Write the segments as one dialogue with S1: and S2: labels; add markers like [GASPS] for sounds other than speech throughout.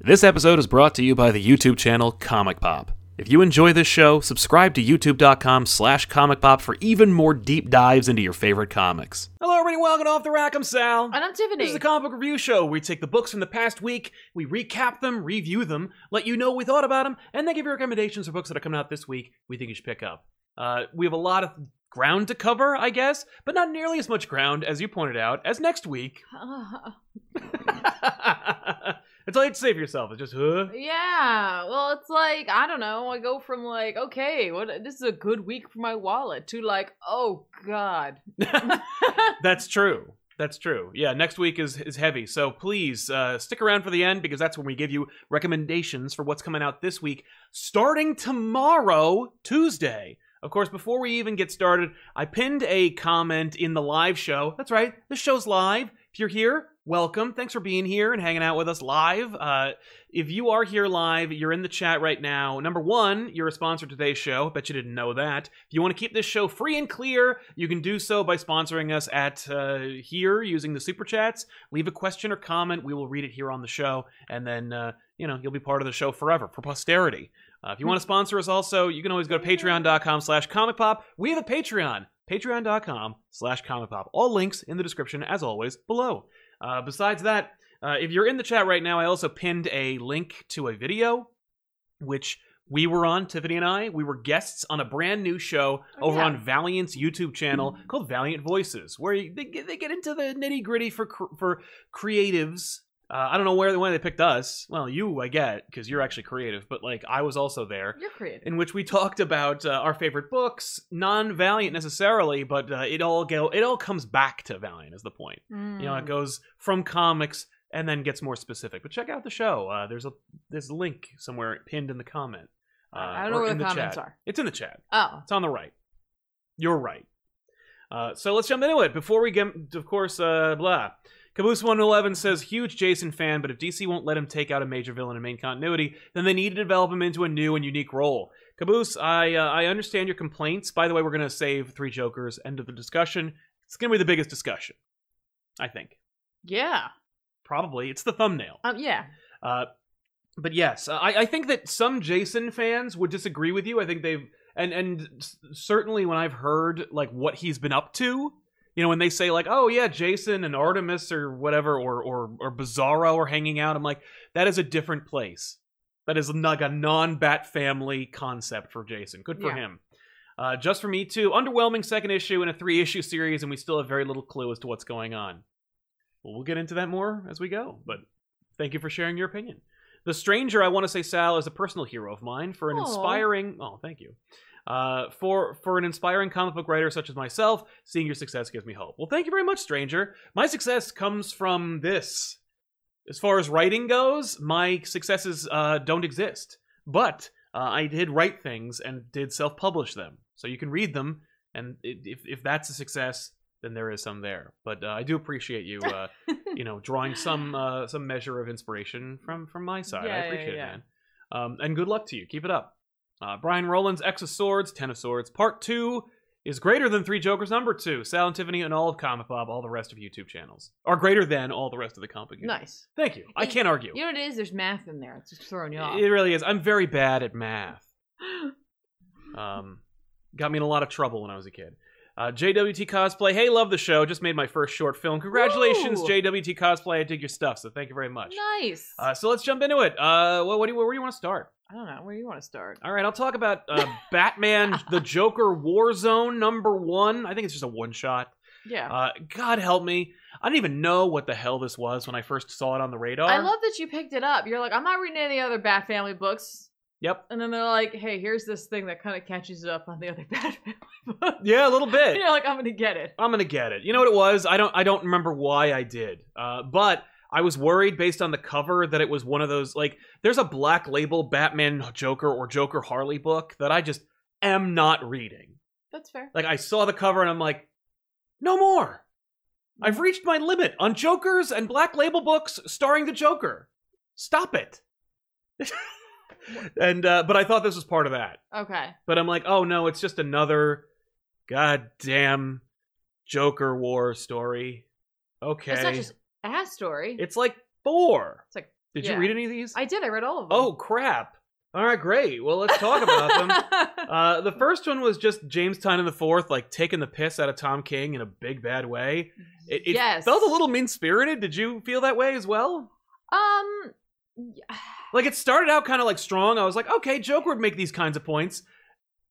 S1: This episode is brought to you by the YouTube channel Comic Pop. If you enjoy this show, subscribe to youtube.com slash comic pop for even more deep dives into your favorite comics. Hello everybody, welcome to Off the Rack, I'm Sal.
S2: And I'm Tiffany.
S1: This is a comic book review show. where We take the books from the past week, we recap them, review them, let you know what we thought about them, and then give you recommendations for books that are coming out this week we think you should pick up. Uh, we have a lot of ground to cover, I guess, but not nearly as much ground, as you pointed out, as next week. [LAUGHS]
S2: Uh,
S1: That's all you have to say for yourself. It's just, huh?
S2: [LAUGHS] yeah. Well, it's like I don't know. I go from like, okay, what? This is a good week for my wallet to like, oh god.
S1: [LAUGHS] That's true. That's true. Yeah, next week is is heavy. So please uh, stick around for the end because that's when we give you recommendations for what's coming out this week, starting tomorrow, Tuesday. Of course, before we even get started, I pinned a comment in the live show. That's right, this show's live. If you're here, welcome. Thanks for being here and hanging out with us live. Uh, if you are here live, you're in the chat right now. Number one, you're a sponsor of today's show. Bet you didn't know that. If you want to keep this show free and clear, you can do so by sponsoring us at uh, here using the super chats. Leave a question or comment. We will read it here on the show, and then uh, you know you'll be part of the show forever for posterity. Uh, if you want to sponsor us also, you can always go to patreon.com slash comic pop. We have a Patreon, patreon.com slash comic pop. All links in the description, as always, below. Uh, besides that, uh, if you're in the chat right now, I also pinned a link to a video, which we were on, Tiffany and I. We were guests on a brand new show
S2: Oh,
S1: over
S2: yeah. Mm-hmm.
S1: on Valiant's YouTube channel called Valiant Voices, where you- they get, they get into the nitty gritty for cr- for creatives. Uh, I don't know where why they picked us. Well, you I get because you're actually creative, but like I was also there
S2: You're creative.
S1: in which we talked about uh, our favorite books, non-valiant necessarily, but uh, it all go it all comes back to Valiant is the point.
S2: Hmm.
S1: You know, it goes from comics and then gets more specific. But check out the show. Uh, there's a there's a link somewhere pinned in the comment. Uh,
S2: I don't
S1: or
S2: know where
S1: in
S2: the comments
S1: chat.
S2: are.
S1: It's in the chat.
S2: Oh,
S1: It's on the right. You're right. Uh, so let's jump into it. Before we get, of course, uh, blah. Caboose 111 says, huge Jason fan, but if DC won't let him take out a major villain in main continuity, then they need to develop him into a new and unique role. Caboose, I uh, I understand your complaints. By the way, we're going to save three Jokers. End of the discussion. It's going to be the biggest discussion, I think.
S2: yeah.
S1: Probably. It's the thumbnail.
S2: Um, yeah. [LAUGHS]
S1: Uh, but yes, uh, I, I think that some Jason fans would disagree with you. I think they've and and s- certainly when I've heard like what he's been up to, you know, when they say like, oh yeah, Jason and Artemis or whatever, or or or Bizarro are hanging out, I'm like, that is a different place. That is like a non-Bat family concept for Jason. Good for
S2: Yeah.
S1: him. Uh, just for me too. Underwhelming second issue in a three-issue series, and we still have very little clue as to what's going on. Well, we'll get into that more as we go, but thank you for sharing your opinion. The Stranger, I want to say, Sal, is a personal hero of mine for an
S2: Aw.
S1: inspiring. Oh, thank you. Uh, for for an inspiring comic book writer such as myself, seeing your success gives me hope. Well, thank you very much, Stranger. My success comes from this. As far as writing goes, my successes uh, don't exist, but uh, I did write things and did self-publish them, so you can read them. And i- if if that's a success, then there is some there. But uh, I do appreciate you. Uh, you know, drawing some uh, some measure of inspiration from from my side. I
S2: Yeah, yeah,
S1: appreciate
S2: yeah.
S1: it, man. Um, and good luck to you. Keep it up. Uh, Brian Rowland's X of Swords, Ten of Swords, Part Two is greater than Three Jokers Number Two. Sal and Tiffany and all of Comic Bob, all the rest of YouTube channels are greater than all the rest of the comic. universe.
S2: Nice.
S1: Thank you. I
S2: You-
S1: can't argue.
S2: You know what it is? There's math in there. It's just throwing you off.
S1: It really is. I'm very bad at math.
S2: [GASPS]
S1: Um, got me in a lot of trouble when I was a kid. Uh, JWT Cosplay, hey, love the show. Just made my first short film. Congratulations,
S2: Woo!
S1: JWT Cosplay. I dig your stuff, so thank you very much.
S2: nice.
S1: Uh, so let's jump into it. Uh, well, what do you, where do you want to start?
S2: I don't know where do you want to start.
S1: All right, I'll talk about
S2: [LAUGHS]
S1: uh, Batman: The Joker Warzone number one. I think it's just a one shot.
S2: Yeah.
S1: Uh, God help me, I didn't even know what the hell this was when I first saw it on the radar.
S2: I love that you picked it up. You're like, I'm not reading any other Bat Family books.
S1: Yep. [LAUGHS]
S2: And then they're like, hey, here's this thing that kind of catches up on the other [LAUGHS] Bat Family books.
S1: Yeah, a little bit.
S2: And you're like, I'm gonna get it.
S1: I'm gonna get it. You know what it was? I don't. I don't remember why I did. Uh, but I was worried based on the cover that it was one of those like. There's a black label Batman Joker or Joker Harley book that I just am not reading.
S2: That's fair.
S1: Like I saw the cover and I'm like, no more.
S2: Mm-hmm.
S1: I've reached my limit on Jokers and Black Label books starring the Joker. Stop
S2: [LAUGHS]
S1: it. and uh, but I thought this was part of that.
S2: Okay.
S1: But I'm like, oh no, it's just another goddamn Joker war story. Okay,
S2: It's not just a story.
S1: It's like four.
S2: It's like
S1: Did
S2: Yeah.
S1: you read any of these?
S2: I did. I read all of them.
S1: Oh crap! All right, great. Well, let's talk about them.
S2: [LAUGHS]
S1: Uh, the first one was just James Tynan the Fourth, like taking the piss out of Tom King in a big bad way. It, it
S2: Yes.
S1: felt a little mean spirited. Did you feel that way as well?
S2: um, y- [SIGHS]
S1: Like it started out kind of like strong. I was like, okay, Joker would make these kinds of points,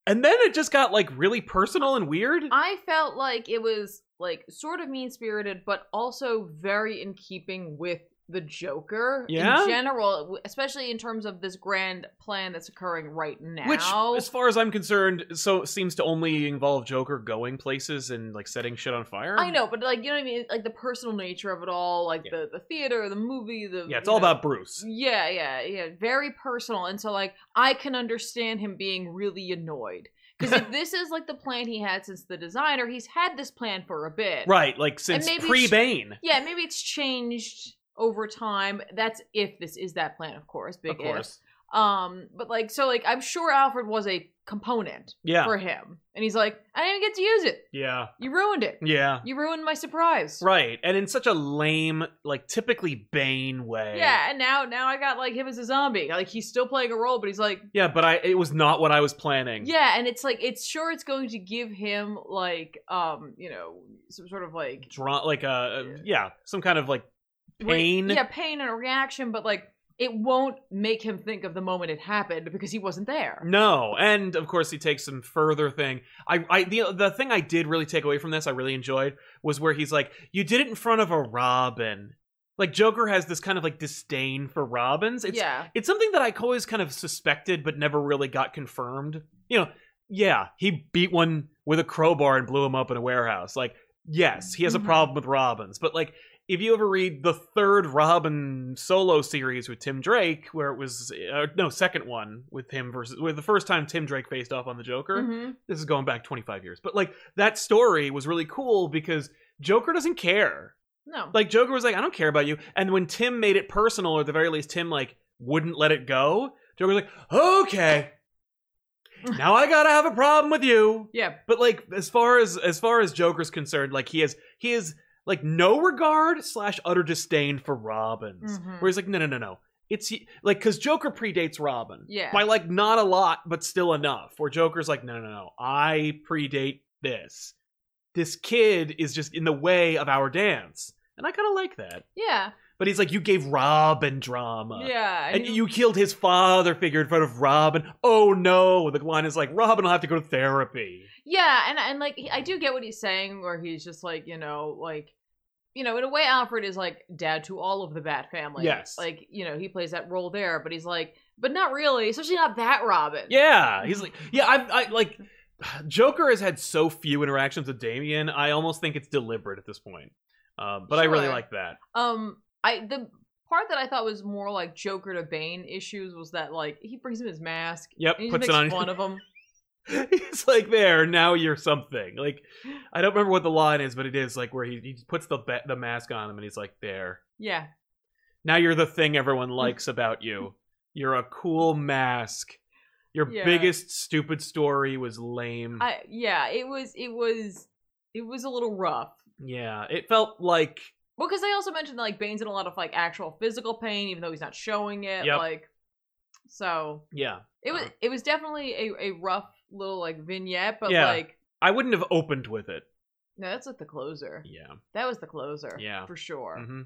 S1: and then it just got like really personal and weird.
S2: I felt like it was like sort of mean spirited, but also very in keeping with the Joker
S1: Yeah?
S2: in general, w- especially in terms of this grand plan that's occurring right now.
S1: Which, as far as I'm concerned, so seems to only involve Joker going places and like setting shit on fire.
S2: I know, but like you know what I mean, like the personal nature of it all, like the the theater, the movie, the
S1: Yeah, it's
S2: you
S1: all
S2: know-
S1: about Bruce.
S2: Yeah, yeah, yeah. Very personal. And so, like, I can understand him being really annoyed. Because
S1: [LAUGHS]
S2: if this is, like, the plan he had since the designer, he's had this plan for a bit.
S1: Right, like since
S2: maybe
S1: pre Bane.
S2: Yeah, maybe it's changed over time. That's if this is that plan, of course. Big
S1: Of course.
S2: if. Um, but, like, so, like, I'm sure Alfred was a component
S1: Yeah.
S2: for him. And he's like, I didn't even get to use it.
S1: Yeah.
S2: You ruined it.
S1: Yeah.
S2: You ruined my surprise.
S1: Right. And in such a lame, like typically Bane way.
S2: Yeah, and now now I got like him as a zombie. Like he's still playing a role, but he's like
S1: Yeah, but I it was not what I was planning.
S2: Yeah, and it's like it's sure it's going to give him like um, you know, some sort of like
S1: Draw like a yeah, some kind of like
S2: re-
S1: pain.
S2: yeah, pain and a reaction, but like it won't make him think of the moment it happened because he wasn't
S1: Mm,
S2: there.
S1: No, and of course he takes some further thing. I, I the the thing I did really take away from this, I really enjoyed, was where he's like, "You did it in front of a Robin." Like Joker has this kind of like disdain for Robins. It's
S2: yeah.
S1: it's something that I always kind of suspected, but never really got confirmed. You know, yeah, he beat one with a crowbar and blew him up in a warehouse. Like, yes, he has
S2: Mhm.
S1: a problem with Robins, but like. If you ever read the third Robin solo series with Tim Drake, where it was uh, no second one with him versus where the first time Tim Drake faced off on the Joker,
S2: Mhm.
S1: this is going back 25 years, but like that story was really cool because Joker doesn't care
S2: No.
S1: like Joker was like, I don't care about you. And when Tim made it personal, or at the very least, Tim like wouldn't let it go. Joker was like, okay, now I gotta have a problem with you.
S2: yeah.
S1: But like, as far as as far as Joker's concerned, like he has he has like no regard slash utter disdain for Robins,
S2: Mhm.
S1: where he's like, no no no no, it's like because Joker predates Robin
S2: Yeah.
S1: by like not a lot, but still enough. Where Joker's like, no no no, no, I predate this. This kid is just in the way of our dance. And I kind of like that.
S2: yeah.
S1: But he's like, you gave Robin drama.
S2: Yeah.
S1: And
S2: he-
S1: you killed his father figure in front of Robin. Oh no! The line is like, Robin will have to go to therapy.
S2: Yeah, and and like he- I do get what he's saying, where he's just like you know like. You know, in a way, Alfred is like dad to all of the Bat family.
S1: Yes.
S2: Like, you know, he plays that role there, but he's like, but not really, especially not that Robin.
S1: Yeah, he's like, yeah, I, I like. Joker has had so few interactions with Damien. I almost think it's deliberate at this point. Um, but I really
S2: Sure.
S1: like that.
S2: Um, I the part that I thought was more like Joker to Bane issues was that like he brings him his mask.
S1: Yep,
S2: And he just
S1: puts
S2: makes
S1: it on.
S2: fun of him.
S1: [LAUGHS] He's like, there, now you're something. Like, I don't remember what the line is, but it is like where he, he puts the ba- the mask on him, and he's like, there,
S2: Yeah,
S1: now you're the thing
S2: [LAUGHS]
S1: everyone likes about you. You're a cool mask. Your
S2: Yeah.
S1: biggest stupid story was lame.
S2: I yeah, it was it was it was a little rough.
S1: yeah, it felt like
S2: Well, because they also mentioned that like Bane's in a lot of like actual physical pain, even though he's not showing it.
S1: Yep.
S2: Like, so
S1: yeah.
S2: it was
S1: Uh-huh.
S2: it was definitely a a rough little like vignette, but
S1: Yeah.
S2: like
S1: I wouldn't have opened with it.
S2: no, that's like the closer.
S1: Yeah.
S2: That was the closer.
S1: Yeah.
S2: for sure.
S1: Mhm.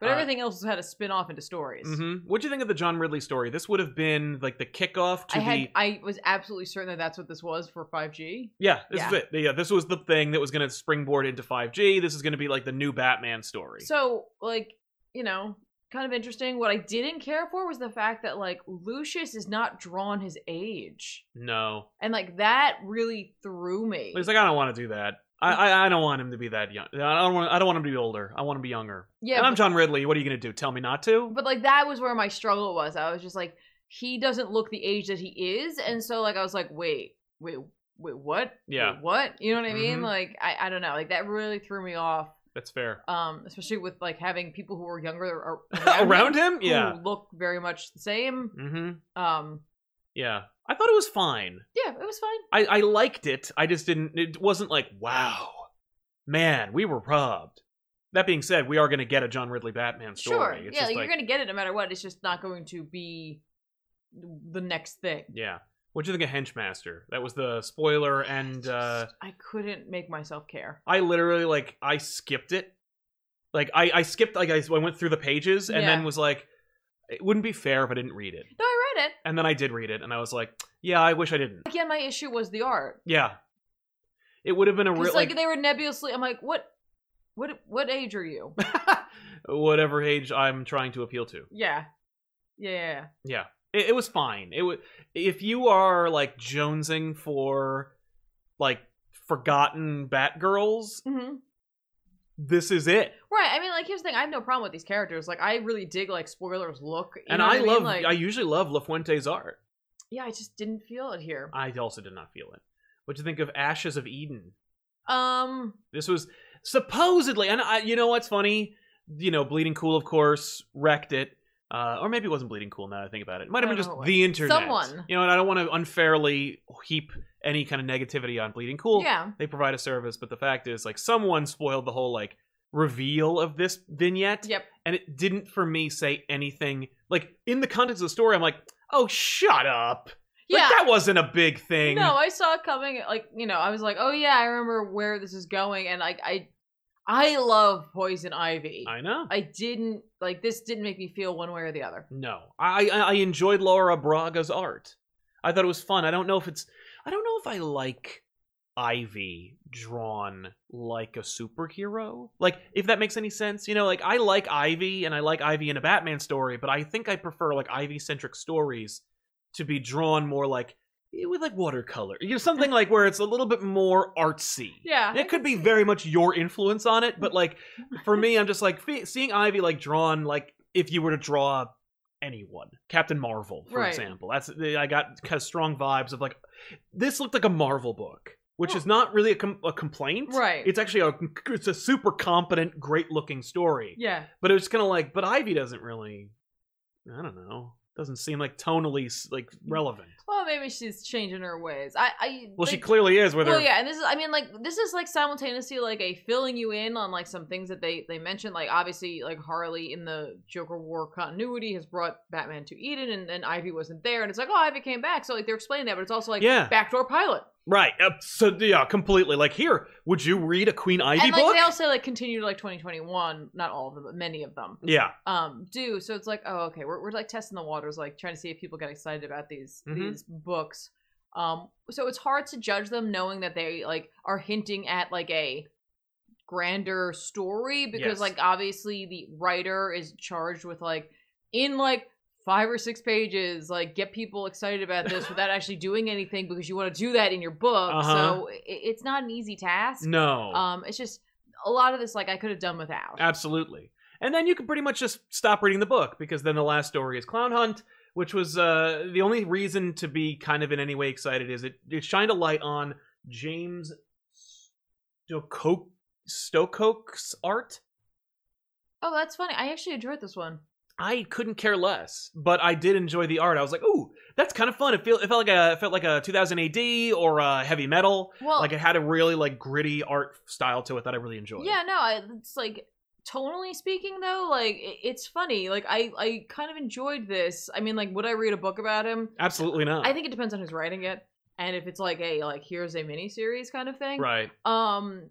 S2: But
S1: Uh,
S2: everything else had to spin off into stories.
S1: Mhm. What'd you think of the John Ridley story? This would have been like the kickoff to
S2: I had
S1: the
S2: I was absolutely certain that that's what this was for 5G.
S1: yeah, this
S2: Yeah.
S1: is it. Yeah, this was the thing that was going to springboard into 5G. This is going to be like the new Batman story.
S2: So, like, you know, kind of interesting. What I didn't care for was the fact that like Lucius is not drawn his age.
S1: no,
S2: And like that really threw me.
S1: he's like I don't want to do that. I,
S2: Mm.
S1: I I don't want him to be that young. I don't want I don't want him to be older. I want him to be younger.
S2: yeah,
S1: and I'm
S2: but,
S1: John Ridley. What are you going to do? Tell me not to?
S2: but, like that was where my struggle was. I was just like he doesn't look the age that he is, and so like I was like, "Wait, wait, wait, what?
S1: Yeah.
S2: Wait, what? You know what I mean?
S1: Mhm.
S2: Like I I don't know. Like that really threw me off.
S1: That's fair.
S2: Um, especially with like having people who were younger
S1: [LAUGHS]
S2: ar-
S1: Around him?
S2: who
S1: Yeah.
S2: look very much the same.
S1: hmm
S2: Um,
S1: Yeah. I thought it was fine.
S2: yeah, it was fine.
S1: I, I liked it. I just didn't. It wasn't like, wow, man, we were robbed. That being said, we are going to get a John Ridley Batman story.
S2: Sure.
S1: It's
S2: yeah,
S1: just
S2: like,
S1: like,
S2: you're gonna get it no matter what. It's just not going to be the next thing.
S1: yeah. What do you think of Henchmaster? That was the spoiler, and uh,
S2: I couldn't make myself care.
S1: I literally like I skipped it. Like I, I skipped like I, I went through the pages and
S2: Yeah.
S1: then was like, it wouldn't be fair if I didn't read it.
S2: No, I read it.
S1: And then I did read it, and I was like, yeah, I wish I didn't.
S2: Again, my issue was the art.
S1: Yeah, it would have been a real
S2: 'Cause,
S1: like,
S2: like, they were nebulously. I'm like, what, what, what age are
S1: [LAUGHS]
S2: you?
S1: whatever age I'm trying to appeal to.
S2: yeah, yeah.
S1: Yeah, it, it was fine. It was if you are like jonesing for like forgotten Batgirls,
S2: hmm
S1: this is it.
S2: Right. I mean, like, here's the thing. I have no problem with these characters. Like, I really dig like spoilers look. you
S1: And
S2: know what
S1: I,
S2: mean?
S1: love.
S2: Like,
S1: I usually love LaFuente's art.
S2: yeah, I just didn't feel it here.
S1: I also did not feel it. What do you think of Ashes of Eden?
S2: Um.
S1: This was supposedly, and I, you know what's funny? You know, Bleeding Cool, of course, wrecked it. Uh, or maybe it wasn't Bleeding Cool now that I think about it. It might have
S2: I
S1: been just
S2: don't know who it
S1: the internet.
S2: Someone.
S1: You know, and I don't want to unfairly heap any kind of negativity on Bleeding Cool.
S2: Yeah.
S1: They provide a service, but the fact is, like, someone spoiled the whole, like, reveal of this vignette.
S2: Yep.
S1: And it didn't, for me, say anything. Like, in the context of the story, I'm like, oh, shut up.
S2: Yeah.
S1: Like, that wasn't a big thing.
S2: No, I saw it coming. Like you know, I was like, oh yeah, I remember where this is going, and like I, I love Poison Ivy. I,
S1: I know.
S2: didn't like this. Didn't make me feel one way or the other.
S1: No, I I I enjoyed Laura Braga's art. I thought it was fun. I don't know if it's I don't know if I like Ivy drawn like a superhero. Like if that makes any sense, you know, like I like Ivy and I like Ivy in a Batman story, but I think I prefer like Ivy centric stories to be drawn more like eh, with like watercolor, you know, something like where it's a little bit more artsy.
S2: Yeah, I
S1: It could
S2: can
S1: be
S2: see-
S1: very much your influence on it, but like for me, I'm just
S2: [LAUGHS]
S1: like fe- seeing Ivy like drawn like if you were to draw anyone, Captain Marvel, for
S2: Right.
S1: example. That's eh, I got kind of strong vibes of like this looked like a Marvel book, which is not really a, com- a complaint.
S2: Right.
S1: It's actually a it's a super competent, great looking story.
S2: Yeah.
S1: But it was kind of like, but Ivy doesn't really, I don't know, doesn't seem like tonally s- like relevant.
S2: Well, maybe she's changing her ways. I. I
S1: Well, she
S2: think-
S1: clearly is. Whether
S2: Well, yeah, and this is. I mean, like this is like simultaneously like a filling you in on like some things that they they mentioned. Like obviously, like Harley in the Joker War continuity has brought Batman to Eden, and then Ivy wasn't there, and it's like, oh, Ivy came back. So like they're explaining that, but it's also like
S1: Yeah.
S2: backdoor pilot.
S1: right. Uh, so yeah, completely. Like here, would you read a Queen Ivy
S2: and like
S1: book?
S2: they all say like continue to like 2021 not all of them but many of them [LAUGHS]
S1: yeah.
S2: um do so it's like oh okay we're, we're like testing the waters like trying to see if people get excited about these
S1: Mhm.
S2: these books um so it's hard to judge them knowing that they like are hinting at like a grander story because
S1: Yes.
S2: like obviously the writer is charged with like in like five or six pages like get people excited about this
S1: [LAUGHS]
S2: without actually doing anything because you want to do that in your book
S1: Uh-huh.
S2: so i it's not an easy task
S1: No.
S2: um, it's just a lot of this like I could have done without.
S1: Absolutely. And then you can pretty much just stop reading the book because then the last story is Clown Hunt, which was uh, the only reason to be kind of in any way excited is it, it shined a light on James Stokoe- Stokoe's art.
S2: oh, that's funny. I actually enjoyed this one.
S1: I couldn't care less, but I did enjoy the art. I was like, "Ooh, that's kind of fun." It felt it felt like a it felt like a 2000 AD or a heavy metal.
S2: Well,
S1: Like it had a really like gritty art style to it that I really enjoyed.
S2: yeah, no, I, it's like tonally speaking though, like i it's funny. Like I, I kind of enjoyed this. I mean, like would I read a book about him?
S1: absolutely not.
S2: I think it depends on who's writing it, and if it's like a like here's a mini series kind of thing.
S1: right
S2: Um,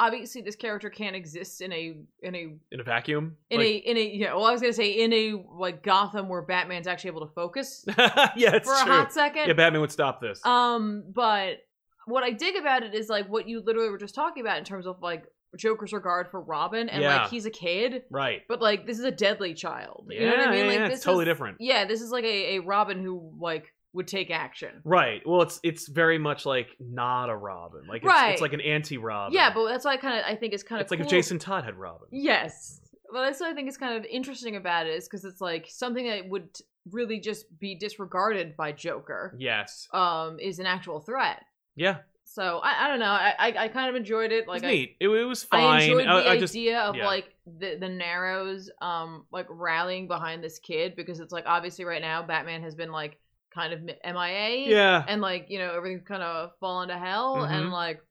S2: obviously this character can't exist in a in a
S1: in a vacuum.
S2: in
S1: Like-
S2: a in a yeah. Well, I was gonna say in a like Gotham where Batman's actually able to
S1: [LAUGHS]
S2: focus
S1: yeah, it's
S2: for a
S1: true.
S2: hot second.
S1: Yeah, Batman would stop this.
S2: Um, but what I dig about it is like what you literally were just talking about in terms of like Joker's regard for Robin and
S1: Yeah.
S2: like he's a kid,
S1: right.
S2: but like this is a deadly child.
S1: Yeah,
S2: you know what I mean?
S1: yeah,
S2: like
S1: yeah,
S2: this
S1: it's totally
S2: is-
S1: different.
S2: Yeah, this is like a, a Robin who like would take action.
S1: Right. Well, it's it's very much like not a Robin. Like it's,
S2: Right.
S1: it's like an anti-Robin.
S2: Yeah, but that's why I kind of I think it's kind of
S1: it's like
S2: cool.
S1: if Jason Todd had Robin.
S2: Yes, well, that's what I think is kind of interesting about it is because it's like something that would really just be disregarded by Joker.
S1: Yes.
S2: Um, is an actual threat.
S1: Yeah.
S2: So I, I don't know. I, I I kind of enjoyed it. Like
S1: it
S2: I,
S1: was neat. It, it was fine.
S2: I enjoyed the
S1: I just
S2: idea of
S1: yeah.
S2: like the the Narrows, um, like rallying behind this kid because it's like obviously right now Batman has been like kind of MIA,
S1: yeah.
S2: and like you know everything's kind of fallen to hell,
S1: Mhm.
S2: and like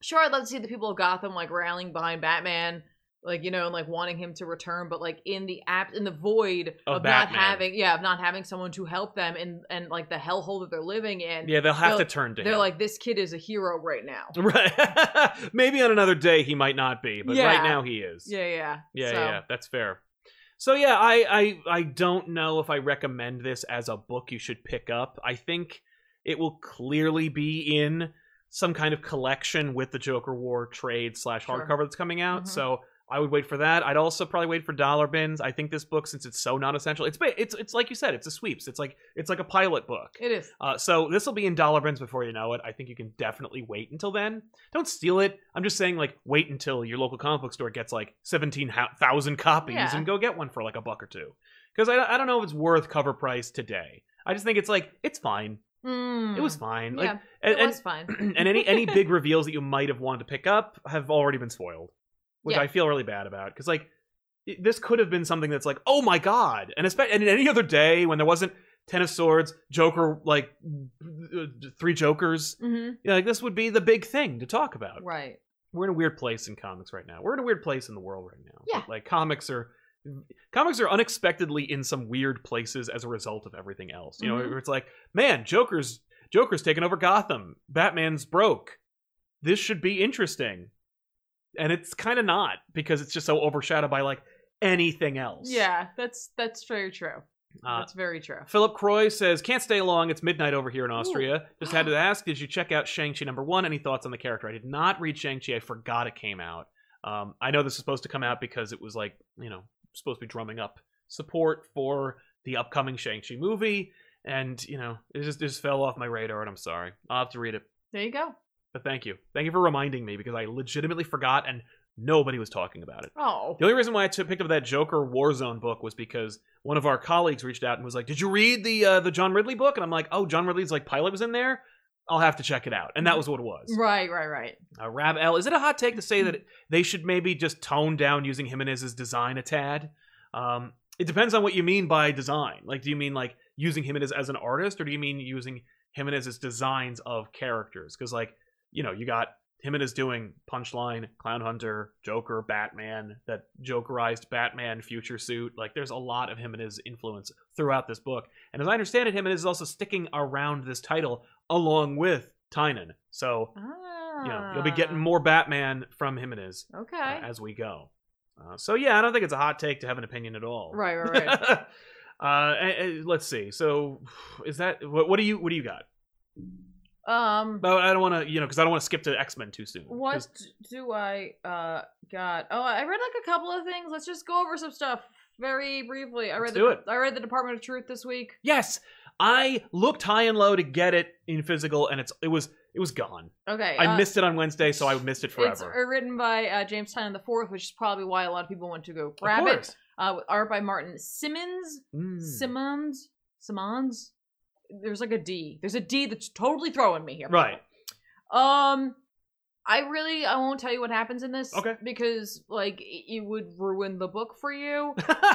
S2: sure I'd love to see the people of Gotham like rallying behind Batman, like you know, and like wanting him to return, but like in the app in the void
S1: Of
S2: of not
S1: Batman.
S2: having yeah, of not having someone to help them and and like the hellhole that they're living in.
S1: Yeah, they'll have
S2: they'll-
S1: to turn to
S2: They're
S1: him.
S2: like, this kid is a hero right now.
S1: [LAUGHS] right. [LAUGHS] Maybe on another day he might not be, but right
S2: Yeah.
S1: now he is.
S2: Yeah, yeah,
S1: yeah,
S2: So,
S1: yeah. That's fair. So yeah, I, I I don't know if I recommend this as a book you should pick up. I think it will clearly be in some kind of collection with the Joker War trade slash
S2: Sure.
S1: hardcover that's coming out.
S2: Mhm.
S1: So I would wait for that. I'd also probably wait for dollar bins. I think this book, since it's so non essential, it's ba- it's it's like you said, it's a sweeps. It's like it's like a pilot book.
S2: It is.
S1: Uh, so this will be in dollar bins before you know it. I think you can definitely wait until then. Don't steal it. I'm just saying, like, wait until your local comic book store gets like 17,000 copies
S2: Yeah.
S1: and go get one for like a buck or two. Because I, I don't know if it's worth cover price today. I just think it's like it's fine. It was
S2: Mm.
S1: fine.
S2: Yeah,
S1: Like, and,
S2: it
S1: and-
S2: was fine.
S1: [CLEARS THROAT] and
S2: [LAUGHS]
S1: any any big reveals that you might have wanted to pick up have already been spoiled, which
S2: Yeah.
S1: I feel really bad about because like it- this could have been something that's like, oh my god, and especially and any other day when there wasn't Ten of Swords, Joker, like uh, three Jokers,
S2: hmm
S1: [LAUGHS] you know, like this would be the big thing to talk about.
S2: Right.
S1: We're in a weird place in comics right now. We're in a weird place in the world right now.
S2: Yeah.
S1: like comics are. Comics are unexpectedly in some weird places as a result of everything else. You know,
S2: Mhm.
S1: where it's like, man, Joker's Joker's taken over Gotham. Batman's broke. This should be interesting. And it's kind of not because it's just so overshadowed by like anything else.
S2: Yeah, that's that's very true.
S1: Uh,
S2: that's very true.
S1: Philip Croy says, "Can't stay long. It's midnight over here in Austria. Just had to ask, did you check out Shang Chi number one? Any thoughts on the character? I did not read Shang Chi. I forgot it came out. Um, I know this is supposed to come out because it was like you know supposed to be drumming up support for the upcoming Shang Chi movie, and you know it just it just fell off my radar. And I'm sorry. I'll have to read it.
S2: There you go.
S1: But thank you, thank you for reminding me because I legitimately forgot and nobody was talking about it.
S2: Oh,
S1: The only reason why I took- picked up that Joker Warzone book was because one of our colleagues reached out and was like, "Did you read the uh, the John Ridley book?" And I'm like, "Oh, John Ridley's like pilot was in there. I'll have to check it out." And that was what it was.
S2: right, right, right.
S1: Uh, Rab L, is it a hot take to say that they should maybe just tone down using Jimenez's design a tad? Um, it depends on what you mean by design. Like, do you mean like using Jimenez as an artist, or do you mean using Jimenez's designs of characters? Because like, you know, you got Jimenez doing Punchline, Clown Hunter, Joker, Batman, that Jokerized Batman future suit. Like, there's a lot of Jimenez influence throughout this book. And as I understand it, Jimenez is also sticking around this title along with Tynan. So
S2: Ah,
S1: you know, you'll be getting more Batman from Jimenez
S2: Okay.
S1: uh, as we go. Uh, so yeah, I don't think it's a hot take to have an opinion at all. [LAUGHS]
S2: right, right, right.
S1: uh, eh, eh, let's see. So is that what, what do you what do you got? [LAUGHS]
S2: um,
S1: But I don't want to you know because I don't want to skip to X Men too soon. 'cause-
S2: what d- do I uh got? Oh, I read like a couple of things. Let's just go over some stuff very briefly. I read
S1: Let's
S2: the
S1: do it.
S2: I read the Department of Truth this week.
S1: Yes, I looked high and low to get it in physical, and it's it was it was gone.
S2: Okay,
S1: I
S2: uh,
S1: missed it on Wednesday, so I missed it
S2: It's
S1: forever.
S2: uh, written by uh, James Tynan the Fourth, which is probably why a lot of people went to go grab
S1: of
S2: it.
S1: course.
S2: Uh, with art by Martin Simmons.
S1: Mm. [LAUGHS]
S2: Simmons. Simmons. There's like a D. There's a D that's totally throwing me here.
S1: Right.
S2: Um, I really I won't tell you what happens in this.
S1: Okay.
S2: Because like it it would ruin the book
S1: [LAUGHS]
S2: for you.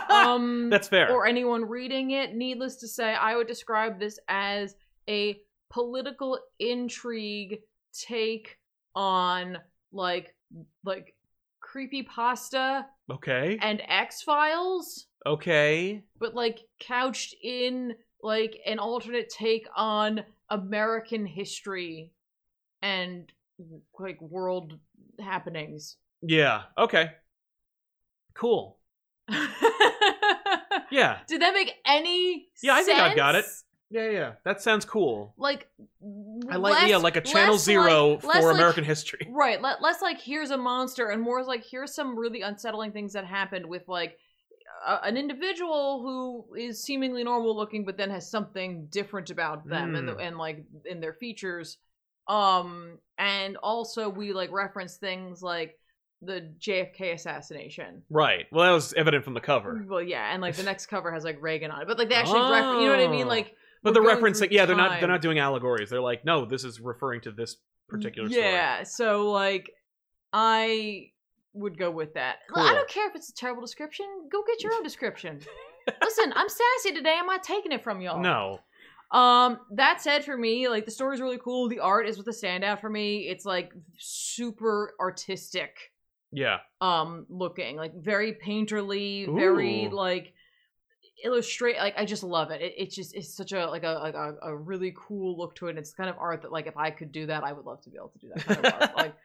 S2: Um,
S1: That's fair.
S2: or anyone reading it. Needless to say, I would describe this as a political intrigue take on like like creepy pasta
S1: okay.
S2: and X Files,
S1: Okay.
S2: but like couched in like an alternate take on American history and like world happenings. [LAUGHS]
S1: Yeah. Okay. Cool. Yeah.
S2: Did that make any
S1: Yeah, I think I've got it.
S2: sense?
S1: Yeah, yeah. That sounds cool.
S2: like
S1: I like yeah, like a Channel
S2: less
S1: Zero
S2: like-
S1: for
S2: less like-
S1: American history. [LAUGHS]
S2: right le- less like here's a monster and more like here's some really unsettling things that happened with like a, an individual who is seemingly normal looking but then has something different about them and,
S1: Mm.
S2: and like in their features um and also we like reference things like the JFK assassination
S1: Right. Well, that was evident from the cover.
S2: well yeah
S1: [LAUGHS]
S2: and like the next cover has like Reagan on it but like they actually refer- you know what I mean
S1: Oh.
S2: like
S1: But they're
S2: we're going through
S1: referencing. Yeah, they're not. They're
S2: time.
S1: not doing allegories. They're like, no, this is referring to this particular story.
S2: Mm, yeah so like i would go with that Look, i
S1: Cool.
S2: don't care if it's a terrible description go get your own
S1: [LAUGHS]
S2: description listen i'm sassy today i'm not taking it from y'all
S1: No.
S2: um that said for me like the story's really cool the art is what the standout for me it's like super artistic
S1: Yeah.
S2: um looking like very painterly very
S1: Ooh.
S2: like illustrate like i just love it. it it's just it's such a like a, like a a really cool look to it and it's the kind of art that like if i could do that i would love to be able to do that kind of
S1: [LAUGHS]
S2: art. like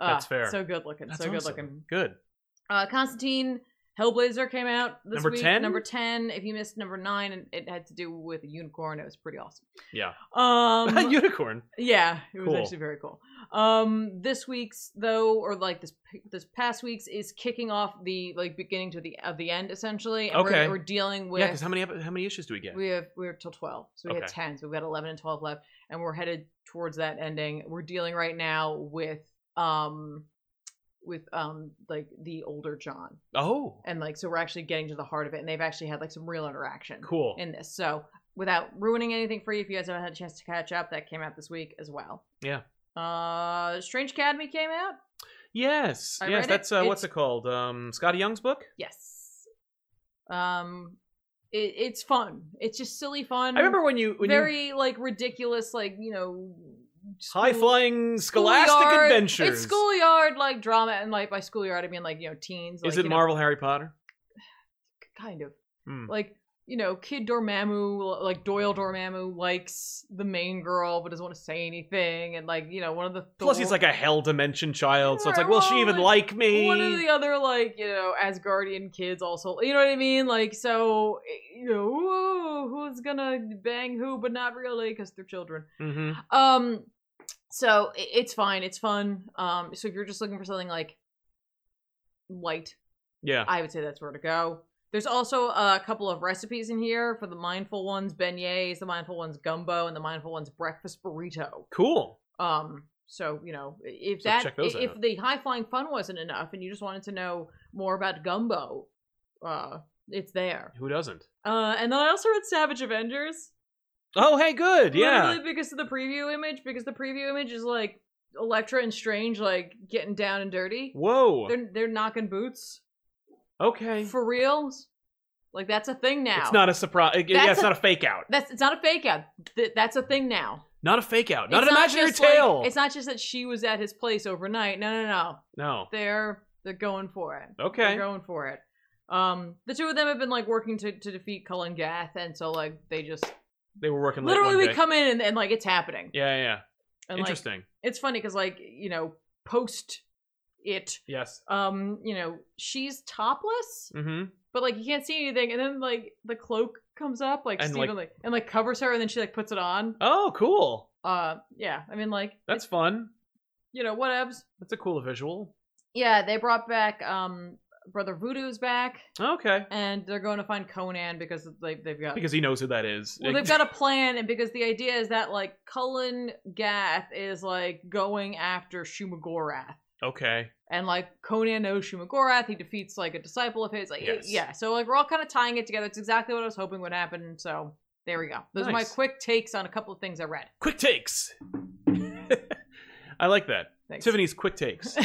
S2: uh,
S1: That's fair.
S2: so good looking
S1: That's
S2: so good
S1: awesome.
S2: looking
S1: Good. [LAUGHS]
S2: uh constantine hellblazer came out this
S1: Number
S2: week
S1: 10?
S2: number 10 if you missed number 9 and it had to do with a unicorn it was pretty awesome
S1: Yeah. [LAUGHS]
S2: um
S1: Unicorn.
S2: yeah, it was
S1: Cool.
S2: actually very cool. Um, this week's though, or like this this past week's, is kicking off the like beginning to the of the end essentially. And
S1: Okay.
S2: we're, we're dealing with
S1: Yeah, because how many ep- how many issues do we get?
S2: we have we're till twelve, so we had
S1: Okay.
S2: ten, so we've got eleven and twelve left, and we're headed towards that ending. We're dealing right now with um with um like the older John,
S1: oh,
S2: and like so we're actually getting to the heart of it, and they've actually had like some real interaction
S1: cool.
S2: in this. So without ruining anything for you, if you guys haven't had a chance to catch up, that came out this week as well.
S1: Yeah.
S2: Uh, Strange Academy came out.
S1: yes,
S2: I read
S1: yes.
S2: it.
S1: That's uh, what's it
S2: It's-
S1: called? Um, Scotty Young's book.
S2: Yes. Um, it, it's fun. It's just silly fun.
S1: I remember when you when you
S2: Mm, very like ridiculous, like you know, school-
S1: high flying scholastic
S2: schoolyard-
S1: adventures.
S2: It's schoolyard like drama, and like by schoolyard I mean like you know teens.
S1: Is
S2: like,
S1: it
S2: you know,
S1: Marvel Harry Potter?
S2: kind of
S1: Hmm.
S2: like you know kid dormammu like doyle dormammu likes the main girl but doesn't want to say anything and like you know one of the
S1: Plus,
S2: Thor-
S1: he's like a hell dimension child, so it's like, will she even
S2: Well,
S1: like me?
S2: one of the other like you know asgardian kids also you know what i mean like so eh, you know ooh, who's gonna bang who but not really because they're children
S1: hmm
S2: um so i- it's fine it's fun um so if you're just looking for something like light
S1: Yeah.
S2: I would say that's where to go. There's also uh, a couple of recipes in here for the mindful ones beignets, the mindful ones gumbo, and the mindful ones breakfast burrito.
S1: cool.
S2: Um, so you know i- if
S1: So
S2: that
S1: check
S2: i-
S1: those
S2: if
S1: out.
S2: the high flying fun wasn't enough and you just wanted to know more about gumbo, uh, it's there.
S1: Who doesn't?
S2: Uh, and then I also read Savage Avengers.
S1: Oh, hey, good. Yeah.
S2: Literally because of the preview image, because the preview image is like Elektra and Strange like getting down and dirty.
S1: Whoa.
S2: They're they're knocking boots.
S1: Okay.
S2: For reals? Like that's a thing now.
S1: It's not a surprise. yeah,
S2: That's
S1: it's
S2: a-
S1: not a fake out.
S2: That's it's not a fake out. Th- that's a thing now.
S1: Not a fake out. Not
S2: It's
S1: an imaginary
S2: just like-
S1: tale.
S2: it's not just that she was at his place overnight. No, no, no.
S1: no.
S2: They're they're going for it.
S1: Okay.
S2: They're going for it. Um, the two of them have been like working to, to defeat Cullen Gath, and so like they just
S1: They were working late
S2: literally
S1: one
S2: we
S1: day.
S2: come in and, and like it's happening.
S1: Yeah, yeah.
S2: And, like,
S1: Interesting.
S2: it's funny because like you know post it,
S1: yes.
S2: um, you know she's topless,
S1: Mm-hmm.
S2: but like you can't see anything, and then like the cloak comes up, like
S1: And,
S2: Stephen, like, and like covers her, and then she like puts it on.
S1: Oh, cool.
S2: Uh, yeah, I mean like
S1: That's fun.
S2: you know, whatevs.
S1: That's a cool visual.
S2: Yeah, they brought back um Brother Voodoo's back,
S1: Okay. of
S2: and they're going to find Conan because like they've got
S1: Because he knows who that is.
S2: well, they've got a plan, and because the idea is that like Cullen Gath is like going after Shumagorath,
S1: okay.
S2: and like Conan knows Shumagorath, he defeats like a disciple of his. Like,
S1: Yes.
S2: yeah, so like we're all kind of tying it together. It's exactly what I was hoping would happen. So there we go. Those are my
S1: Nice.
S2: quick takes on a couple of things I read.
S1: Quick takes. [LAUGHS] I like that.
S2: Thanks.
S1: Tiffany's quick takes.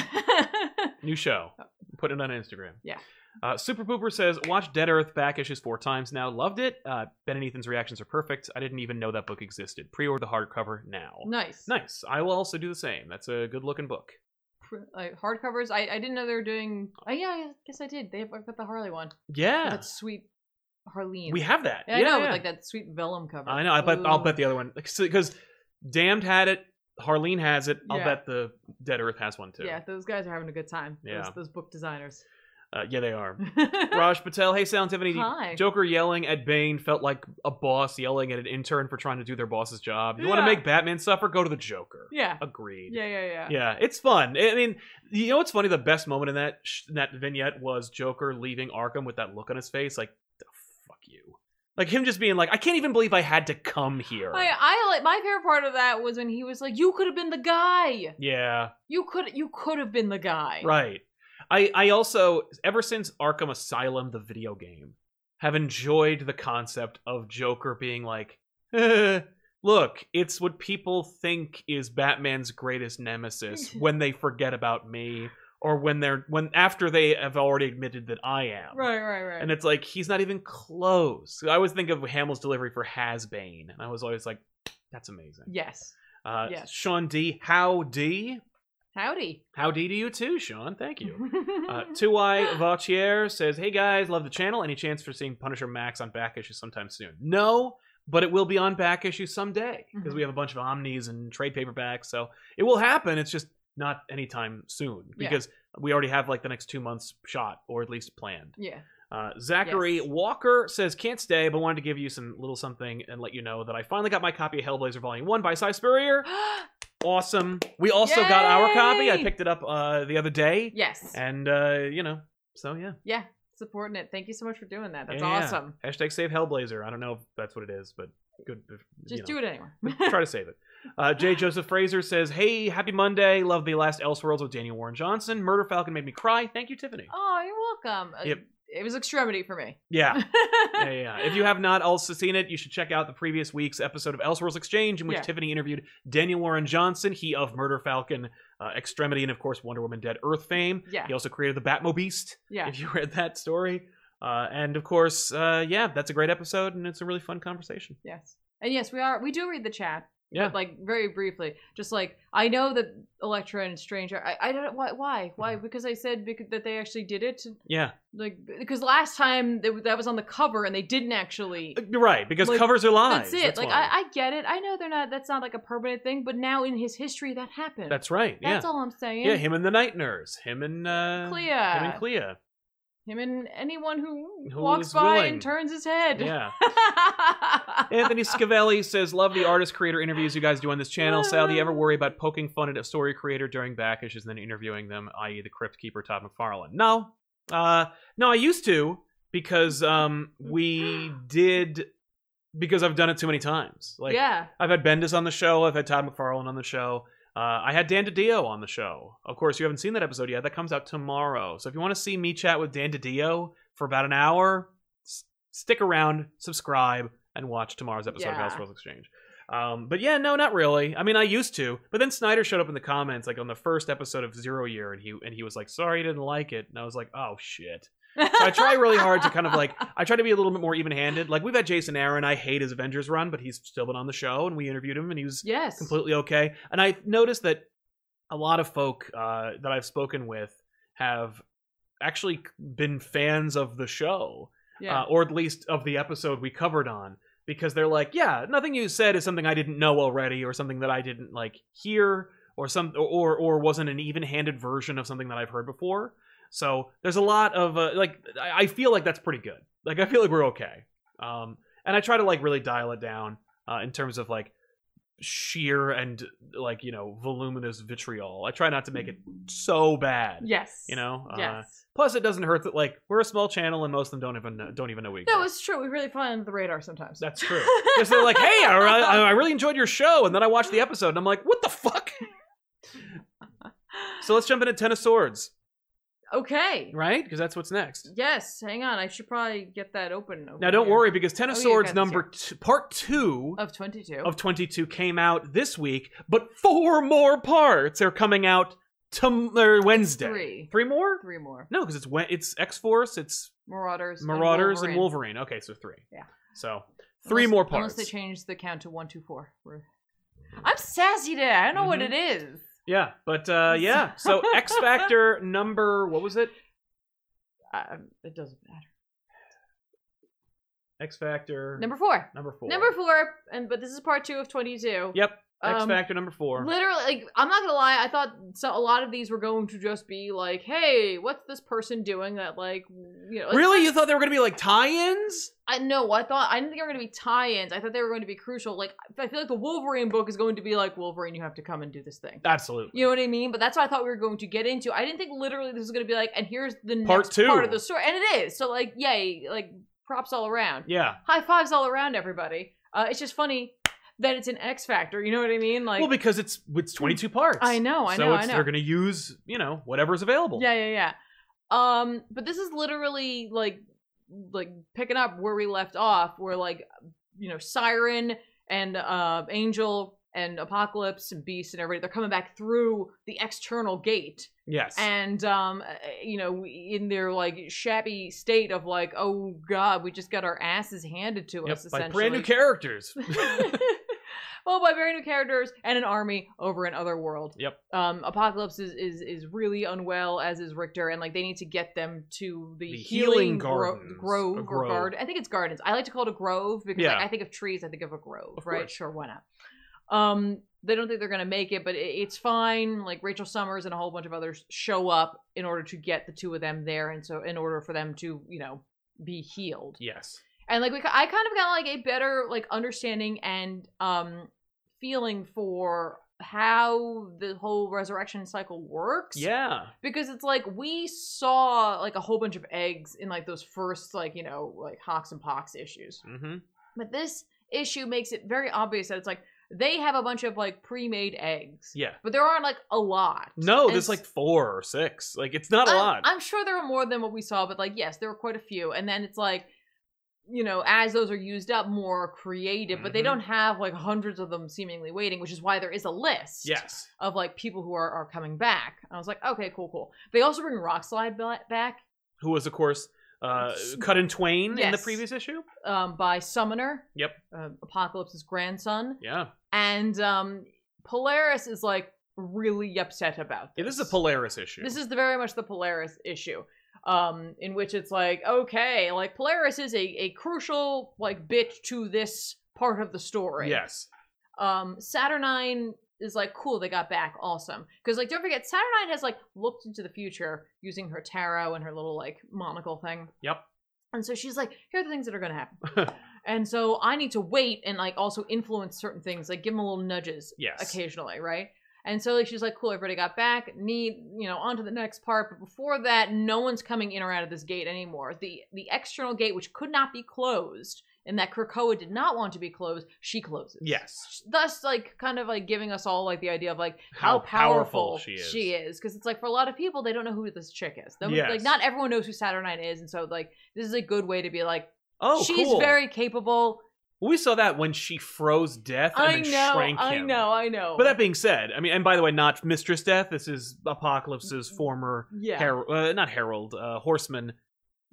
S1: New show. Put it on Instagram.
S2: Oh. Yeah.
S1: Uh, Super Pooper says, "Watch Dead Earth back issues four times now. Loved it. Uh, ben and Ethan's reactions are perfect. I didn't even know that book existed. Pre-order the hardcover now.
S2: [LAUGHS] nice.
S1: Nice. I will also do the same. That's a good looking book.
S2: pr- like hardcovers. I, I didn't know they were doing. Oh yeah, I guess I did. They've got the Harley one.
S1: Yeah,
S2: That sweet Harleen.
S1: we have that.
S2: Yeah, I
S1: Yeah,
S2: know
S1: yeah.
S2: with like that sweet vellum cover.
S1: I know. I bet. I'll
S2: Ooh.
S1: bet the other one because Damned had it. Harleen has it. I'll
S2: Yeah.
S1: bet the Dead Earth has one too.
S2: Yeah, those guys are having a good time.
S1: Yeah.
S2: those, those book designers.
S1: uh, yeah, they are. [LAUGHS] Raj Patel, hey, Sound Tiffany.
S2: [LAUGHS] Hi.
S1: Joker yelling at Bane felt like a boss yelling at an intern for trying to do their boss's job. You want to
S2: Yeah.
S1: make Batman suffer? Go to the Joker. [LAUGHS]
S2: yeah.
S1: Agreed.
S2: yeah, yeah, yeah,
S1: Yeah, it's fun. I I mean, you know what's funny? The best moment in that sh- in that vignette was Joker leaving Arkham with that look on his face, like "The "fuck you," like him just being like, "I can't even believe I had to come here."
S2: I, I like my favorite part of that was when he was like, "You could have been the guy.
S1: yeah,
S2: You could, you could have been the guy."
S1: right. I I also ever since Arkham Asylum, the video game, have enjoyed the concept of Joker being like, "Eh, "Look, it's what people think is Batman's greatest
S2: [LAUGHS]
S1: nemesis when they forget about me." Or when they're when after they have already admitted that I am,
S2: right, right, right.
S1: And it's like he's not even close. I always think of Hamill's delivery for Has Bane, and I was always like, "That's amazing."
S2: yes.
S1: Uh,
S2: yes.
S1: Sean D. How D.
S2: Howdy.
S1: Howdy to you too, Sean. Thank you.
S2: [LAUGHS]
S1: Uh, 2Y Vautier says, Hey guys, love the channel. Any chance for seeing Punisher Max on back issue sometime soon? No, but it will be on back issue someday because
S2: Mm-hmm.
S1: we have a bunch of omnis and trade paperbacks. So it will happen. It's just not anytime soon
S2: Yeah.
S1: because we already have like the next two months shot or at least planned.
S2: yeah. [GASPS]
S1: Uh, Zachary
S2: Yes.
S1: Walker says, Can't stay, but wanted to give you some little something and let you know that I finally got my copy of Hellblazer Volume 1 by Cy Spurrier. Awesome. We also got our copy. I
S2: Yay!
S1: picked it up uh, the other day.
S2: yes.
S1: And uh, you know, so yeah.
S2: yeah. Supporting it. Thank you so much for doing that. That's
S1: Yeah.
S2: awesome.
S1: Hashtag save Hellblazer. I don't know if that's what it is, but good.
S2: Just do it anyway.
S1: it.
S2: [LAUGHS]
S1: Try to save it. Uh, J. Joseph Fraser says, "Hey, happy Monday. Love the last Elseworlds with Daniel Warren Johnson. Murder Falcon made me cry. Thank you,
S2: [LAUGHS]
S1: Tiffany.
S2: Oh, you're welcome. Uh,
S1: Yep.
S2: It was extremity for me. [LAUGHS]
S1: Yeah, yeah, yeah. If you have not also seen it, you should check out the previous week's episode of Elseworlds Exchange, in which
S2: Yeah.
S1: Tiffany interviewed Daniel Warren Johnson, he of Murder Falcon, uh, Extremity, and of course Wonder Woman, Dead Earth fame.
S2: Yeah.
S1: He also created the Batmobeast.
S2: Yeah.
S1: if you [LAUGHS] read that story. Uh, and of course, uh, yeah, that's a great episode, and it's a really fun conversation.
S2: Yes. And yes, we are. We do read the chat.
S1: Yeah.
S2: But like very briefly, just like I know that Elektra and Strange are. I, I don't know why. Why? Why?
S1: Mm-hmm.
S2: Because I said because, that they actually did it.
S1: Yeah,
S2: Like because last time they, that was on the cover and they didn't actually.
S1: Uh, right. Because
S2: Like,
S1: covers are lies.
S2: That's it. like
S1: why.
S2: I, I get it. I know they're not. That's not like a permanent thing. But now in his history, that happened.
S1: that's right. Yeah,
S2: That's all I'm saying.
S1: yeah. Him and the night nurse. Him and uh,
S2: Clea.
S1: Him and Clea.
S2: Him and anyone who,
S1: Who
S2: walks
S1: is
S2: by
S1: willing.
S2: and turns his head. [LAUGHS]
S1: Yeah. Anthony Scavelli says, "Love the artist creator interviews you guys do on this channel. Sal, do you ever worry about poking fun at a story creator during back issues and then interviewing them, i.e., the Crypt Keeper Todd McFarlane?" No, uh, no, I used to because um, we did because I've done it too many times. Like,
S2: yeah.
S1: I've had Bendis on the show. I've had Todd McFarlane on the show. Uh, I had Dan DiDio on the show. Of course, you haven't seen that episode yet. That comes out tomorrow. So if you want to see me chat with Dan DiDio for about an hour, s- stick around, subscribe, and watch tomorrow's episode
S2: Yeah.
S1: of Elseworlds Exchange. Um, but yeah, no, not really. I mean, I used to, but then Snyder showed up in the comments like on the first episode of Zero Year, and he and he was like, "Sorry, I didn't like it," and I was like, "Oh shit." So I try really hard to kind of like I try to be a little bit more even-handed. Like we've had Jason Aaron, I hate his Avengers run, but he's still been on the show and we interviewed him and he was
S2: [LAUGHS] Yes.
S1: completely okay. And I noticed that a lot of folk uh, that I've spoken with have actually been fans of the show
S2: Yeah.
S1: uh, or at least of the episode we covered on because they're like yeah nothing you said is something i didn't know already or something that i didn't like hear or some or or wasn't an even-handed version of something that i've heard before so there's a lot of uh, like I, I feel like that's pretty good like i feel like we're okay um and i try to like really dial it down uh, in terms of like sheer and like you know voluminous vitriol i try not to make it so bad
S2: Mm. yes.
S1: you know uh,
S2: Yes.
S1: Plus, it doesn't hurt that like we're a small channel and most of them don't even know, don't even know we exist. [LAUGHS]
S2: no, it's true. We really fly under the radar sometimes.
S1: That's true.
S2: [LAUGHS]
S1: Because they're like, "Hey, I, re- I really enjoyed your show," and then I watched the episode and I'm like, "What the
S2: [LAUGHS]
S1: fuck?" So let's jump into Ten of Swords,
S2: okay.
S1: right? Because that's what's next.
S2: Yes. Hang on. I should probably get that open. over
S1: Now, don't
S2: here.
S1: worry because Ten of
S2: Oh, yeah,
S1: Swords
S2: guys,
S1: number two, part two
S2: Of twenty-two.
S1: of 22 came out this week, but four more parts are coming out tom- or Wednesday.
S2: Three.
S1: Three more?
S2: Three more.
S1: No, because it's Wen- it's X Force, it's
S2: Marauders. and
S1: Marauders, and
S2: Wolverine.
S1: Wolverine. Okay, so three.
S2: Yeah.
S1: So three
S2: Unless-
S1: more parts.
S2: Unless they change the count to one, two, four. We're- I'm sassy today. I don't know what
S1: Mhm.
S2: it is.
S1: Yeah, but uh, yeah.
S2: [LAUGHS]
S1: So X Factor number what was it?
S2: Uh, it doesn't matter.
S1: X Factor
S2: Number four.
S1: number four.
S2: Number four. And but this is part two of twenty-two.
S1: Yep. X
S2: Um,
S1: Factor number four.
S2: Literally, like I'm not gonna lie, I thought so, a lot of these were going to just be like, "Hey, what's this person doing?" That like, you know, like,
S1: Really, you thought they were gonna be like tie-ins?
S2: I know. I thought I didn't think they were going to be tie-ins. I thought they were going to be crucial. Like I feel like the Wolverine book is going to be like Wolverine, you have to come and do this thing.
S1: Absolutely.
S2: You know what I mean? But that's what I thought we were going to get into. I didn't think literally this was going to be like, and here's the
S1: Part
S2: next
S1: two.
S2: part of the story, and it is. So like, yay! Like props all around.
S1: Yeah.
S2: High fives all around, everybody. Uh, it's just funny that it's an X Factor. You know what I mean? Like, Mm.
S1: well, because it's it's twenty two parts.
S2: I know, I
S1: so
S2: know, I
S1: it's,
S2: know.
S1: they're gonna use you know whatever's available.
S2: Yeah, yeah, yeah. Um, but this is literally like like picking up where we left off, where like you know, Siren and uh Angel and Apocalypse and Beast and everybody, they're coming back through the external gate.
S1: Yes.
S2: And um uh, you know, in their like shabby state of like, oh god, we just got our asses handed to
S1: Yep,
S2: us
S1: by
S2: essentially. [LAUGHS]
S1: brand new characters.
S2: well by very new characters and an army over in Otherworld.
S1: Yep.
S2: Um, Apocalypse is, is is really unwell, as is Richter, and like they need to get them to the,
S1: The healing
S2: healing, gro-
S1: gardens,
S2: grove
S1: a
S2: or
S1: grove.
S2: garden. I think it's gardens. I like to call it a grove because
S1: Yeah.
S2: like, I think of trees, I think of a grove,
S1: Of
S2: right?
S1: course.
S2: Sure, why not? Um, they don't think they're gonna make it, but it, it's fine. Like Rachel Summers and a whole bunch of others show up in order to get the two of them there, and so in order for them to you know be healed
S1: Yes.
S2: and like we, ki- I kind of got like a better like understanding and um feeling for how the whole resurrection cycle works.
S1: Yeah.
S2: because it's like we saw like a whole bunch of eggs in like those first like you know like hawks and pox issues,
S1: Mm-hmm.
S2: but this issue makes it very obvious that it's like they have a bunch of like pre-made eggs,
S1: Yeah.
S2: but there aren't like a lot.
S1: No,
S2: And
S1: there's
S2: s-
S1: like four or six. Like it's not a
S2: I'm,
S1: lot.
S2: I'm sure there were more than what we saw, but like, yes, there were quite a few. And then it's like, you know, as those are used up, more creative, but they
S1: Mhm.
S2: don't have like hundreds of them seemingly waiting, which is why there is a list
S1: yes.
S2: of like people who are, are coming back. And I was like, okay, cool, cool. They also bring Rockslide ba- back
S1: Who was of course uh, cut in twain in the
S2: Yes.
S1: previous issue.
S2: um, by Summoner.
S1: Yep.
S2: Uh, Apocalypse's grandson.
S1: Yeah.
S2: And um, Polaris is like really upset about
S1: yeah. This is a Polaris issue.
S2: This is the, very much the Polaris issue, um, in which it's like, okay, like Polaris is a, a crucial like bit to this part of the story.
S1: Yes.
S2: Um, Saturnine is like, cool, they got back, awesome. Because like, don't forget, Saturnine has like looked into the future using her tarot and her little like monocle thing.
S1: Yep.
S2: And so she's like, here are the things that are gonna happen. and so I need to wait and like also influence certain things, like give them little nudges
S1: Yes.
S2: occasionally, right? And so like, she's like, cool, everybody got back. Need you know, on to the next part. But before that, no one's coming in or out of this gate anymore. The the external gate, which could not be closed, and that Krakoa did not want to be closed, she closes.
S1: Yes.
S2: Thus, like, kind of like giving us all like the idea of like how, powerful, she is. because it's like for a lot of people, they don't know who this chick is. They-
S1: Yes.
S2: Like, not everyone knows who Saturnine is, and so like this is a good way to be like,
S1: Oh,
S2: she's
S1: cool.
S2: very capable.
S1: Well, we saw that when she froze Death and
S2: I
S1: then
S2: know,
S1: shrank
S2: I
S1: him.
S2: know, I know.
S1: But that being said, I mean, and by the way, not Mistress Death. This is Apocalypse's former
S2: Mm-hmm. yeah.
S1: her- uh, not Herald, uh, Horseman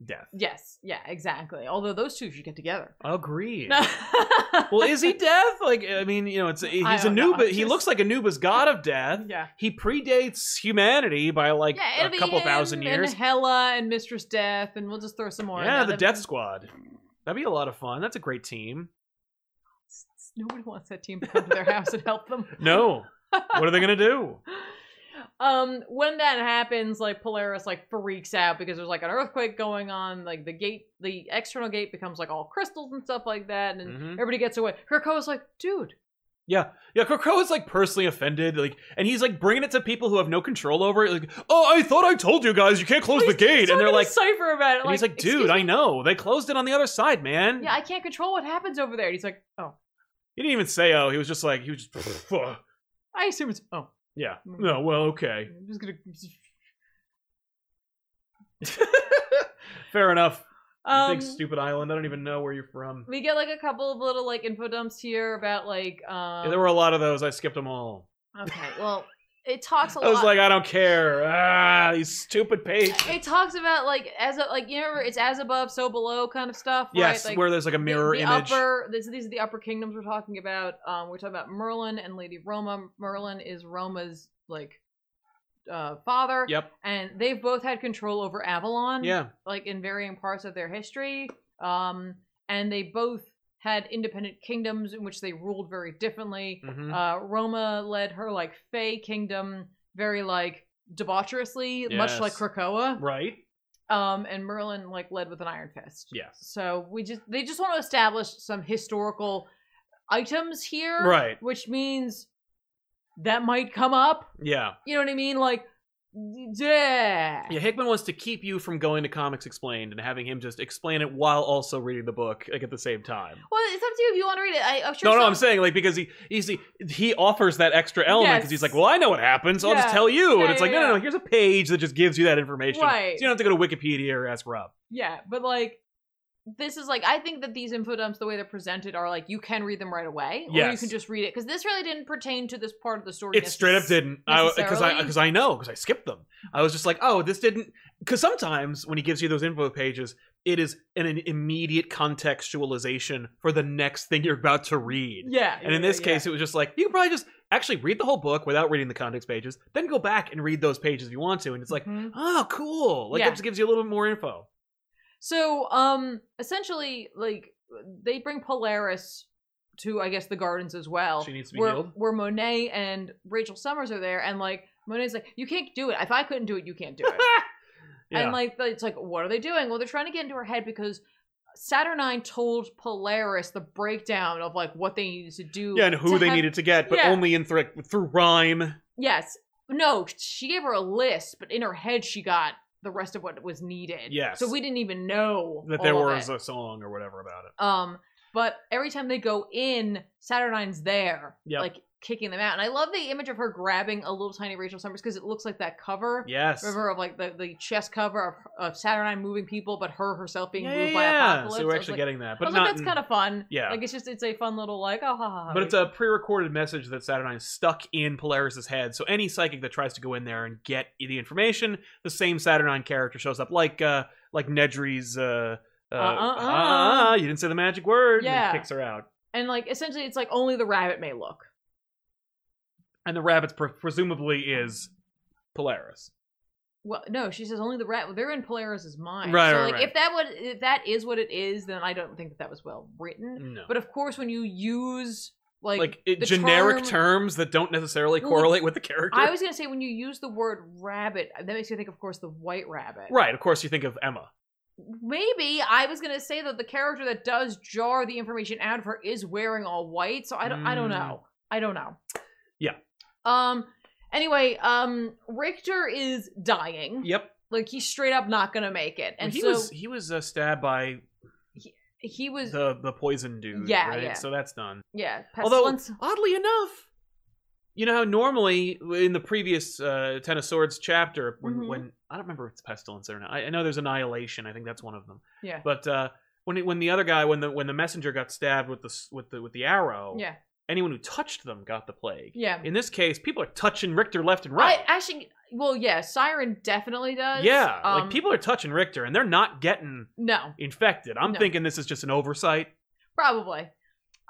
S1: Death.
S2: Yes, yeah, exactly. Although those two should get together.
S1: Agreed.
S2: [LAUGHS]
S1: well,
S2: well,
S1: is he Death? Like, I mean, you know, it's he's
S2: I don't know.
S1: Anubis. He
S2: Just-
S1: looks like Anubis, god of death.
S2: Yeah.
S1: He predates humanity by like
S2: yeah, it'll
S1: a
S2: be
S1: couple
S2: him
S1: thousand years.
S2: And Hella and Mistress Death, and we'll just throw some more. in
S1: Yeah, the
S2: there.
S1: Death
S2: [LAUGHS]
S1: Squad. That'd be a lot of fun. That's a great team.
S2: Nobody wants that team to come to their house and
S1: [LAUGHS]
S2: help them. [LAUGHS]
S1: No, what are they gonna do?
S2: Um, when that happens, like Polaris like freaks out because there's like an earthquake going on. Like the gate, the external gate becomes like all crystals and stuff like that, and
S1: Mhm.
S2: everybody gets away. Krakoa's like, dude,
S1: Yeah, Krakoa is like personally offended, like, and he's like bringing it to people who have no control over it. Like, oh, I thought I told you guys you can't close the
S2: please-
S1: gate, and
S2: someone
S1: they're
S2: get a
S1: like,
S2: cipher about it.
S1: and he's like,
S2: "Excuse
S1: dude,
S2: me?
S1: I know they closed it on the other side, man.
S2: yeah, I can't control what happens over there. And he's like, oh,
S1: He didn't even say oh. He was just like, he was
S2: Mm-hmm.
S1: just,
S2: I assume it's oh.
S1: yeah. No, well, okay,
S2: I'm
S1: [LAUGHS]
S2: just gonna.
S1: fair enough. You
S2: Um,
S1: big stupid island. I don't even know where you're from.
S2: we get like a couple of little like info dumps here about like. Um,
S1: Yeah, there were a lot of those. I skipped them all.
S2: okay, well, it talks a
S1: I was
S2: lot.
S1: like, I don't care. Ah, these stupid pages.
S2: it talks about like as a, like you remember it's as above so below kind of stuff.
S1: Yes,
S2: right? like,
S1: where there's like a
S2: the-
S1: mirror
S2: the
S1: image.
S2: Upper, this, these are the upper kingdoms we're talking about. Um, we're talking about Merlin and Lady Roma. Merlin is Roma's like uh, father,
S1: Yep.
S2: and they've both had control over Avalon.
S1: Yeah.
S2: like in varying parts of their history. Um, and they both had independent kingdoms in which they ruled very differently.
S1: hmm
S2: Uh, Roma led her like Fey kingdom very like debaucherously, much like
S1: Yes.
S2: Krakoa.
S1: right.
S2: Um, and Merlin like led with an iron fist.
S1: Yes.
S2: So we just they just want to establish some historical items here,
S1: Right.
S2: Which means that might come up.
S1: Yeah.
S2: You know what I mean? Like, yeah,
S1: Yeah, Hickman wants to keep you from going to Comics Explained and having him just explain it while also reading the book, like at the same time.
S2: Well, it's up to you if you want to read it. I, I'm sure.
S1: no, no,
S2: some-
S1: I'm saying like because he he's, he he offers that extra element because he's
S2: Yes.
S1: like, well, I know what happens, so I'll just
S2: Yeah.
S1: tell you, and
S2: Yeah,
S1: it's
S2: yeah,
S1: like, no, no,
S2: yeah.
S1: no, here's a page that just gives you that information,
S2: Right.
S1: So you don't have to go to Wikipedia or ask Rob.
S2: Yeah, but like this is like I think that these info dumps, the way they're presented, are like you can read them right away, or you
S1: Yes.
S2: can just read it because this really didn't pertain to this part of the story.
S1: It straight up
S2: necess-
S1: didn't, because I
S2: necessarily?
S1: because I, know because I skipped them. I was just like, oh, this didn't, because sometimes when he gives you those info pages, it is an, an immediate contextualization for the next thing you're about to read.
S2: Yeah.
S1: And in
S2: yeah,
S1: this
S2: yeah.
S1: case, it was just like you can probably just actually read the whole book without reading the context pages, then go back and read those pages if you want to, and it's like,
S2: Mhm.
S1: oh, cool. Like
S2: Yeah.
S1: it just gives you a little bit more info.
S2: So, um, essentially, like they bring Polaris to, I guess, the gardens as well.
S1: She needs to be
S2: where,
S1: healed.
S2: where Monet and Rachel Summers are there, and like Monet's like, you can't do it. If I couldn't do it, you can't do it.
S1: yeah.
S2: And like, it's like, what are they doing? Well, they're trying to get into her head because Saturnine told Polaris the breakdown of like what they needed to do.
S1: yeah, and who
S2: to
S1: they
S2: have-
S1: needed to get, but
S2: Yeah.
S1: only in through through rhyme.
S2: Yes. No, she gave her a list, but in her head she got the rest of what was needed.
S1: Yes.
S2: So we didn't even know
S1: that there
S2: all of
S1: was
S2: it.
S1: a song or whatever about it.
S2: Um, but every time they go in, Saturnine's there,
S1: Yep.
S2: like kicking them out. And I love the image of her grabbing a little tiny Rachel Summers because it looks like that cover.
S1: Yes.
S2: Remember of like the, the chest cover of, of Saturnine moving people, but her herself being
S1: yeah,
S2: moved
S1: yeah,
S2: by
S1: yeah.
S2: apocalypse.
S1: So
S2: I
S1: we're
S2: was
S1: actually
S2: like-
S1: getting that,
S2: I
S1: but
S2: was
S1: not
S2: like, that's
S1: in-
S2: kind of fun.
S1: yeah.
S2: Like it's just it's a fun little like oh ha ha. ha
S1: But it's a pre-recorded message that Saturnine is stuck in Polaris's head. So any psychic that tries to go in there and get the information, the same Saturnine character shows up, like uh, like Nedry's. Uh, uh,
S2: Uh-uh-uh.
S1: ah, you didn't say the magic word.
S2: Yeah.
S1: And then kicks her out,
S2: and like essentially it's like only the rabbit may look.
S1: and the rabbit pre- presumably is Polaris.
S2: Well, no, she says only the rat. They're in Polaris's mind,
S1: Right,
S2: So,
S1: right,
S2: like,
S1: right.
S2: if that would, if that is what it is, then I don't think that that was well written.
S1: No,
S2: But of course, when you use like,
S1: like it,
S2: the
S1: generic
S2: term-
S1: terms that don't necessarily
S2: Well,
S1: correlate with the character.
S2: I was gonna say when you use the word rabbit, that makes me think, of course, the white rabbit.
S1: right. Of course, you think of Emma.
S2: Maybe I was gonna say that the character that does jar the information out of her is wearing all white. So I don't. I don't
S1: Mm.
S2: know. I don't know.
S1: Yeah.
S2: Um. Anyway, um, Richter is dying.
S1: Yep.
S2: Like he's straight up not gonna make it, and
S1: he
S2: so
S1: was he was uh, stabbed by
S2: he was.
S1: the the poison dude.
S2: Yeah,
S1: right?
S2: yeah.
S1: So that's done.
S2: Yeah,
S1: Although-
S2: pestilence.
S1: Oddly enough, you know how normally in the previous uh, Ten of Swords chapter, when,
S2: Mhm.
S1: when I don't remember if it's pestilence or not. I, I know there's annihilation. I think that's one of them.
S2: yeah,
S1: But uh, when it, when the other guy, when the when the messenger got stabbed with the s- with the with the arrow,
S2: yeah,
S1: anyone who touched them got the plague.
S2: yeah.
S1: In this case, people are touching Richter left and right.
S2: I actually, well, yeah, Siren definitely does.
S1: yeah,
S2: um,
S1: like people are touching Richter and they're not getting
S2: No,
S1: infected. I'm
S2: No.
S1: thinking this is just an oversight.
S2: probably.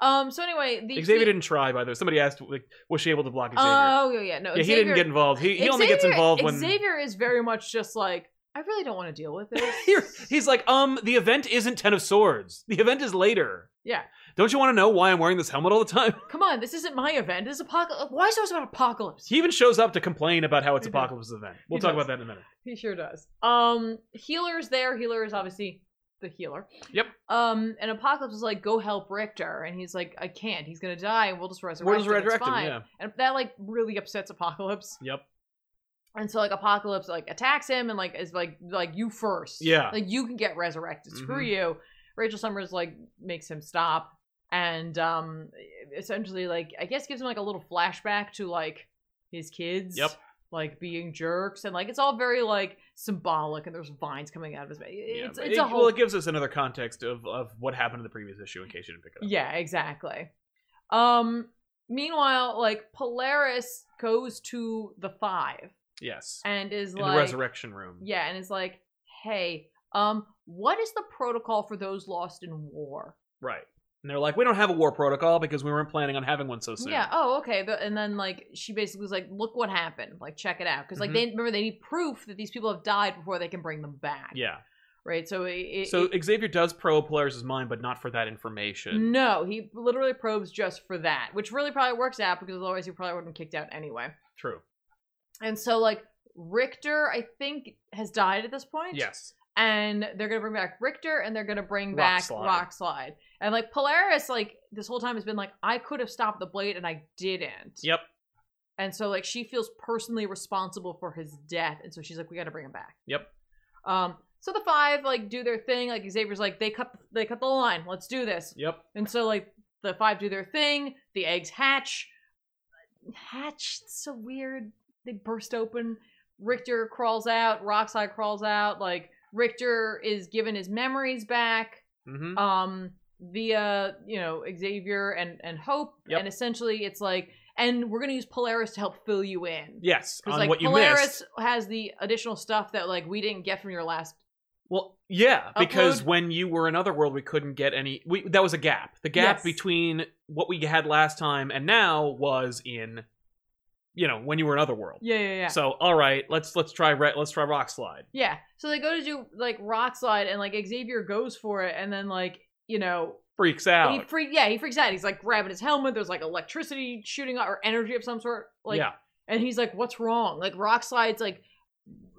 S2: Um. So anyway, the
S1: Xavier didn't try, by the way. Somebody asked, like, was she able to block Xavier?
S2: Oh yeah, yeah. No,
S1: yeah, he
S2: Xavier,
S1: didn't get involved. He, he only gets
S2: Xavier-
S1: involved when
S2: Xavier is very much just like I really don't want to deal with
S1: [LAUGHS] Here-
S2: this.
S1: he's like, um, the event isn't Ten of Swords. The event is later.
S2: Yeah.
S1: Don't you want to know why I'm wearing this helmet all the time? [LAUGHS]
S2: Come on, this isn't my event. This is apocalypse. Why is it always about apocalypse?
S1: He even shows up to complain about how it's
S2: [LAUGHS] He does.
S1: Apocalypse's event. We'll
S2: He
S1: talk
S2: does.
S1: about that in a minute.
S2: He sure does. Um, healer's there. Healer is obviously the healer.
S1: Yep.
S2: Um, and Apocalypse is like, "Go help Richter," and he's like, "I can't. He's gonna die, and we'll just resurrect
S1: We're just
S2: him. It's
S1: resurrecting,
S2: fine."
S1: yeah.
S2: And that like really upsets Apocalypse.
S1: Yep.
S2: And so like Apocalypse like attacks him and like is like like you first.
S1: Yeah. Mm-hmm.
S2: Like you can get resurrected. Screw you. Rachel Summers like makes him stop and um essentially like I guess gives him like a little flashback to like his kids.
S1: Yep.
S2: Like being jerks and like it's all very like symbolic and there's vines coming out of his mouth.
S1: Yeah,
S2: It's
S1: but
S2: it's
S1: it-
S2: a whole
S1: Well, it gives us another context of, of what happened in the previous issue in case you didn't pick it up.
S2: Yeah, exactly. Um meanwhile, like Polaris goes to the five
S1: Yes.
S2: and is
S1: in
S2: like
S1: the resurrection room.
S2: Yeah, and it's like, hey, um, what is the protocol for those lost in war?
S1: Right. And they're like, we don't have a war protocol because we weren't planning on having one so soon.
S2: Yeah. Oh, okay. The, and then like she basically was like, look what happened. Like check it out because like
S1: Mhm.
S2: they remember they need proof that these people have died before they can bring them back.
S1: Yeah.
S2: Right. So it, it,
S1: So
S2: it-
S1: Xavier does probe Polaris' mind, but not for that information.
S2: no, he literally probes just for that, which really probably works out because otherwise he probably would have been kicked out anyway.
S1: True.
S2: And so like Richter, I think, has died at this point.
S1: Yes.
S2: and they're gonna bring back Richter and they're gonna bring
S1: Rock
S2: back
S1: Slide.
S2: Rock Slide. And like Polaris, like this whole time has been like, I could have stopped the blade and I didn't.
S1: Yep.
S2: And so like she feels personally responsible for his death, and so she's like, we gotta bring him back.
S1: Yep.
S2: Um. So the five like do their thing. Like Xavier's like, they cut they cut the line. Let's do this.
S1: Yep.
S2: And so like the five do their thing. The eggs hatch. Hatch. It's so weird. They burst open. Richter crawls out. Rockside crawls out. Like Richter is given his memories back.
S1: Mm-hmm.
S2: Um, via you know Xavier and and Hope.
S1: Yep.
S2: And essentially it's like, and we're gonna use Polaris to help fill you in.
S1: yes.
S2: Because
S1: On
S2: like
S1: what you
S2: Polaris
S1: missed.
S2: has the additional stuff that like we didn't get from your last
S1: Well, Yeah, because
S2: Upload-
S1: when you were in Otherworld, we couldn't get any. We, that was a gap. The gap
S2: Yes.
S1: between what we had last time and now was in, you know, when you were in Otherworld.
S2: Yeah, yeah, yeah.
S1: So all right, let's let's try re- let's try Rock Slide.
S2: yeah. So they go to do like rock slide, and like Xavier goes for it, and then like you know
S1: Freaks out.
S2: he freak yeah he freaks out. He's like grabbing his helmet. There's like electricity shooting out or energy of some sort. Like
S1: yeah,
S2: and he's like, "What's wrong?" Like rock slides like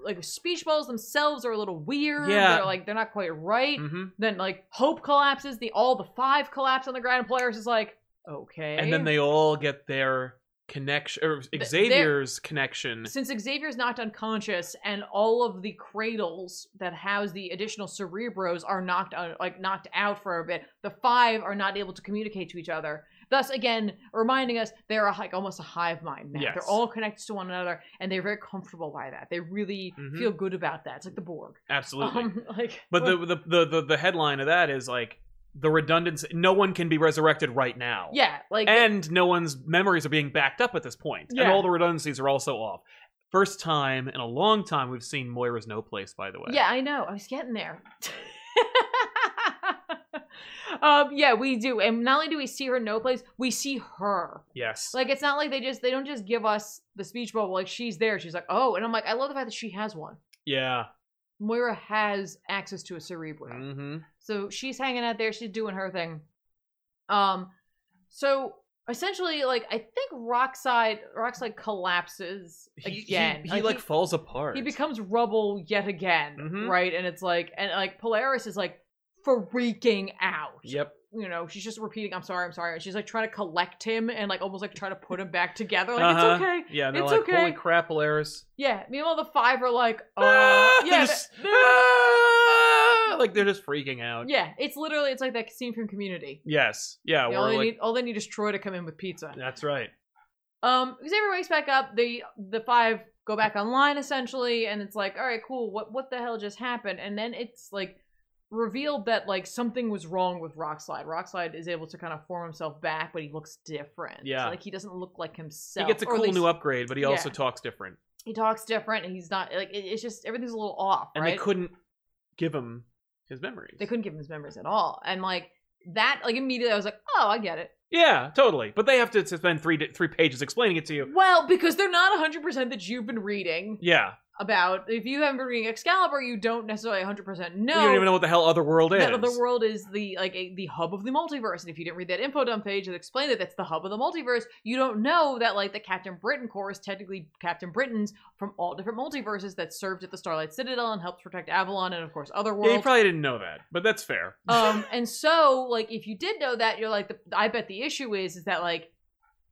S2: like speech bubbles themselves are a little weird.
S1: Yeah.
S2: They're like they're not quite right.
S1: hmm
S2: Then like hope collapses. The all the five collapse on the ground. and Polaris is like, okay.
S1: and then they all get their connection or
S2: they're-
S1: Xavier's connection.
S2: since Xavier's knocked unconscious and all of the cradles that house the additional cerebros are knocked out, like knocked out for a bit, the five are not able to communicate to each other. Thus, again, reminding us they're a, like almost a hive mind now. They're
S1: Yes.
S2: all connected to one another, and they're very comfortable by that. They really
S1: Mhm.
S2: feel good about that. It's like the Borg.
S1: Absolutely.
S2: Um, [LAUGHS] like,
S1: but the, the the the the headline of that is like the redundancy. No one can be resurrected right now.
S2: yeah, like
S1: and no one's memories are being backed up at this point,
S2: Yeah.
S1: and all the redundancies are also off. First time in a long time we've seen Moira's no place. By the way,
S2: Yeah, I know. I was getting there. [LAUGHS] um, yeah, we do. And not only do we see her no place, we see her.
S1: yes,
S2: Like it's not like they just they don't just give us the speech bubble. Like she's there. She's like, oh, and I'm like, I love the fact that she has one.
S1: yeah,
S2: Moira has access to a cerebrum.
S1: hmm
S2: So she's hanging out there, she's doing her thing. Um so essentially like I think Rockside Rockside collapses again.
S1: he, he, like, falls apart.
S2: he becomes rubble yet again,
S1: Mhm.
S2: right? And it's like, and like Polaris is like freaking out.
S1: Yep.
S2: You know, she's just repeating, "I'm sorry, I'm sorry." And she's like trying to collect him and like almost like trying to put him back together. Like
S1: Uh-huh.
S2: it's okay.
S1: Yeah, and they're
S2: It's
S1: like,
S2: okay.
S1: holy crap,
S2: [LAUGHS]
S1: Polaris.
S2: Yeah. Meanwhile, the five
S1: [LAUGHS]
S2: are like, uh,
S1: Ah, they're
S2: yeah,
S1: just-
S2: th-
S1: ah, like they're just freaking out.
S2: yeah. It's literally it's like that scene from Community.
S1: Yes. Yeah.
S2: They
S1: we're
S2: only
S1: like,
S2: need, all they need is Troy to come in with pizza.
S1: [LAUGHS] that's right.
S2: Um, Xavier wakes back up. The the five go back online essentially, and it's like, all right, cool. What what the hell just happened? And then it's like revealed that like something was wrong with Rockslide. Rockslide is able to kind of form himself back, but he looks different.
S1: Yeah.
S2: like he doesn't look like
S1: He
S2: himself.
S1: gets a
S2: Or at
S1: cool
S2: least
S1: new upgrade, but he also
S2: Yeah.
S1: talks different.
S2: He talks different, and he's not like it, it's just everything's a little off.
S1: And
S2: right?
S1: they couldn't give him his memories.
S2: they couldn't give him his memories at all, and like that, like immediately I was like, oh, I get it.
S1: Yeah, totally. But they have to spend three three pages explaining it to you.
S2: Well, because they're not 100% that you've been reading
S1: Yeah,
S2: about. If you haven't been reading Excalibur, you don't necessarily 100% know.
S1: you don't even know what the hell other world is.
S2: that other world is the like a, the hub of the multiverse and if you didn't read that info dump page that explained that that's the hub of the multiverse you don't know that like the captain britain corps is technically captain britain's from all different multiverses that served at the starlight citadel and helped protect avalon and of course other
S1: Yeah, you
S2: worlds
S1: probably didn't know that, but that's fair.
S2: um and so like if you did know that you're like the, i bet the issue is is that like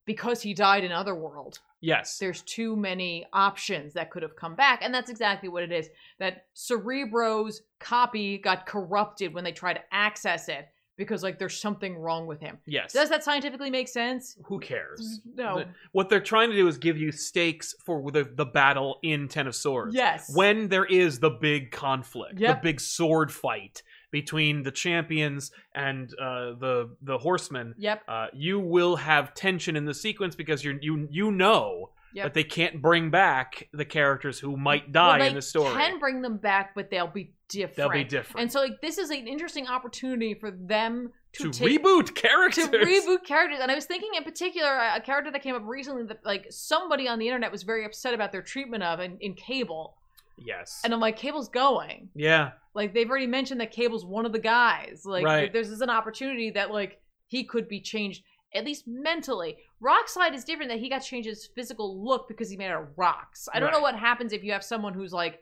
S2: because he died in other world
S1: [LAUGHS] yes,
S2: there's too many options that could have come back and that's exactly what it is that cerebro's copy got corrupted when they tried to access it because like there's something wrong with him
S1: yes.
S2: does Mm-hmm. that scientifically make sense
S1: Who cares?
S2: no
S1: What they're trying to do is give you stakes for the the battle in Ten of Swords.
S2: yes
S1: When there is the big conflict,
S2: Yep.
S1: the big sword fight between the champions and uh, the the horsemen,
S2: yep
S1: uh, you will have tension in the sequence because you you you know
S2: Yep.
S1: that they can't bring back the characters who might
S2: Well,
S1: die
S2: they
S1: in the story.
S2: can bring them back but they'll be different
S1: They'll be different.
S2: and so like this is an interesting opportunity for them to,
S1: to
S2: take
S1: reboot characters.
S2: to reboot characters and i was thinking in particular a a character that came up recently that like somebody on the internet was very upset about their treatment of in, in cable
S1: Yes.
S2: and i'm like cable's going
S1: yeah.
S2: like they've already mentioned that cable's one of the guys like
S1: Right.
S2: there's is an opportunity that like he could be changed at least mentally rockslide is different that he got changed his physical look because he made out of rocks i don't know
S1: Right.
S2: what happens if you have someone who's like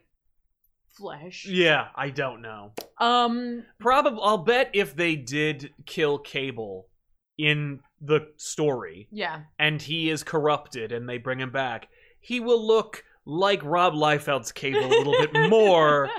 S2: flesh
S1: Yeah, I don't know.
S2: um
S1: Probably I'll bet if they did kill Cable in the story
S2: yeah
S1: and he is corrupted and they bring him back, he will look like Rob Liefeld's Cable a little
S2: [LAUGHS]
S1: bit more.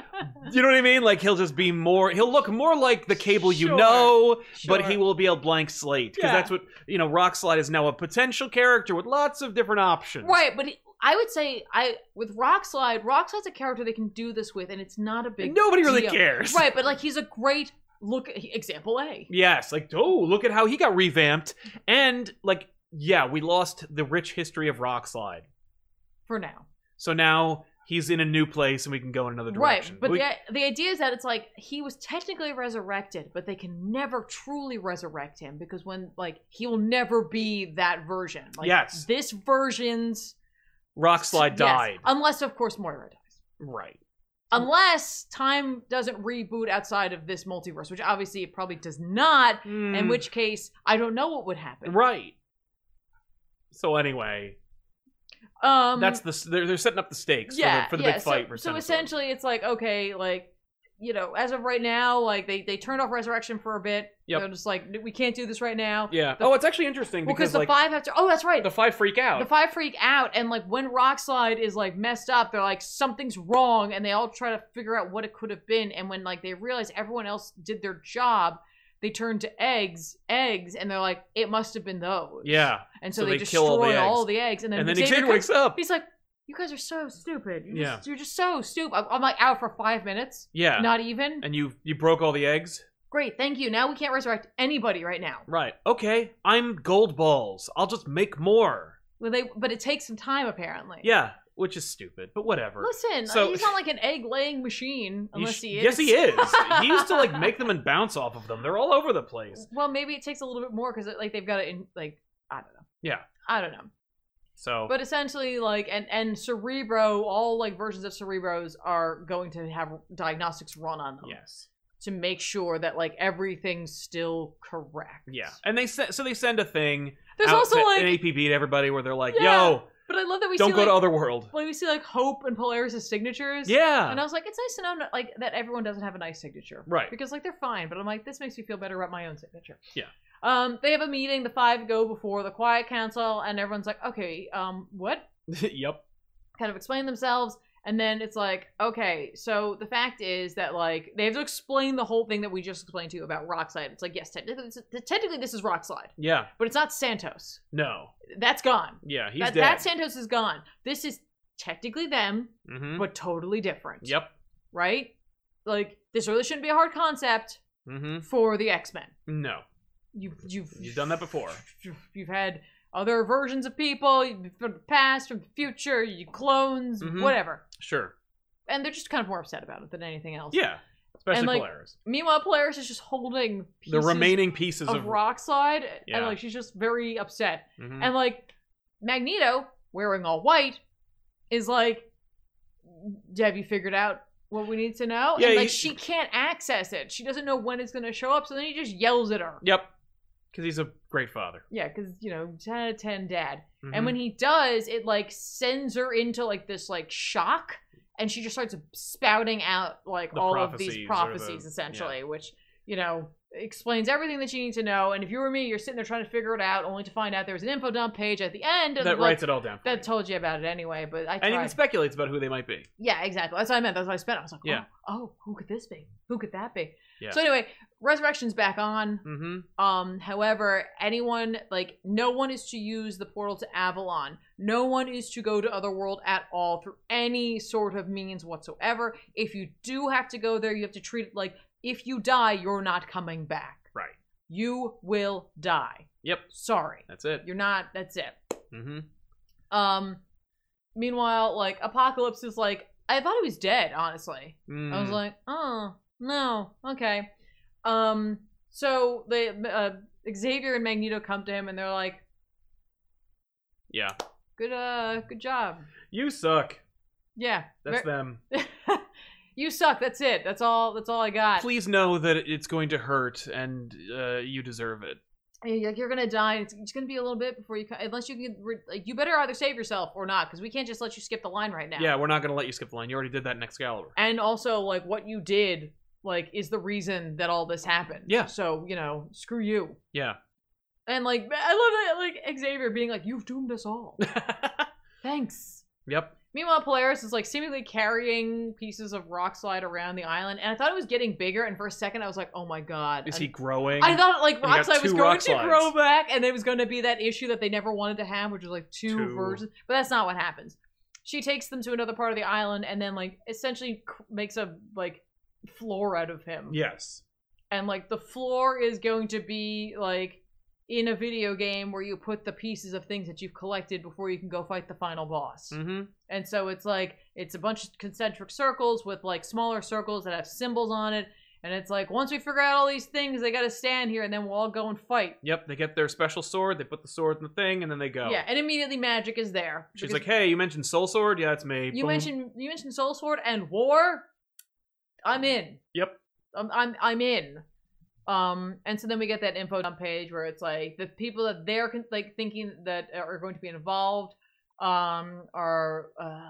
S1: You know what I mean? Like he'll just be more he'll look more like the Cable you
S2: Sure,
S1: know, but he
S2: Sure.
S1: will be a blank slate because
S2: Yeah.
S1: that's what, you know, Rockslide is now a potential character with lots of different options.
S2: Right, but he- I would say I with Rockslide, Rockslide's a character they can do this with, and it's not a big
S1: And nobody really
S2: deal.
S1: cares.
S2: Right, but like he's a great look he- example A.
S1: Yes, like oh, look at how he got revamped, and like yeah, we lost the rich history of Rockslide,
S2: for now.
S1: so now he's in a new place and we can go in another direction.
S2: Right, but
S1: We-
S2: the, the idea is that it's like he was technically resurrected, but they can never truly resurrect him because when like he will never be that version. Like,
S1: Yes.
S2: this version's
S1: Rockslide
S2: yes,
S1: died.
S2: unless of course Moira dies.
S1: right.
S2: Unless time doesn't reboot outside of this multiverse, which obviously it probably does not. In
S1: Mm,
S2: which case, I don't know what would happen.
S1: right. So anyway,
S2: Um,
S1: that's the s- they're, they're setting up the stakes
S2: yeah,
S1: for the, for the
S2: yeah.
S1: big
S2: so,
S1: fight. for
S2: so
S1: Sentinel.
S2: essentially, it's like okay, like you know, as of right now, like they they turned off resurrection for a bit.
S1: Yep.
S2: They're just like we can't do this right now.
S1: yeah.
S2: the-
S1: oh, it's actually interesting
S2: Well,
S1: because
S2: because the
S1: like
S2: five have to. Oh, that's right.
S1: the
S2: The,
S1: five freak out.
S2: five freak out, and like when Rockslide is like messed up, they're like something's wrong, and they all try to figure out what it could have been. And when like they realize everyone else did their job, they turn to eggs, eggs, and they're like, it must have been those.
S1: yeah,
S2: And so,
S1: So
S2: they,
S1: they
S2: destroy
S1: kill all the eggs.
S2: the eggs, and then
S1: and then
S2: Xavier
S1: Xavier
S2: comes-
S1: wakes up.
S2: He's like, you guys are so stupid. You're
S1: Yeah.
S2: just, you're just so stupid. I'm, I'm like out for five minutes.
S1: Yeah,
S2: Not even.
S1: and you you broke all the eggs.
S2: Great, thank you. Now we can't resurrect anybody right now.
S1: Right. Okay. I'm gold balls. I'll just make more.
S2: Well, they, but it takes some time apparently.
S1: Yeah, which is stupid, but whatever.
S2: Listen,
S1: So-
S2: he's not like an egg laying machine,
S1: You
S2: unless
S1: sh-
S2: he is.
S1: Yes, he is. he used to like
S2: [LAUGHS]
S1: make them and bounce off of them. They're all over the place.
S2: well, maybe it takes a little bit more because like they've got it in like I don't know.
S1: Yeah.
S2: I don't know.
S1: So
S2: But essentially, like and and Cerebro, all like versions of Cerebros are going to have diagnostics run on them
S1: yes,
S2: to make sure that like everything's still correct.
S1: yeah, and they se- so they send a thing.
S2: There's
S1: out
S2: also
S1: to
S2: like,
S1: an APB to everybody where they're like,
S2: Yeah,
S1: "Yo,
S2: but I love that we
S1: don't
S2: see
S1: go
S2: like,
S1: to Otherworld."
S2: like, we see like Hope and Polaris' signatures.
S1: Yeah,
S2: And I was like, it's nice to know that, like that everyone doesn't have a nice signature,
S1: Right.
S2: Because like they're fine, but I'm like, this makes me feel better about my own signature.
S1: Yeah.
S2: Um, they have a meeting. The five go before the Quiet Council, and everyone's like, okay, um, what?
S1: [LAUGHS] yep.
S2: Kind of explain themselves, and then it's like, okay, so the fact is that like they have to explain the whole thing that we just explained to you about Rockslide. It's like, yes, technically, this is, technically this is Rockslide,
S1: Yeah.
S2: but it's not Santos.
S1: No.
S2: That's gone.
S1: Yeah, he's
S2: That,
S1: dead.
S2: that Santos is gone. This is technically them,
S1: hmm
S2: but totally different
S1: Yep.
S2: right? Like this really shouldn't be a hard concept
S1: hmm
S2: for the X Men.
S1: No,
S2: You've you've
S1: you've done that before.
S2: You've had other versions of people you- from the past, from the future, you clones,
S1: Mhm.
S2: whatever,
S1: Sure.
S2: and they're just kind of more upset about it than anything else.
S1: Yeah. Especially
S2: And, like,
S1: Polaris.
S2: Meanwhile, Polaris is just holding
S1: The
S2: pieces
S1: remaining pieces
S2: of,
S1: of,
S2: Rockslide,
S1: Yeah.
S2: and like she's just very upset.
S1: Mhm.
S2: And like Magneto, wearing all white, is like, "Have you figured out what we need to know?"
S1: Yeah,
S2: and like
S1: he-
S2: she can't access it. She doesn't know when it's going to show up. So then he just yells at her.
S1: Yep. Because he's a great father.
S2: Yeah, because you know, ten out of ten, dad.
S1: Mhm.
S2: And when he does, it like sends her into like this like shock, and she just starts spouting out like
S1: The
S2: all of
S1: prophecies or
S2: these
S1: the-
S2: prophecies essentially, which you know explains everything that you need to know. And if you were me, you're sitting there trying to figure it out, only to find out there was an info dump page at the end. And
S1: that
S2: like,
S1: writes it all down. For
S2: that
S1: you.
S2: told you about it anyway, but I
S1: and
S2: tried.
S1: even speculates about who they might be.
S2: yeah, exactly. That's what I meant. That's what I spent. I was like,
S1: Yeah.
S2: oh, oh, who could this be? Who could that be?
S1: Yeah.
S2: So anyway, resurrection's back on.
S1: Mm-hmm.
S2: Um, however, anyone like no one is to use the portal to Avalon. No one is to go to Otherworld at all through any sort of means whatsoever. If you do have to go there, you have to treat it like if you die, you're not coming back.
S1: Right.
S2: You will die.
S1: Yep.
S2: Sorry.
S1: That's it.
S2: You're not that's it.
S1: Mm-hmm.
S2: Um, meanwhile, like Apocalypse is like, I thought he was dead. Honestly,
S1: Mm.
S2: I was like, oh no, okay. Um, so they uh, Xavier and Magneto come to him and they're like,
S1: yeah.
S2: good, uh, good job.
S1: You suck.
S2: Yeah,
S1: That's them.
S2: ver- [LAUGHS] you suck. That's it. That's all. That's all I got.
S1: Please know that it's going to hurt, and uh, you deserve it.
S2: And you're like you're gonna die. and It's, it's gonna be a little bit before you, co- unless you can. Re- like, you better either save yourself or not, because we can't just let you skip the line right now.
S1: Yeah, we're not going to let you skip the line. You already did that in Excalibur.
S2: and also like what you did like is the reason that all this happened
S1: Yeah.
S2: so you know screw you
S1: Yeah.
S2: and like i love that like xavier being like you've doomed
S1: [LAUGHS]
S2: us all thanks
S1: yep.
S2: meanwhile polaris is like seemingly carrying pieces of rock slide around the island and i thought it was getting bigger and for a second i was like oh my god
S1: Is
S2: I-
S1: he growing?
S2: I thought like
S1: you got
S2: rock slide was
S1: two
S2: going
S1: rock
S2: to
S1: slides.
S2: grow back, and it was going to be that issue that they never wanted to have, which was like two,
S1: Two.
S2: versions. But that's not what happens. She takes them to another part of the island, and then like essentially c- makes a like floor out of him.
S1: Yes.
S2: and like the floor is going to be like in a video game where you put the pieces of things that you've collected before you can go fight the final boss.
S1: Mm-hmm.
S2: And so it's like it's a bunch of concentric circles with like smaller circles that have symbols on it. And it's like once we figure out all these things, they got to stand here, and then we'll all go and fight.
S1: Yep, they get their special sword, they put the sword in the thing, and then they go.
S2: Yeah, and immediately magic is there.
S1: She's like,
S2: because
S1: hey, you mentioned Soul Sword? Yeah, it's me.
S2: you
S1: Boom.
S2: mentioned you mentioned Soul Sword and War. I'm in.
S1: Yep.
S2: I'm I'm, I'm in. Um, and so then we get that info dump page where it's like the people that they're con- like thinking that are going to be involved um are uh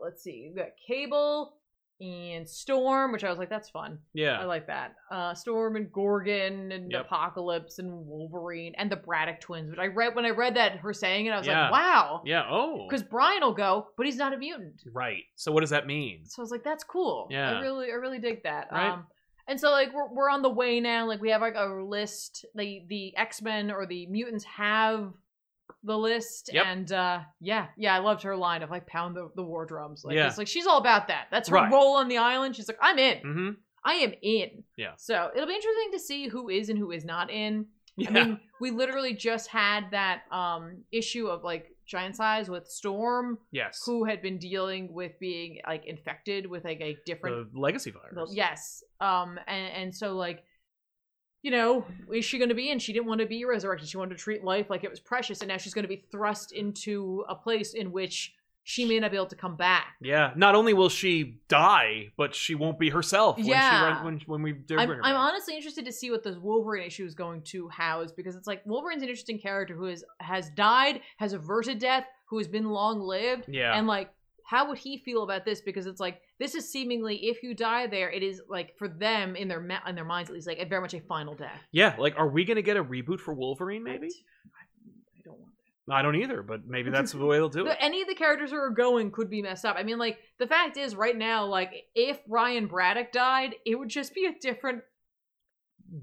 S2: let's see we got Cable and Storm, which I was like that's fun. I
S1: Yeah.
S2: like that. Uh, Storm and Gorgon and
S1: Yep.
S2: Apocalypse and Wolverine and the Braddock twins, which I read when I read that her saying it, I was
S1: Yeah.
S2: like, wow.
S1: Yeah, oh.
S2: Because Brian will go, but he's not a mutant.
S1: Right. So what does that mean?
S2: So I was like, that's cool.
S1: Yeah.
S2: I really, I really dig that.
S1: Right.
S2: Um, and so like we're, we're on the way now. Like we have like our list. The the X Men or the mutants have the list.
S1: Yep.
S2: And uh, yeah, yeah, I loved her line of like pound the, the war drums. Like
S1: Yeah.
S2: it's like she's all about that. That's her
S1: Right.
S2: role on the island. She's like, I'm in.
S1: Mm-hmm.
S2: I am in.
S1: Yeah.
S2: So it'll be interesting to see who is and who is not in.
S1: Yeah.
S2: I mean, we literally just had that um issue of like giant size with Storm,
S1: yes.
S2: who had been dealing with being like infected with like a different
S1: The legacy virus.
S2: yes. Um and, and so like you know, is she going to be in? She didn't want to be resurrected. She wanted to treat life like it was precious, and now she's going to be thrust into a place in which she may not be able to come back.
S1: Yeah. Not only will she die, but she won't be herself when she
S2: Yeah.
S1: run, when when we do
S2: I'm,
S1: bring her
S2: I'm
S1: back.
S2: honestly interested to see what this Wolverine issue is going to house because it's like Wolverine's an interesting character who has has died, has averted death, who has been long lived,
S1: Yeah.
S2: and like how would he feel about this? Because it's like this is seemingly if you die there, it is like for them in their ma- in their minds at least like a very much a final death.
S1: yeah. Like, are we gonna get a reboot for Wolverine? Maybe.
S2: I, I don't want.
S1: I don't either, but maybe that's the way they'll do
S2: That.
S1: it.
S2: [LAUGHS] Any of the characters who are going could be messed up. I mean, like the fact is, right now, like if Ryan Braddock died, it would just be a different.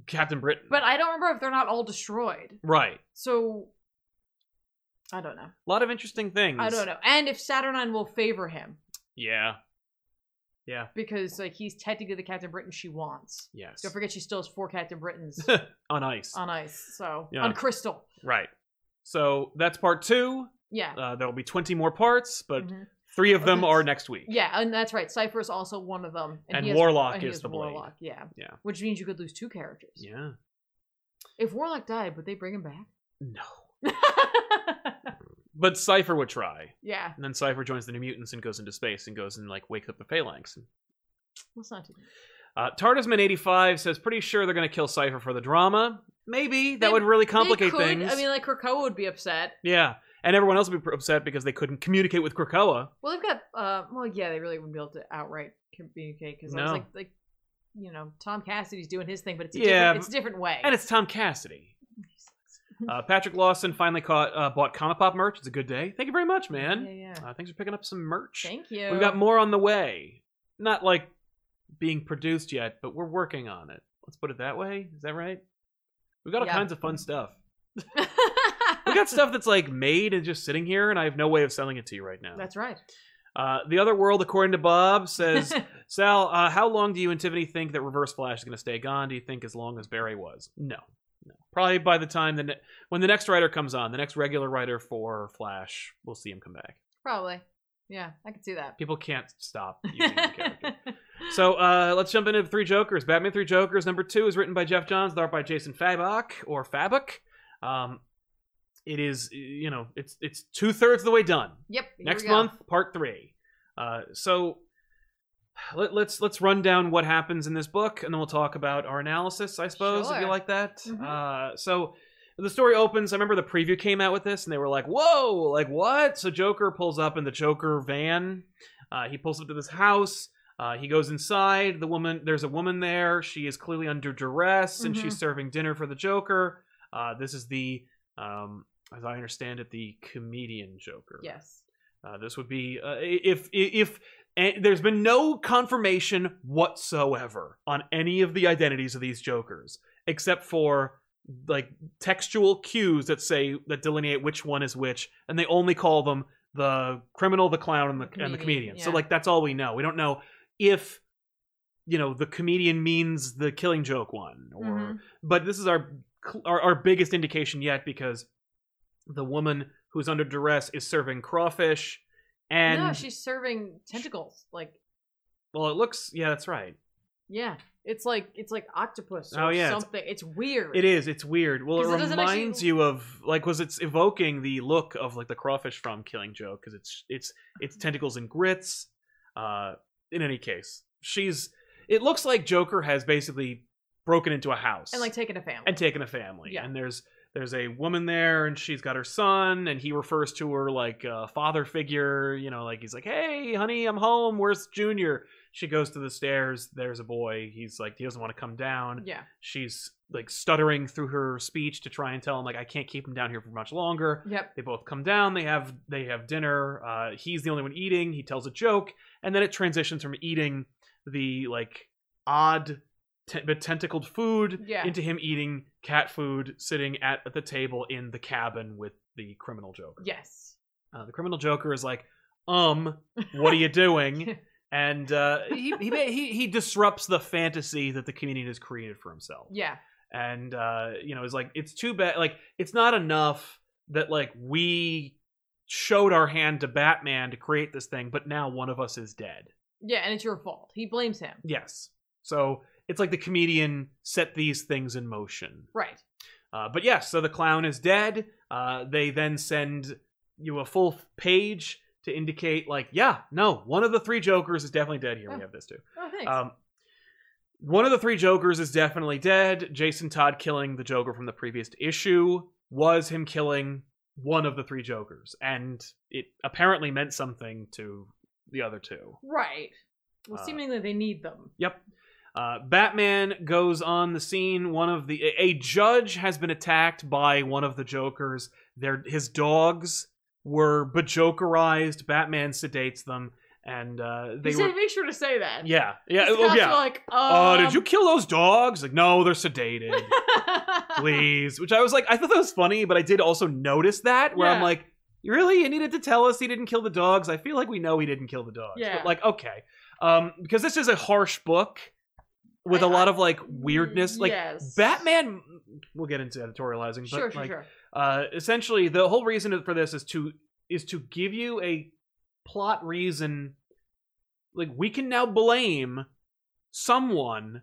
S1: Captain Britain.
S2: But I don't remember if they're not all destroyed.
S1: right.
S2: So I don't know.
S1: A lot of interesting things.
S2: I don't know. And if Saturnine will favor him
S1: Yeah.
S2: because like he's technically the Captain Britain she wants.
S1: Yes.
S2: Don't forget she still has four Captain Britons
S1: On ice.
S2: on ice. So
S1: Yeah.
S2: on Crystal.
S1: right. So that's part two.
S2: Yeah.
S1: Uh, there'll be 20 more parts, but
S2: Mhm.
S1: three of them
S2: Okay.
S1: are next week.
S2: Yeah, and that's right. Cypher is also one of them.
S1: And,
S2: he has-
S1: Warlock
S2: and he
S1: is
S2: has
S1: the blade.
S2: Warlock, yeah.
S1: Yeah.
S2: Which means you could lose two characters.
S1: Yeah.
S2: If Warlock died, would they bring him back?
S1: No. But Cypher would try.
S2: [LAUGHS] yeah.
S1: And then Cypher joins the New Mutants and goes into space and goes and like wakes up the Phalanx.
S2: Let's not do that.
S1: Uh, Tardisman85 says, pretty sure they're going to kill Cypher for the drama. Maybe. That
S2: They-
S1: would really
S2: They
S1: complicate
S2: could-
S1: things.
S2: I mean, like Krakoa would be upset.
S1: yeah. And everyone else would be pr- upset because they couldn't communicate with Krakoa.
S2: Well, they've got. Uh, well, yeah, they really wouldn't be able to outright communicate because I was
S1: No.
S2: like, like, you know, Tom Cassidy's doing his thing, but it's a
S1: Yeah,
S2: different,
S1: but-
S2: it's a different way.
S1: And it's Tom Cassidy. Uh, Patrick Lawson finally caught, uh, bought Comic Pop merch. It's a good day. Thank you very much, man.
S2: Yeah, yeah.
S1: Uh, thanks for picking up some merch.
S2: Thank you.
S1: We've got
S2: [LAUGHS]
S1: more on the way. Not like being produced yet, but we're working on it. Let's put it that way. Is that right? We've got all
S2: Yeah.
S1: kinds of fun
S2: [LAUGHS]
S1: stuff. We got stuff that's like made and just sitting here, and I have no way of selling it to you right now.
S2: That's right.
S1: Uh, the other world, according to Bob,
S2: [LAUGHS]
S1: says Sal, uh, how long do you and Tiffany think that Reverse Flash is going to stay gone? Do you think as long as Barry was? No, no. Probably by the time the ne- when the next writer comes on, the next regular writer for Flash, we'll see him come back.
S2: Probably. Yeah, I could
S1: [LAUGHS]
S2: see that.
S1: People can't stop using
S2: [LAUGHS]
S1: the character. So uh, let's jump into Three Jokers. Batman Three Jokers number two is written by Jeff Johns, the art by Jason Fabok or Fabok. Um, it is you know it's it's two thirds the way done.
S2: yep. here
S1: Next
S2: we go.
S1: month, part three. Uh, so let, let's let's run down what happens in this book, and then we'll talk about our analysis. I suppose if you
S2: Sure.
S1: like that.
S2: Mhm.
S1: Uh, so the story opens. I remember the preview came out with this, and they were like, "Whoa! Like what?" So Joker pulls up in the Joker van. Uh, he pulls up to this house. Uh, he goes inside. The woman, there's a woman there. She is clearly under duress, and
S2: Mhm.
S1: she's serving dinner for the Joker. Uh, this is the, um, as I understand it, the comedian Joker.
S2: Yes.
S1: Uh, this would be uh, if if, if and there's been no confirmation whatsoever on any of the identities of these jokers, except for like textual cues that say that delineate which one is which, and they only call them the criminal, the clown, and the,
S2: The
S1: and the
S2: comedian,
S1: comedian. So
S2: yeah.
S1: like that's all we know. We don't know if you know the comedian means the killing joke one or
S2: Mhm.
S1: but this is our cl- our, our biggest indication yet because the woman who's under duress is serving crawfish and
S2: no, she's serving tentacles. Like,
S1: well it looks yeah that's right
S2: yeah, it's like it's like octopus or
S1: Oh, yeah, it's-
S2: something. It's, weird.
S1: it is it's weird well it
S2: 'Cause it doesn't actually-
S1: reminds you of like was it's evoking the look of like the crawfish from killing joke because it's it's it's tentacles and grits uh in any case she's it looks like joker has basically broken into a house
S2: and like taking a family.
S1: and taken a family.
S2: Yeah.
S1: And there's there's a woman there, and she's got her son, and he refers to her like uh, father figure. You know, like he's like, "Hey, honey, I'm home. Where's Junior?" She goes to the stairs. There's a boy. He's like, he doesn't want to come down.
S2: yeah,
S1: She's like stuttering through her speech to try and tell him like, "I can't keep him down here for much longer."
S2: yep.
S1: They both come down. They have they have dinner. Uh, he's the only one eating. He tells a joke, and then it transitions from eating the like odd te- but tentacled food
S2: Yeah.
S1: into him eating cat food, sitting at the table in the cabin with the criminal Joker.
S2: Yes.
S1: Uh, the criminal Joker is like, um, what are you
S2: [LAUGHS]
S1: doing? And uh, he, he ba- he he disrupts the fantasy that the community has created for himself
S2: Yeah.
S1: and uh you know it's like it's too bad like it's not enough that like we showed our hand to batman to create this thing but now one of us is dead
S2: Yeah, and it's your fault. He blames him.
S1: yes so it's like the comedian set these things in motion
S2: Right.
S1: uh, but yes so the clown is dead uh they then send you a full page to indicate like yeah no one of the three jokers is definitely dead here we
S2: Oh.
S1: have this too
S2: Oh, thanks.
S1: um, one of the three Jokers is definitely dead. Jason Todd killing the Joker from the previous issue was him killing one of the three Jokers, and it apparently meant something to the other two.
S2: right. Well,
S1: uh,
S2: seemingly they need them.
S1: Yep. Uh, Batman goes on the scene. One of the a a judge has been attacked by one of the Jokers. Their his dogs were bejokerized. Batman sedates them, and uh, they
S2: He
S1: were
S2: said, make sure to say that.
S1: yeah yeah
S2: These
S1: oh
S2: cops
S1: yeah.
S2: were like,
S1: Oh, did
S2: um,
S1: you kill those dogs? Like, no, they're
S2: [LAUGHS]
S1: sedated.
S2: um,
S1: [LAUGHS] Please. Which I was like, I thought that was funny, but I did also notice that where I'm
S2: Yeah.
S1: like, "You really? You needed to tell us he didn't kill the dogs? I feel like we know he didn't kill the dogs.
S2: Yeah.
S1: But like, okay. Um, because this is a harsh book with a
S2: I-
S1: lot of like weirdness. Like
S2: [LAUGHS] yes.
S1: Batman we'll get into editorializing, but
S2: Sure, sure,
S1: like
S2: sure.
S1: uh essentially the whole reason for this is to is to give you a plot reason like we can now blame someone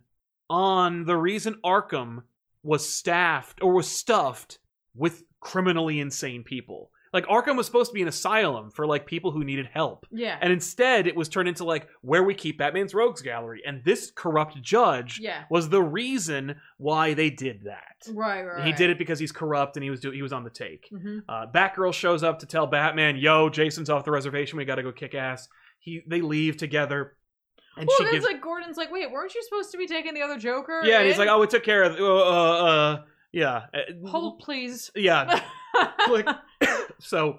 S1: on the reason Arkham was staffed or was stuffed with criminally insane people. Like Arkham was supposed to be an asylum for like people who needed help.
S2: Yeah.
S1: And instead it was turned into like where we keep Batman's rogues gallery and this corrupt judge
S2: yeah.
S1: was the reason why they did that.
S2: Right, right.
S1: He did it because he's corrupt and he was do- he was on the take.
S2: hmm
S1: Uh, Batgirl shows up to tell Batman, "Yo, Jason's off the reservation. We got to go kick ass." He they leave together, and
S2: well,
S1: she
S2: that's
S1: gives
S2: like Gordon's like, wait, weren't you supposed to be taking the other Joker?
S1: yeah, and he's
S2: in?
S1: like, "Oh, we took care of uh, uh, uh yeah uh,
S2: hold please. [LAUGHS]
S1: yeah." Click. [COUGHS] so,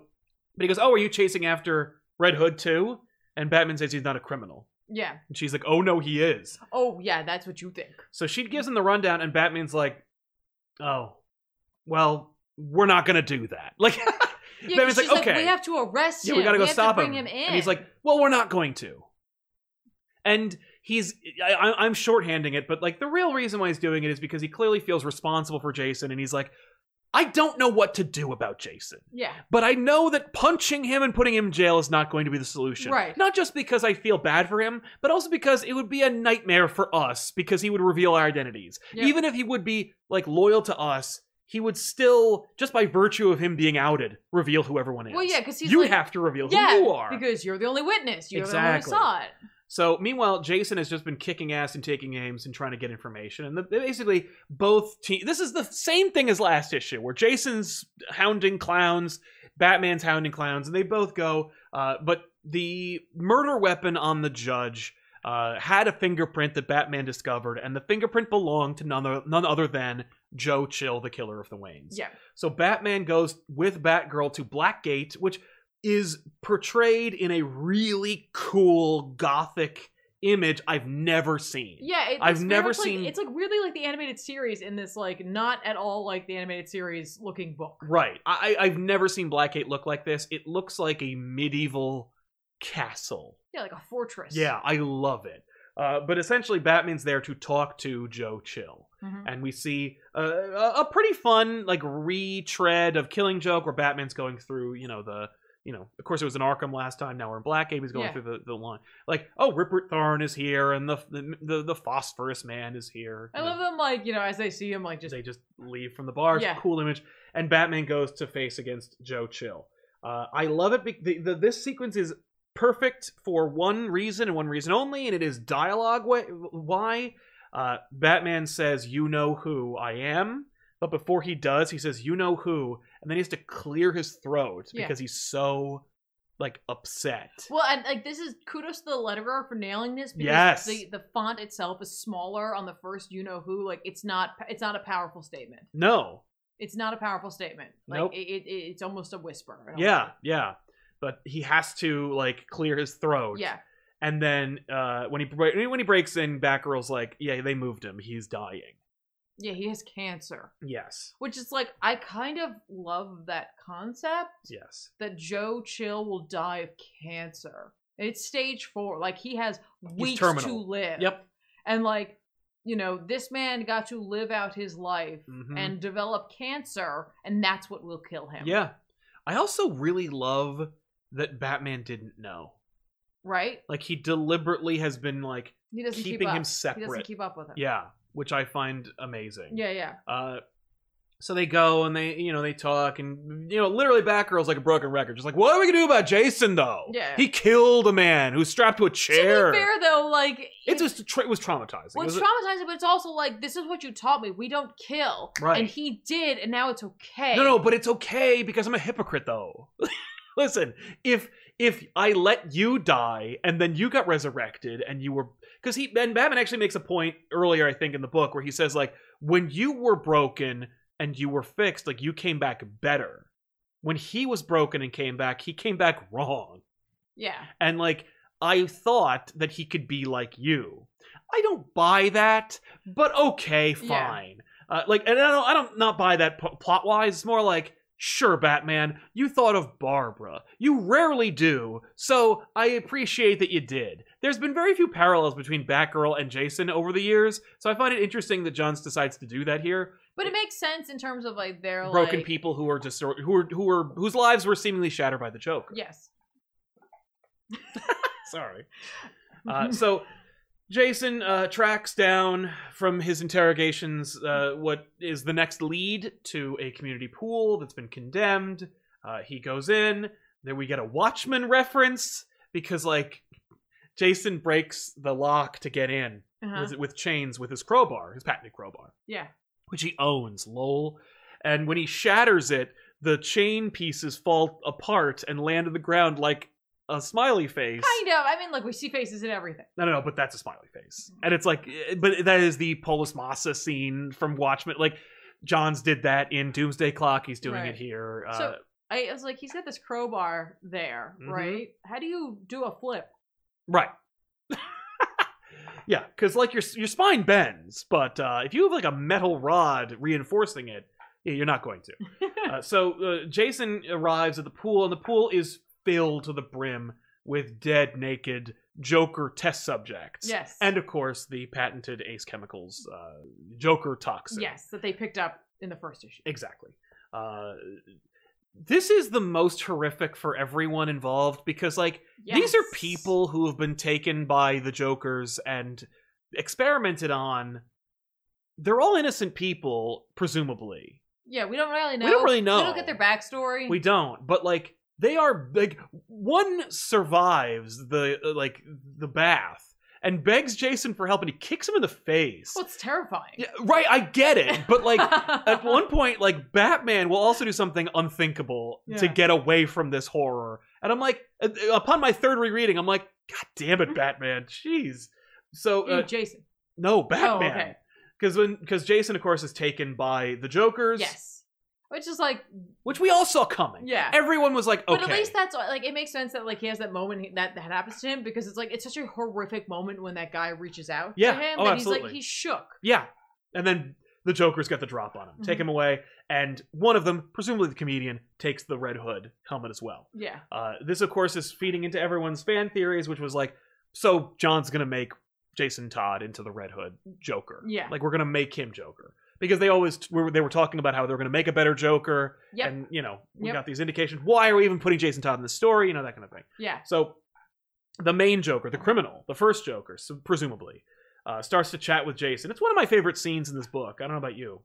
S1: but he goes, "Oh, are you chasing after Red Hood too?" And Batman says he's not a criminal,
S2: yeah.
S1: and she's like, "Oh no, he is."
S2: Oh, yeah. That's what you think.
S1: So she gives him the rundown, and Batman's like, "Oh, well, we're not gonna do that." [LAUGHS] Like.
S2: Yeah,
S1: Batman's
S2: 'cause
S1: like,
S2: she's
S1: "Okay."
S2: we have to arrest
S1: yeah,
S2: him.
S1: we gotta go
S2: have
S1: stop
S2: to bring
S1: him.
S2: him. in.
S1: And he's like, well, we're not going to. And he's, I, I- I'm shorthanding it, but like the real reason why he's doing it is because he clearly feels responsible for Jason, and he's like, I don't know what to do about Jason,
S2: yeah,
S1: but I know that punching him and putting him in jail is not going to be the solution.
S2: Right.
S1: Not just because I feel bad for him, but also because it would be a nightmare for us because he would reveal our identities.
S2: Yep.
S1: Even if he would be like loyal to us. He would still, just by virtue of him being outed, reveal who everyone is
S2: well, yeah, because he's
S1: you
S2: like,
S1: have to reveal
S2: yeah,
S1: who you are.
S2: because you're the only witness. You're
S1: Exactly.
S2: the only one who saw it.
S1: so meanwhile, Jason has just been kicking ass and taking aims and trying to get information. And the, basically, both teams. This is the same thing as last issue, where Jason's hounding clowns, Batman's hounding clowns, and they both go. Uh, but the murder weapon on the judge. Uh, had a fingerprint that Batman discovered, and the fingerprint belonged to none, o- none other than Joe Chill, the killer of the Waynes.
S2: Yeah,
S1: So Batman goes with Batgirl to Blackgate, which is portrayed in a really cool gothic image I've never seen.
S2: yeah. It,
S1: I've
S2: it's very
S1: never
S2: much like-
S1: seen-
S2: it's like weirdly like the animated series in this like not at all like the animated series looking book.
S1: Right. I, I- I've never seen Blackgate look like this. It looks like a medieval castle.
S2: Yeah, like a fortress.
S1: Yeah, I love it. Uh, but essentially, Batman's there to talk to Joe Chill.
S2: Mhm.
S1: and we see uh, a, a pretty fun like retread of Killing Joke, where Batman's going through, you know, the, you know, of course it was in Arkham last time. Now we're in Blackgate. He's going
S2: Yeah.
S1: through the, the line, like, oh, Rupert Thorne is here, and the the the, the Phosphorus Man is here.
S2: I
S1: you know.
S2: love them like you know as they see him like just
S1: they just leave from the bar. It's a
S2: Yeah.
S1: cool image, and Batman goes to face against Joe Chill. Uh, I love it. Be- the, the, this sequence is perfect for one reason and one reason only, and it is dialogue. Way- why? Uh, Batman says, "You know who I am," but before he does, he says, "You know who," and then he has to clear his throat
S2: Yeah.
S1: because he's so like upset.
S2: Well, and like this is kudos to the letterer for nailing this because
S1: Yes.
S2: the the font itself is smaller on the first you know who like it's not it's not a powerful statement.
S1: No,
S2: It's not a powerful statement. Like
S1: Nope.
S2: it, it, it- it's almost a whisper. I don't
S1: yeah, yeah, but he has to like clear his
S2: know.
S1: throat.
S2: Yeah.
S1: And then uh, when he bre- when he breaks in, Batgirl's like, "Yeah, they moved him. He's dying."
S2: Yeah, he has cancer,
S1: Yes,
S2: which is like I kind of love that concept
S1: yes,
S2: that Joe Chill will die of cancer. It's stage 4. Like he has weeks to
S1: terminal.
S2: live.
S1: yep.
S2: And like, you know, this man got to live out his life
S1: Mhm.
S2: and develop cancer, and that's what will kill him.
S1: yeah. I also really love that Batman didn't know.
S2: Right?
S1: Like he deliberately has been like
S2: He doesn't
S1: keeping
S2: keep up.
S1: him
S2: He doesn't
S1: separate.
S2: keep up with him.
S1: yeah, which I find amazing.
S2: Yeah, yeah.
S1: Uh, so they go and they you know they talk and you know literally Batgirl's like a broken record, just like what are we gonna do about Jason though?
S2: Yeah.
S1: he killed a man who's strapped to a chair.
S2: To be fair though, like
S1: it just tra- it was traumatizing.
S2: well,
S1: It was
S2: it's
S1: a-
S2: traumatizing, but it's also like this is what you taught me. We don't kill,
S1: Right.
S2: And he did, and now it's okay.
S1: No, no, but it's okay because I'm a hypocrite, though. [LAUGHS] Listen, if if I let you die and then you got resurrected and you were because he and Batman actually makes a point earlier, I think, in the book where he says like when you were broken and you were fixed, like you came back better. When he was broken and came back, he came back wrong.
S2: yeah,
S1: And like I thought that he could be like you. I don't buy that, but okay,
S2: Yeah.
S1: fine. Uh, like, and I don't, I don't not buy that p- plot wise. It's more like, sure, Batman, you thought of Barbara. You rarely do, so I appreciate that you did. There's been very few parallels between Batgirl and Jason over the years, so I find it interesting that Johns decides to do that here.
S2: but it makes sense in terms of like their
S1: Broken
S2: like,
S1: people who are just who are who are whose lives were seemingly shattered by the Joker.
S2: Yes.
S1: Sorry.
S2: Mm-hmm.
S1: Uh, so Jason uh, tracks down from his interrogations uh, what is the next lead to a community pool that's been condemned. Uh, he goes in. Then we get a Watchman reference because, like, Jason breaks the lock to get in
S2: [LAUGHS] Uh-huh.
S1: with, with chains with his crowbar, his patented crowbar
S2: yeah.
S1: which he owns, lol. And when he shatters it, the chain pieces fall apart and land on the ground like a smiley face.
S2: Kind of. I mean, like we see faces in everything.
S1: No, no, no, but that's a smiley face. And it's like, eh, but that is the Polis Massa scene from Watchmen. Like, Johns did that in Doomsday Clock. He's doing
S2: Right.
S1: it here.
S2: So-
S1: uh,
S2: I, I was like, he's got this crowbar there,
S1: Mhm.
S2: right? How do you do a flip?
S1: right. [LAUGHS] yeah, because like your your spine bends, but uh, if you have like a metal rod reinforcing it, yeah, you're not
S2: [LAUGHS]
S1: going to. uh, so uh, Jason arrives at the pool, and the pool is filled to the brim with dead, naked Joker test subjects.
S2: Yes.
S1: And of course, the patented Ace Chemicals uh, Joker toxin.
S2: yes, that they picked up in the first issue.
S1: Exactly. Uh, this is the most horrific for everyone involved because, like, these are
S2: Yes.
S1: people who have been taken by the Jokers and experimented on. They're all innocent people, presumably.
S2: Yeah, we don't really know.
S1: We don't really
S2: We
S1: know.
S2: don't get their backstory.
S1: We don't, but like they are like one survives the uh, like the bath and begs Jason for help, and he kicks him in the face.
S2: Well, it's terrifying.
S1: Yeah, right, I get it, but
S2: [LAUGHS]
S1: like at one point, like Batman will also do something unthinkable to
S2: Yeah.
S1: get away from this horror, and I'm like, uh, upon my third rereading, I'm like, God damn it, Batman, jeez. So
S2: Ooh,
S1: uh,
S2: Jason.
S1: no,
S2: Oh, okay.
S1: Batman, because when because Jason, of course, is taken by the Joker's,
S2: Yes. Which is like,
S1: which we all saw coming.
S2: yeah.
S1: Everyone was like, okay.
S2: But at least that's like it makes sense that like he has that moment he- that that happens to him because it's like it's such a horrific moment when that guy reaches out
S1: Yeah.
S2: to him
S1: Oh,
S2: and he's
S1: absolutely.
S2: like he's shook.
S1: Yeah. And then the Joker's got the drop on him. Take
S2: Mhm.
S1: him away. And one of them, presumably the comedian, takes the Red Hood helmet as well.
S2: Yeah.
S1: Uh, this, of course, is feeding into everyone's fan theories, which was like, so John's going to make Jason Todd into the Red Hood Joker.
S2: Yeah.
S1: like we're gonna make him Joker because they always we were, they were talking about how they were gonna make a better Joker.
S2: Yep.
S1: and you know we
S2: Yep.
S1: got these indications. Why are we even putting Jason Todd in the story? You know that kind of thing.
S2: yeah.
S1: So the main Joker, the criminal, the first Joker, so presumably, uh, starts to chat with Jason. It's one of my favorite scenes in this book. I don't know about you,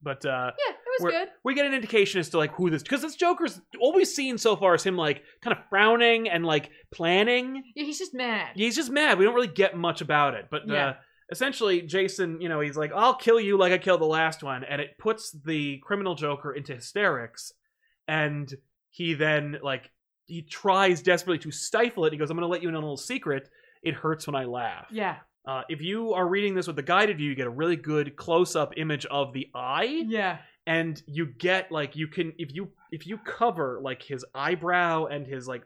S1: but uh,
S2: Yeah, it was
S1: We're-
S2: good.
S1: we get an indication as to like who this because this Joker's all we've seen so far is him like kind of frowning and like planning.
S2: Yeah, he's just mad.
S1: He's just mad. We don't really get much about it, but uh,
S2: Yeah.
S1: essentially, Jason, you know, he's like, "I'll kill you like I killed the last one," and it puts the criminal Joker into hysterics, and he then like he tries desperately to stifle it. He goes, "I'm going to let you in on a little secret. It hurts when I laugh."
S2: Yeah.
S1: Uh, if you are reading this with the guided view, you get a really good close-up image of the eye
S2: Yeah.
S1: and you get like you can if you if you cover like his eyebrow and his like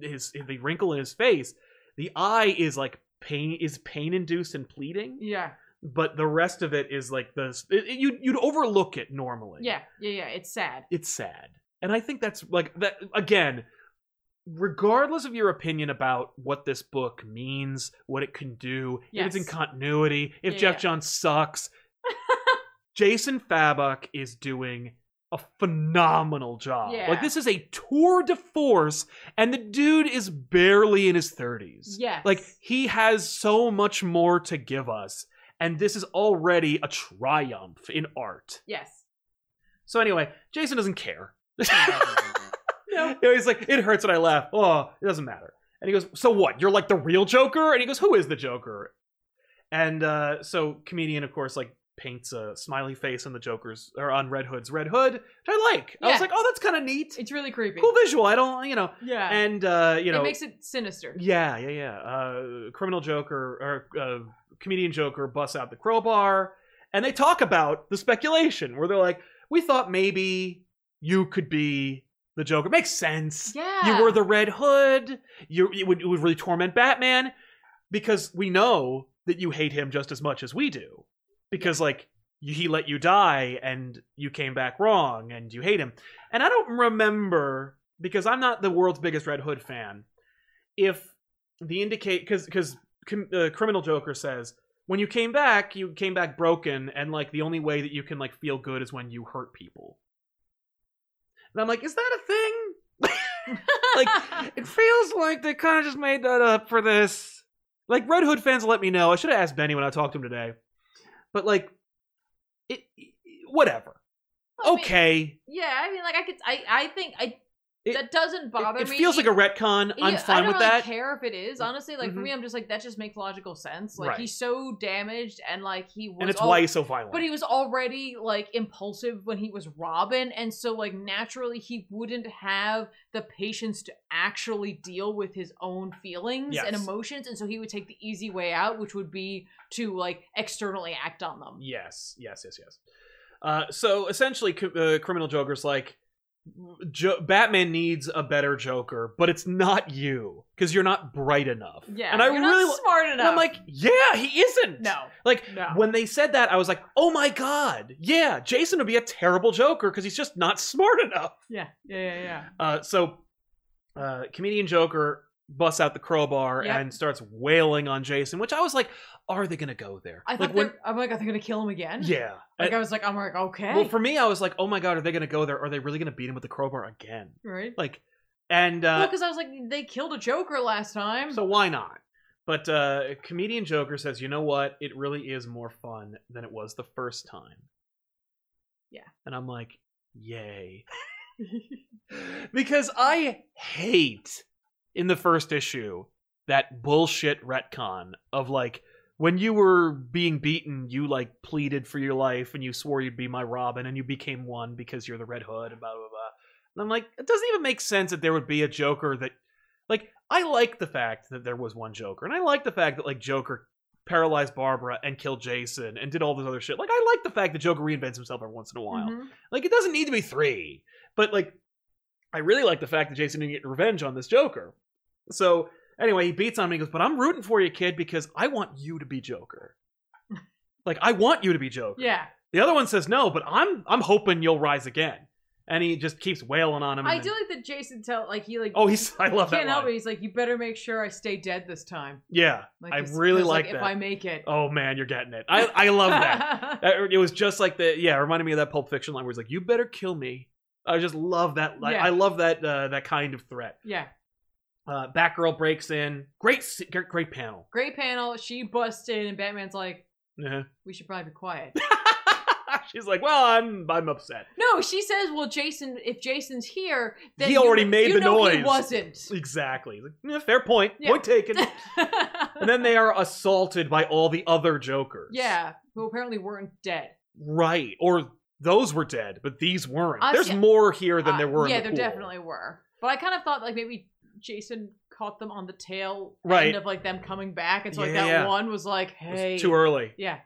S1: his the wrinkle in his face the eye is like pain is pain induced and pleading
S2: Yeah.
S1: but the rest of it is like this it, it- you'd, you'd overlook it normally
S2: Yeah. Yeah. Yeah. It's sad.
S1: it's sad and i think that's like that again regardless of your opinion about what this book means what it can do if it's in
S2: Yes.
S1: continuity if
S2: Yeah,
S1: jeff
S2: yeah.
S1: john sucks
S2: [LAUGHS]
S1: jason fabok is doing a phenomenal job
S2: Yeah.
S1: like this is a tour de force and the dude is barely in his 30s
S2: Yes.
S1: like he has so much more to give us and this is already a triumph in art
S2: Yes.
S1: so anyway, Jason doesn't
S2: [LAUGHS]
S1: care. [LAUGHS]
S2: No.
S1: You know, he's like, it hurts when I laugh. Oh, it doesn't matter. And he goes, so what? You're like the real Joker? And he goes, who is the Joker? And uh, so comedian, of course, like paints a smiley face on the Joker's or on Red Hood's red hood, which I like. I was
S2: Yeah.
S1: like, oh, that's kind of neat,
S2: It's really creepy.
S1: cool visual. I don't, you know.
S2: Yeah.
S1: And uh, you know,
S2: it makes it sinister.
S1: yeah, yeah, yeah. Uh, criminal Joker or uh, comedian Joker busts out the crowbar, and they talk about the speculation where they're like, "We thought maybe you could be the Joker. Makes sense.
S2: Yeah.
S1: You were the Red Hood. You it would, it would really torment Batman because we know that you hate him just as much as we do because like." you- He let you die, and you came back wrong, and you hate him. And I don't remember because I'm not the world's biggest Red Hood fan if the indicate because because uh, criminal joker says when you came back you came back broken and like the only way that you can like feel good is when you hurt people and i'm like is that a thing [LAUGHS]
S2: [LAUGHS]
S1: like it feels like they kind of just made that up for this like red hood fans let me know i should have asked benny when i talked to him today but like it whatever
S2: I mean,
S1: okay
S2: yeah, I mean, like I could, I, I think I.
S1: It-
S2: that doesn't
S1: it,
S2: bother
S1: it
S2: me.
S1: feels like a retcon
S2: Yeah,
S1: i'm
S2: I
S1: fine
S2: don't
S1: with
S2: really
S1: that
S2: Care if it is honestly like for
S1: Mhm.
S2: me, I'm just like that just makes logical sense. Like
S1: Right.
S2: he's so damaged and like he was.
S1: and it's
S2: al-
S1: why he's so violent
S2: But he was already like impulsive when he was Robin, and so like naturally he wouldn't have the patience to actually deal with his own feelings and
S1: Yes.
S2: emotions, and so he would take the easy way out, which would be to like externally act on them.
S1: Yes, yes, yes, yes. Uh, so essentially, c- uh, criminal Joker's like, jo- Batman needs a better Joker, but it's not you because you're not bright enough.
S2: Yeah,
S1: and I
S2: you're
S1: really,
S2: not smart
S1: and
S2: enough.
S1: I'm like, yeah, he isn't.
S2: no,
S1: like
S2: no.
S1: when they said that, I was like, oh my god, yeah, Jason would be a terrible Joker because he's just not smart enough.
S2: yeah, yeah, yeah, yeah.
S1: Uh, so, uh, comedian Joker busts out the crowbar
S2: Yep.
S1: and starts wailing on Jason, which I was like, are they gonna go there?
S2: I thought
S1: like when,
S2: they're- I'm like, are they gonna kill him again?
S1: yeah.
S2: Like I was like, I'm like, okay,
S1: Well, for me, I was like, oh my god, are they going to go there? Are they really going to beat him with the crowbar again?
S2: right?
S1: Like, and uh,
S2: well, because I was like, they killed a Joker last time. [LAUGHS]
S1: so why not? But uh, comedian Joker says, you know what? It really is more fun than it was the first time.
S2: Yeah.
S1: And I'm like, yay. because I hate in the first issue that bullshit retcon of like when you were being beaten, you like pleaded for your life and you swore you'd be my Robin and you became one because you're the Red Hood and blah blah blah. And I'm like, it doesn't even make sense that there would be a Joker that like I like the fact that there was one Joker and I like the fact that like Joker paralyzed Barbara and killed Jason and did all this other shit. Like I like the fact that Joker reinvents himself every once in a while.
S2: Mhm.
S1: Like it doesn't need to be three, but like I really like the fact that Jason didn't get revenge on this Joker. So anyway, he beats on him and he goes, "But I'm rooting for you, kid, because I want you to be
S2: [LAUGHS]
S1: Joker. like I want you to be Joker."
S2: Yeah,
S1: The other one says, "No, but I'm I'm hoping you'll rise again." and he just keeps wailing on him. and
S2: I
S1: then-
S2: do like that Jason tell like he like
S1: Oh, he's. [LAUGHS] I love that
S2: can't help
S1: line.
S2: it. He's like, you better make sure I stay dead this time.
S1: Yeah.
S2: Like,
S1: I
S2: it's-
S1: really
S2: it's
S1: like
S2: If
S1: that.
S2: I make it,
S1: Oh man, you're getting it. I I love
S2: [LAUGHS]
S1: that. That- It was just like the yeah. It reminded me of that Pulp Fiction line where he's like, "You better kill me." I just love that. I-
S2: Yeah.
S1: I love that uh, that kind of threat.
S2: yeah,
S1: Uh, Batgirl breaks in. Great, s- great, great panel.
S2: great panel. She busts in, and Batman's like,
S1: Yeah.
S2: we should probably be quiet.
S1: [LAUGHS] She's like, "Well, I'm I'm upset."
S2: no, she says, well, Jason, if Jason's here, then
S1: He
S2: you-
S1: already made
S2: you
S1: the
S2: know He
S1: noise." [LAUGHS]
S2: wasn't.
S1: Exactly. Like, "Yeah, fair point.
S2: Yeah.
S1: Point
S2: [LAUGHS]
S1: taken. and then they are assaulted by all the other Jokers.
S2: yeah, who apparently weren't dead.
S1: Right. Or those were dead, but these weren't.
S2: Us-
S1: There's
S2: yeah.
S1: more here than
S2: Uh,
S1: there were. in
S2: Yeah,
S1: the
S2: there
S1: pool.
S2: definitely were. But I kind of thought like maybe Jason caught them on the tail
S1: Right.
S2: end of like them coming back, and so like
S1: Yeah.
S2: that one was like,
S1: It was
S2: hey,
S1: too early.
S2: yeah,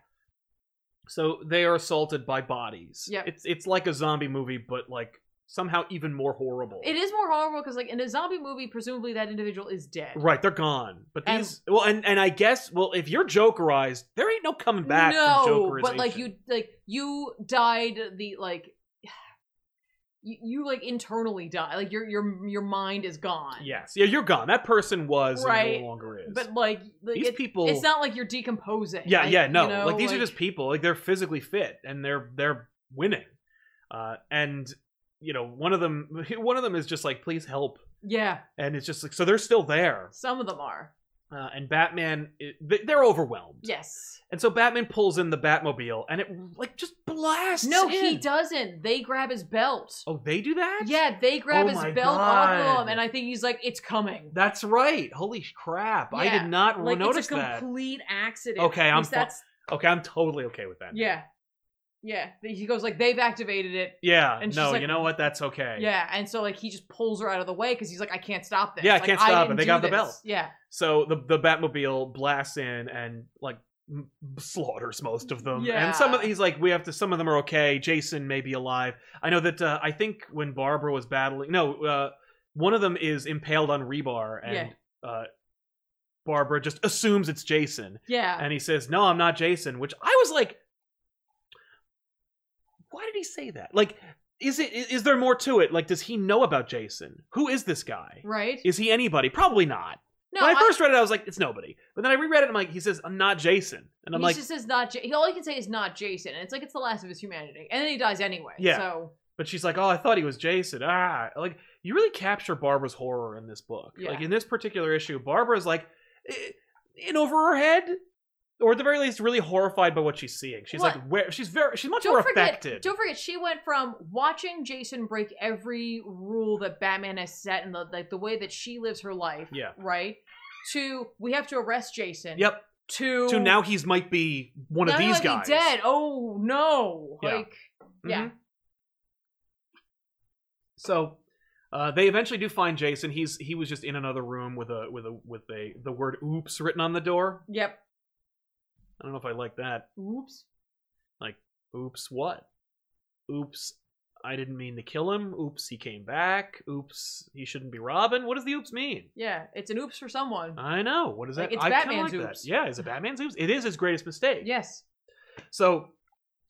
S1: So they are assaulted by bodies.
S2: Yep.
S1: It's it's like a zombie movie, but like somehow even more horrible.
S2: It is more horrible because, like, in a zombie movie, presumably that individual is dead.
S1: Right, they're gone. But
S2: And-
S1: these well and, and I guess well if you're jokerized, there ain't no coming back from
S2: no,
S1: jokerization.
S2: but like you, like you died. The like, [SIGHS] you, you like internally die. Like your your your mind is gone.
S1: Yes. Yeah, you're gone. That person was and
S2: Right,
S1: no longer is.
S2: But like, like
S1: these
S2: it-
S1: people
S2: it's not like you're decomposing.
S1: Yeah,
S2: like,
S1: yeah, no.
S2: you know,
S1: like these are just people. Like they're physically fit and they're they're winning. Uh and you know, one of them [LAUGHS] one of them is just like, please help.
S2: yeah.
S1: And it's just like so they're still there.
S2: Some of them are.
S1: Uh, and Batman it- they- they're overwhelmed.
S2: Yes.
S1: And so Batman pulls in the Batmobile and it like just blasts.
S2: No,
S1: in.
S2: he doesn't. They grab his belt.
S1: Oh, they do that?
S2: Yeah, they grab
S1: Oh
S2: his
S1: my
S2: belt off of
S1: God.
S2: him, and I think he's like, "It's coming."
S1: That's right. Holy sh- crap. I
S2: Yeah.
S1: did not
S2: like
S1: Oh, notice
S2: it's a
S1: that.
S2: complete accident.
S1: Okay,
S2: At
S1: I'm
S2: least
S1: fu-
S2: that's
S1: Okay, I'm totally okay with that.
S2: Yeah. Yeah. He goes like they've activated it.
S1: Yeah.
S2: And she's
S1: no,
S2: like-
S1: you know what? That's okay.
S2: Yeah. And so like he just pulls her out of the way because he's like, I can't stop this.
S1: Yeah, I
S2: Like,
S1: can't stop it.
S2: didn't
S1: They
S2: do
S1: got the
S2: this."
S1: belt.
S2: Yeah.
S1: So the the Batmobile blasts in and like m- slaughters most of them.
S2: Yeah.
S1: And some of he's like, we have to. Some of them are okay. Jason may be alive. I know that. Uh, I think when Barbara was battling, no, uh, one of them is impaled on rebar, and uh, Barbara just assumes it's Jason,
S2: Yeah.
S1: and he says, "No, I'm not Jason," which I was like, why did he say that? Like. Is it is there more to it? Like, does he know about Jason? Who is this guy?
S2: right?
S1: Is he anybody? Probably not
S2: no,
S1: when
S2: I-
S1: I first read it, I was like, it's nobody. But then I reread it, and I'm like, he says, I'm not Jason. And I'm
S2: he
S1: like,
S2: just says not. Ja- he- all he can say is not Jason, and it's like it's the last of his humanity, and then he dies anyway.
S1: Yeah.
S2: So
S1: but she's like, oh, I thought he was Jason. Ah, like, you really capture Barbara's horror in this book.
S2: Yeah.
S1: Like, in this particular issue, Barbara's like, eh, in over her head, or at the very least, really horrified by what she's seeing. She's
S2: What?
S1: like, where? She's very, she's much
S2: don't
S1: more
S2: forget,
S1: affected.
S2: don't forget, she went from watching Jason break every rule that Batman has set and the like the way that she lives her life.
S1: Yeah.
S2: Right. To we have to arrest Jason.
S1: Yep.
S2: To
S1: So now he's might be one
S2: now
S1: of
S2: he
S1: these
S2: might be
S1: guys.
S2: dead. Oh no.
S1: Yeah.
S2: Like. Yeah.
S1: Mhm. So uh, they eventually do find Jason. He's he was just in another room with a with a with a the word "oops" written on the door.
S2: Yep.
S1: I don't know if I like that.
S2: Oops.
S1: Oops, what? Oops, I didn't mean to kill him. Oops, he came back. Oops, he shouldn't be robbing. What does the oops mean?
S2: Yeah, it's an oops for someone.
S1: I know. What is that?
S2: Like, it's
S1: I kinda
S2: Batman's
S1: like that.
S2: oops.
S1: Yeah, is it Batman's oops? It is his greatest mistake.
S2: yes.
S1: So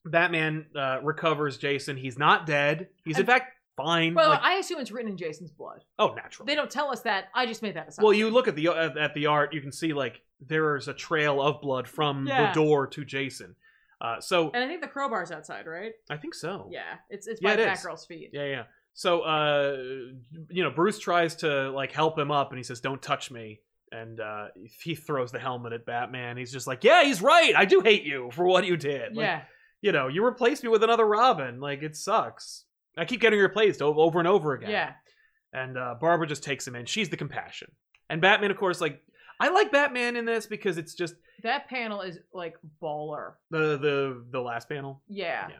S1: Batman uh, recovers Jason. He's not dead. He's in
S2: And-
S1: fact fine.
S2: Well,
S1: Mm, like-
S2: I assume it's written in Jason's blood.
S1: oh, natural.
S2: They don't tell us that. I just made that assumption.
S1: Well, you look at the uh, at, at the art, you can see like there is a trail of blood from
S2: Yeah.
S1: the door to Jason. Uh, so
S2: and I think the crowbar's outside, right?
S1: I think so.
S2: Yeah, it's it's
S1: Yeah,
S2: by
S1: it is.
S2: Batgirl's feet.
S1: Yeah, yeah. So, uh, you know, Bruce tries to like help him up, and he says, "Don't touch me." And uh, he throws the helmet at Batman. He's just like, "Yeah, he's right. I do hate you for what you did. Like,
S2: Yeah.
S1: you know, you replaced me with another Robin. Like, it sucks. I keep getting replaced over, over and over
S2: yeah,
S1: again." And uh, Barbara just takes him in. She's the compassion. And Batman, of course, like I like Batman in this because it's just
S2: That panel is like baller.
S1: the the the last panel.
S2: Yeah.
S1: Yeah.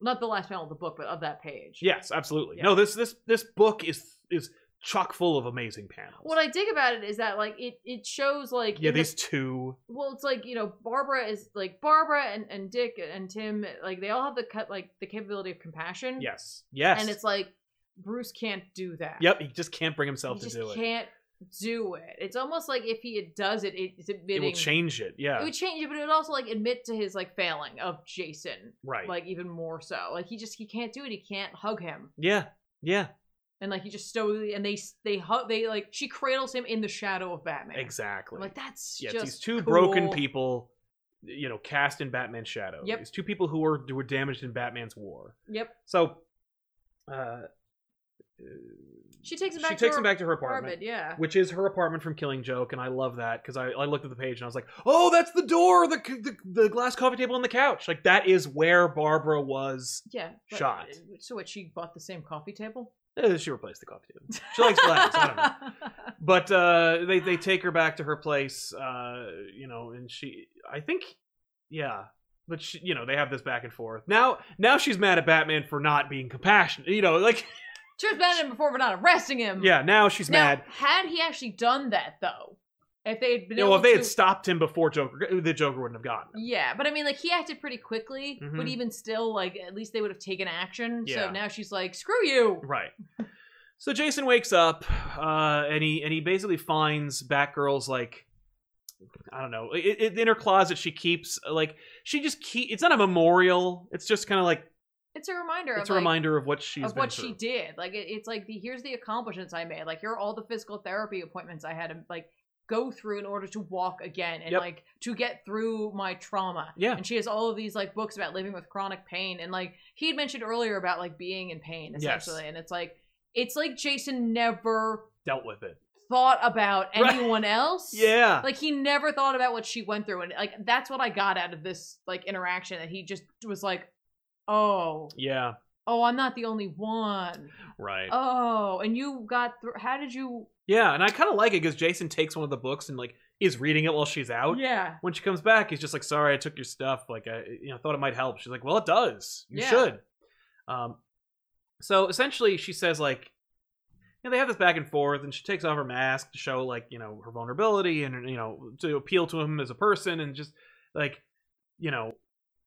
S2: Not the last panel of the book, but of that page.
S1: Yes, absolutely.
S2: Yeah.
S1: No, this this this book is is chock full of amazing panels.
S2: What I dig about it is that like it it shows like
S1: yeah,
S2: in the
S1: these two.
S2: well it's like you know barbara is like barbara and, and dick and tim like they all have the cut like the capability of compassion
S1: Yes. Yes.
S2: and it's like bruce can't do that
S1: Yep, he just can't bring himself to
S2: he just
S1: do it.
S2: can't do it it's almost like if he does it it's
S1: It
S2: admitting
S1: will change it. Yeah.
S2: it would change it but it would also like admit to his like failing of jason
S1: right.
S2: like even more so like he just he can't do it he can't hug him
S1: yeah. Yeah,
S2: and like he just stoically and they they hug they like she cradles him in the shadow of Batman.
S1: exactly.
S2: I'm like that's
S1: yeah,
S2: just
S1: it's these two
S2: cool.
S1: broken people, you know, cast in Batman's shadow.
S2: Yep.
S1: These two people who were who were damaged in Batman's war.
S2: Yep,
S1: So, uh,
S2: she takes him
S1: she
S2: back.
S1: takes
S2: to
S1: him
S2: her
S1: back to her apartment.
S2: apartment. Yeah,
S1: which is her apartment from Killing Joke, and I love that because I, I looked at the page and I was like, oh, that's the door, the, c- the the glass coffee table and the couch. Like that is where Barbara was.
S2: yeah. but- uh,
S1: Shot.
S2: So what? She bought the same
S1: [LAUGHS]
S2: coffee table.
S1: Eh, she replaced the coffee table. She likes glass. I don't know. But uh, they they take her back to her place, uh, you know, and she I think yeah. But she, you know they have this back and forth. Now, now she's mad at Batman for not being compassionate. You know, like
S2: [LAUGHS] She was mad at him before for not arresting him.
S1: yeah. Now she's
S2: Um, now,
S1: mad.
S2: Had he actually done that though, if they had been
S1: You know,
S2: able
S1: if they
S2: to, Um,
S1: had stopped him before Joker, the Joker wouldn't have gotten. him.
S2: yeah, but I mean, like he acted pretty quickly.
S1: Mhm.
S2: But even still, like at least they would have taken action.
S1: Yeah.
S2: So now she's like, screw you.
S1: Right. So Jason wakes up, uh, and he and he basically finds Batgirl's like, I don't know, it, it, in her closet she keeps like she just keep. It's not a memorial. It's just kind of like
S2: It's a reminder.
S1: it's a
S2: of, like,
S1: reminder of what she's
S2: of what
S1: been
S2: she
S1: through.
S2: did. Like it, it's like the here's the accomplishments I made. Like here are all the physical therapy appointments I had to like go through in order to walk again and
S1: Yep.
S2: like to get through my trauma.
S1: Yeah.
S2: And she has all of these like books about living with chronic pain and like he had mentioned earlier about like being in pain
S1: Yes.
S2: essentially and it's like it's like Jason never
S1: Dealt with it.
S2: thought about
S1: Right.
S2: anyone else.
S1: [LAUGHS] Yeah.
S2: Like he never thought about what she went through and like that's what I got out of this like interaction that he just was like oh
S1: yeah.
S2: oh I'm not the only one.
S1: Right.
S2: Oh, and you got through. How did you?
S1: yeah, and I kind of like it because Jason takes one of the books and like is reading it while she's out.
S2: Yeah,
S1: When she comes back, he's just like, "Sorry, I took your stuff. Like, I you know thought it might help." She's like, "Well, it does. You
S2: Yeah.
S1: should." Um, so essentially, she says like, you know, they have this back and forth, and she takes off her mask to show like you know her vulnerability and you know to appeal to him as a person and just like you know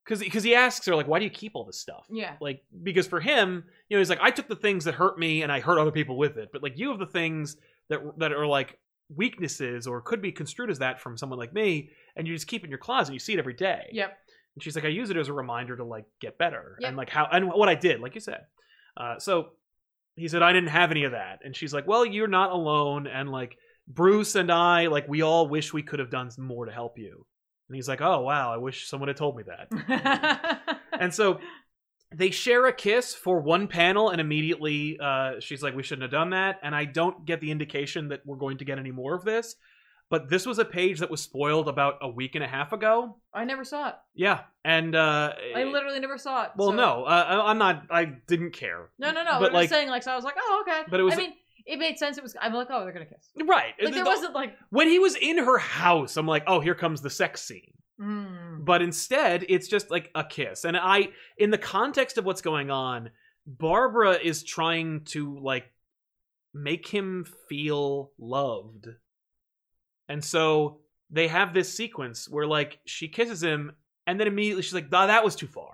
S1: because because he asks her like, "Why do you keep all this stuff?"
S2: yeah,
S1: Like because for him, you know, he's like, "I took the things that hurt me and I hurt other people with it," but like you have the things that that are like weaknesses or could be construed as that from someone like me and you just keep it in your closet you see it every day
S2: yep,
S1: and she's like, I use it as a reminder to like get better
S2: Yeah.
S1: and like how and what I did, like you said. Uh, so he said, I didn't have any of that, and she's like, Well, you're not alone, and like Bruce and I, like we all wish we could have done more to help you. And he's like, Oh wow, I wish someone had told me that. and so they share a kiss for one panel, and immediately uh, she's like, "We shouldn't have done that." And I don't get the indication that we're going to get any more of this. But this was a page that was spoiled about a week and a half ago.
S2: [LAUGHS] I never saw it.
S1: Yeah, and uh,
S2: I literally never saw it.
S1: well,
S2: so-
S1: no, uh, I- I'm not. I didn't care.
S2: no, no,
S1: but,
S2: no. But I'm
S1: like-
S2: just saying, like, so I was like, oh, okay.
S1: But it was-
S2: I mean, it made sense. It was. I'm like, oh, they're gonna kiss.
S1: Right.
S2: Like there
S1: The-
S2: wasn't like.
S1: when he was in her house, I'm like, oh, here comes the sex scene.
S2: Mm,
S1: But instead, it's just like a kiss. And I, in the context of what's going on, Barbara is trying to like make him feel loved. And so they have this sequence where like she kisses him, and then immediately she's like, "Ah, that was too far.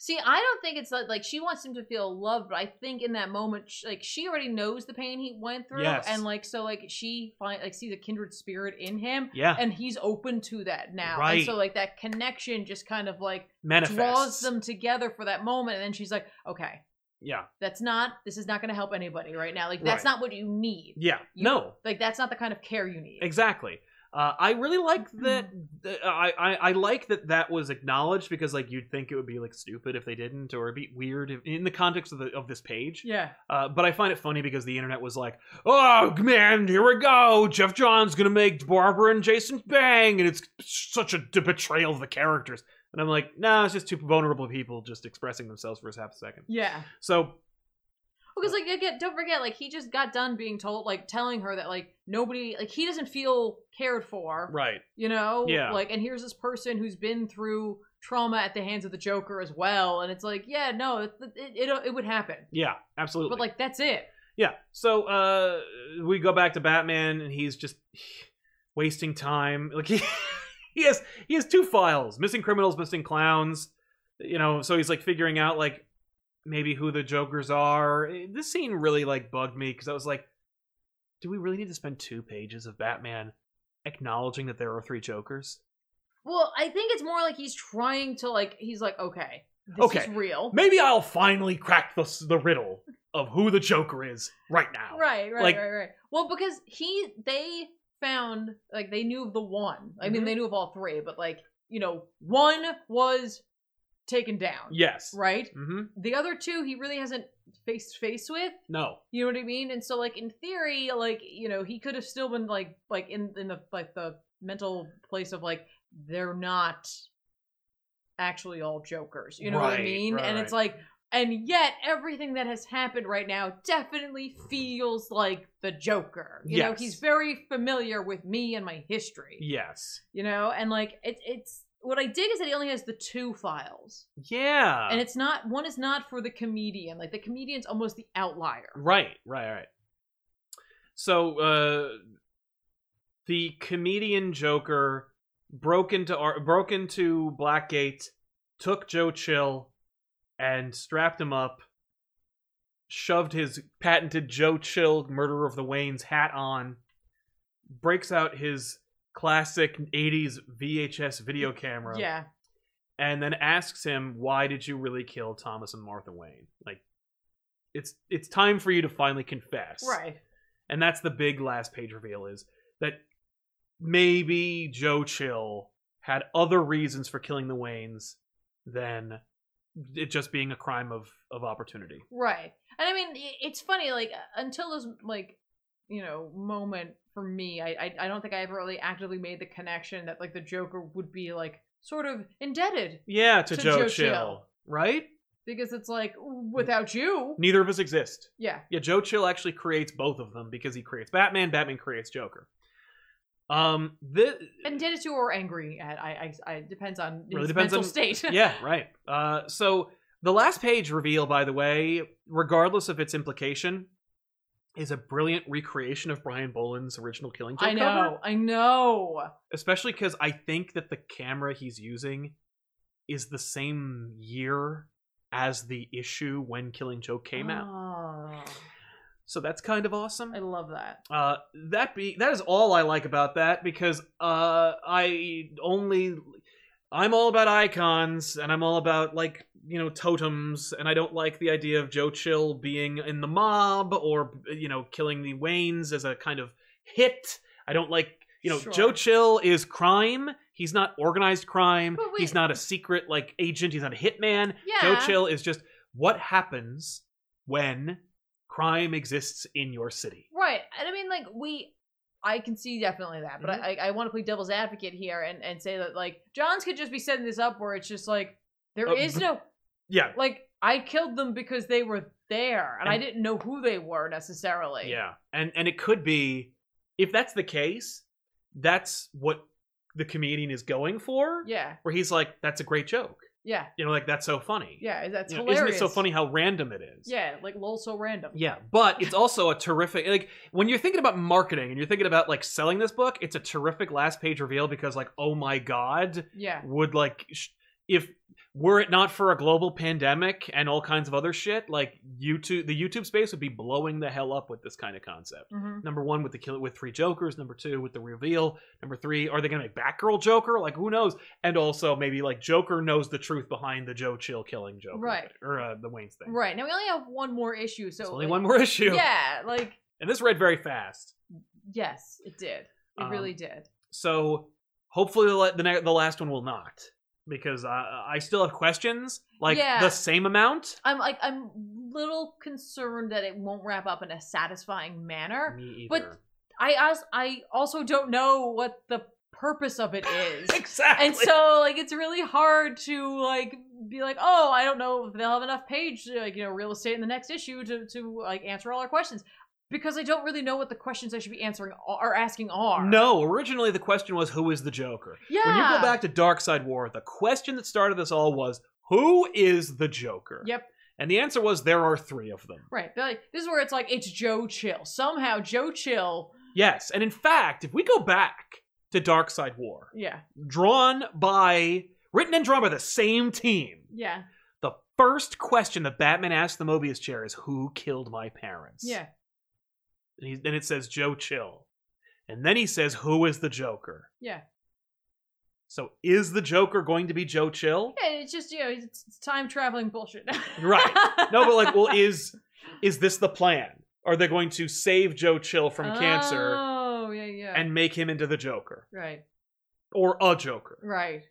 S2: See, I don't think it's like, like she wants him to feel loved, but I think in that moment, sh like she already knows the pain he went through,
S1: Yes.
S2: and like so, like she find like sees a kindred spirit in him,
S1: Yeah,
S2: and he's open to that now,
S1: Right.
S2: and so like that connection just kind of like
S1: manifests.
S2: draws them together for that moment and then she's like okay
S1: Yeah,
S2: that's not this is not going to help anybody right now like that's
S1: Right.
S2: not what you need
S1: yeah.
S2: You-
S1: no,
S2: like that's not the kind of care you need
S1: Exactly. Uh, I really like that. th- I, I I like that that was acknowledged because like you'd think it would be like stupid if they didn't, or it'd be weird if, in the context of the of this page.
S2: yeah
S1: Uh, but I find it funny because the internet was like, "Oh man, here we go. Jeff John's gonna make Barbara and Jason bang, and it's such a d- betrayal of the characters." And I'm like, "Nah, it's just two vulnerable people just expressing themselves for a half a second.
S2: yeah
S1: So
S2: because like again don't forget like he just got done being told like telling her that like nobody like he doesn't feel cared for
S1: right,
S2: you know
S1: Yeah.
S2: like and here's this person who's been through trauma at the hands of the joker as well and it's like yeah no it it, it, it would happen
S1: yeah, absolutely.
S2: but like that's it
S1: Yeah. So uh we go back to Batman and he's just wasting time. Like [LAUGHS] he he has he has two files, missing criminals, missing clowns. You know, so he's like figuring out like maybe who the jokers are. This scene really like bugged me cuz I was like do we really need to spend two pages of Batman acknowledging that there are three jokers?
S2: well i think it's more like he's trying to like he's like okay this
S1: Okay.
S2: is real
S1: Maybe I'll finally crack the s- the riddle of who the Joker is right now.
S2: Right, right,
S1: Like-
S2: right, right. Well, because he they found like they knew of the one. I mean,
S1: Mhm.
S2: they knew of all three, but like you know, one was taken down.
S1: Yes.
S2: Right.
S1: Mm-hmm.
S2: The other two, he really hasn't face to face with.
S1: No.
S2: You know what I mean? And so, like in theory, like you know, he could have still been like like in in the like the mental place of like they're not actually all jokers. You know what I
S1: Right,
S2: mean? And
S1: right.
S2: it's like, and yet everything that has happened right now definitely feels like the Joker. You know,
S1: Yes.
S2: he's very familiar with me and my history.
S1: Yes.
S2: You know, and like it, it's what I dig is that he only has the two files,
S1: Yeah.
S2: and it's not one is not for the comedian. Like the comedian's almost the outlier.
S1: Right, right, right. So uh the comedian Joker broke into Ar- broke into Blackgate, took Joe Chill and strapped him up, shoved his patented Joe Chill murderer of the Waynes hat on, breaks out his classic 80s VHS video camera
S2: Yeah.
S1: and then asks him why did you really kill thomas and martha wayne like it's it's time for you to finally confess
S2: Right.
S1: and that's the big last page reveal is that maybe joe chill had other reasons for killing the waynes than it just being a crime of of opportunity
S2: Right. And I mean, i- it's funny, like, until this, like, you know, moment for me, I, I, I don't think I ever really actively made the connection that, like, the Joker would be, like, sort of indebted
S1: yeah to,
S2: To
S1: joe,
S2: Joe
S1: chill,
S2: Chill.
S1: right
S2: because it's like,
S1: Mm.
S2: without you.
S1: neither of us exist
S2: Yeah.
S1: yeah joe chill actually creates both of them because he creates batman batman creates joker um this
S2: Indebted to or angry at, I, I, I depends on
S1: Really
S2: his
S1: depends
S2: mental
S1: on-
S2: state.
S1: yeah, right. Uh, so the last page reveal, by the way, regardless of its implication, is a brilliant recreation of Brian Boland's original Killing Joke
S2: [LAUGHS] I
S1: cover.
S2: know. I know.
S1: Especially because I think that the camera he's using is the same year as the issue when Killing Joke came out.
S2: Oh,
S1: So that's kind of awesome.
S2: I love that.
S1: Uh, that be that is all I like about that because uh, I only I'm all about icons and I'm all about like you know totems and I don't like the idea of Joe Chill being in the mob or you know killing the Waynes as a kind of hit. I don't like you know
S2: Sure.
S1: Joe Chill is crime. He's not organized crime.
S2: But wait-
S1: He's not a secret like agent. He's not a hitman.
S2: Yeah.
S1: Joe Chill is just what happens when crime exists in your city.
S2: Right. And I mean, like, we, I can see definitely that,
S1: Mm-hmm.
S2: but I, I, I want to play devil's advocate here and, and say that, like, Johns could just be setting this up where it's just like, there
S1: Uh,
S2: is
S1: but-
S2: no,
S1: Yeah,
S2: like, I killed them because they were there and, I
S1: And-
S2: didn't know who they were necessarily.
S1: Yeah, and and it could be if that's the case, that's what the comedian is going for.
S2: Yeah.
S1: Where he's like, "That's a great joke,"
S2: Yeah.
S1: you know, like that's so funny.
S2: Yeah. That's
S1: You know,
S2: hilarious.
S1: Isn't it so funny how random it is?
S2: Yeah. Like, lol, so random.
S1: Yeah, but it's also a terrific like when you're thinking about marketing and you're thinking about like selling this book, it's a terrific last page reveal because like, oh my god,
S2: Yeah.
S1: would like sh- if were it not for a global pandemic and all kinds of other shit, like YouTube, the YouTube space would be blowing the hell up with this kind of concept.
S2: hmm
S1: Number one, with the kill with three Jokers. Number two, with the reveal. Number three, are they going to make Batgirl Joker? Like, who knows? And also, maybe like Joker knows the truth behind the Joe Chill killing Joker,
S2: Right.
S1: Or uh, the Wayne's thing.
S2: Right. Now we only have one more issue. So,
S1: It's only
S2: like,
S1: one more issue.
S2: Yeah. Like,
S1: And this read very fast,
S2: yes, it did. It
S1: Um,
S2: really did.
S1: so hopefully the la- the, ne- the last one will not, because I I still have questions like
S2: Yeah.
S1: the same amount.
S2: I'm like, I'm little concerned that it won't wrap up in a satisfying manner.
S1: Me
S2: But
S1: either. [LAUGHS]
S2: I as I also don't know what the purpose of it is.
S1: [LAUGHS] exactly.
S2: And so like it's really hard to like be like, oh, I don't know if they'll have enough page like, you know, real estate in the next issue to to like answer all our questions. Because I don't really know what the questions I should be answering or asking are.
S1: no, originally the question was who is the Joker.
S2: Yeah.
S1: When you go back to Dark Side War, the question that started this all was who is the Joker?
S2: Yep.
S1: And the answer was there are three of them.
S2: Right. But, like, this is where it's like it's Joe Chill. Somehow Joe Chill.
S1: Yes. And in fact, if we go back to Dark Side War,
S2: Yeah.
S1: drawn by, written and drawn by the same team,
S2: Yeah.
S1: the first question that Batman asks the Mobius chair is who killed my parents?
S2: Yeah.
S1: And, he, then it says Joe Chill. And then he says, who is the Joker?
S2: Yeah.
S1: So is the Joker going to be Joe Chill?
S2: Yeah, it's just, you know, it's, it's time traveling bullshit. [LAUGHS]
S1: Right. No, but like, well, is is this the plan? Are they going to save Joe Chill from cancer
S2: Oh yeah, yeah.
S1: and make him into the Joker
S2: right,
S1: or a Joker?
S2: right.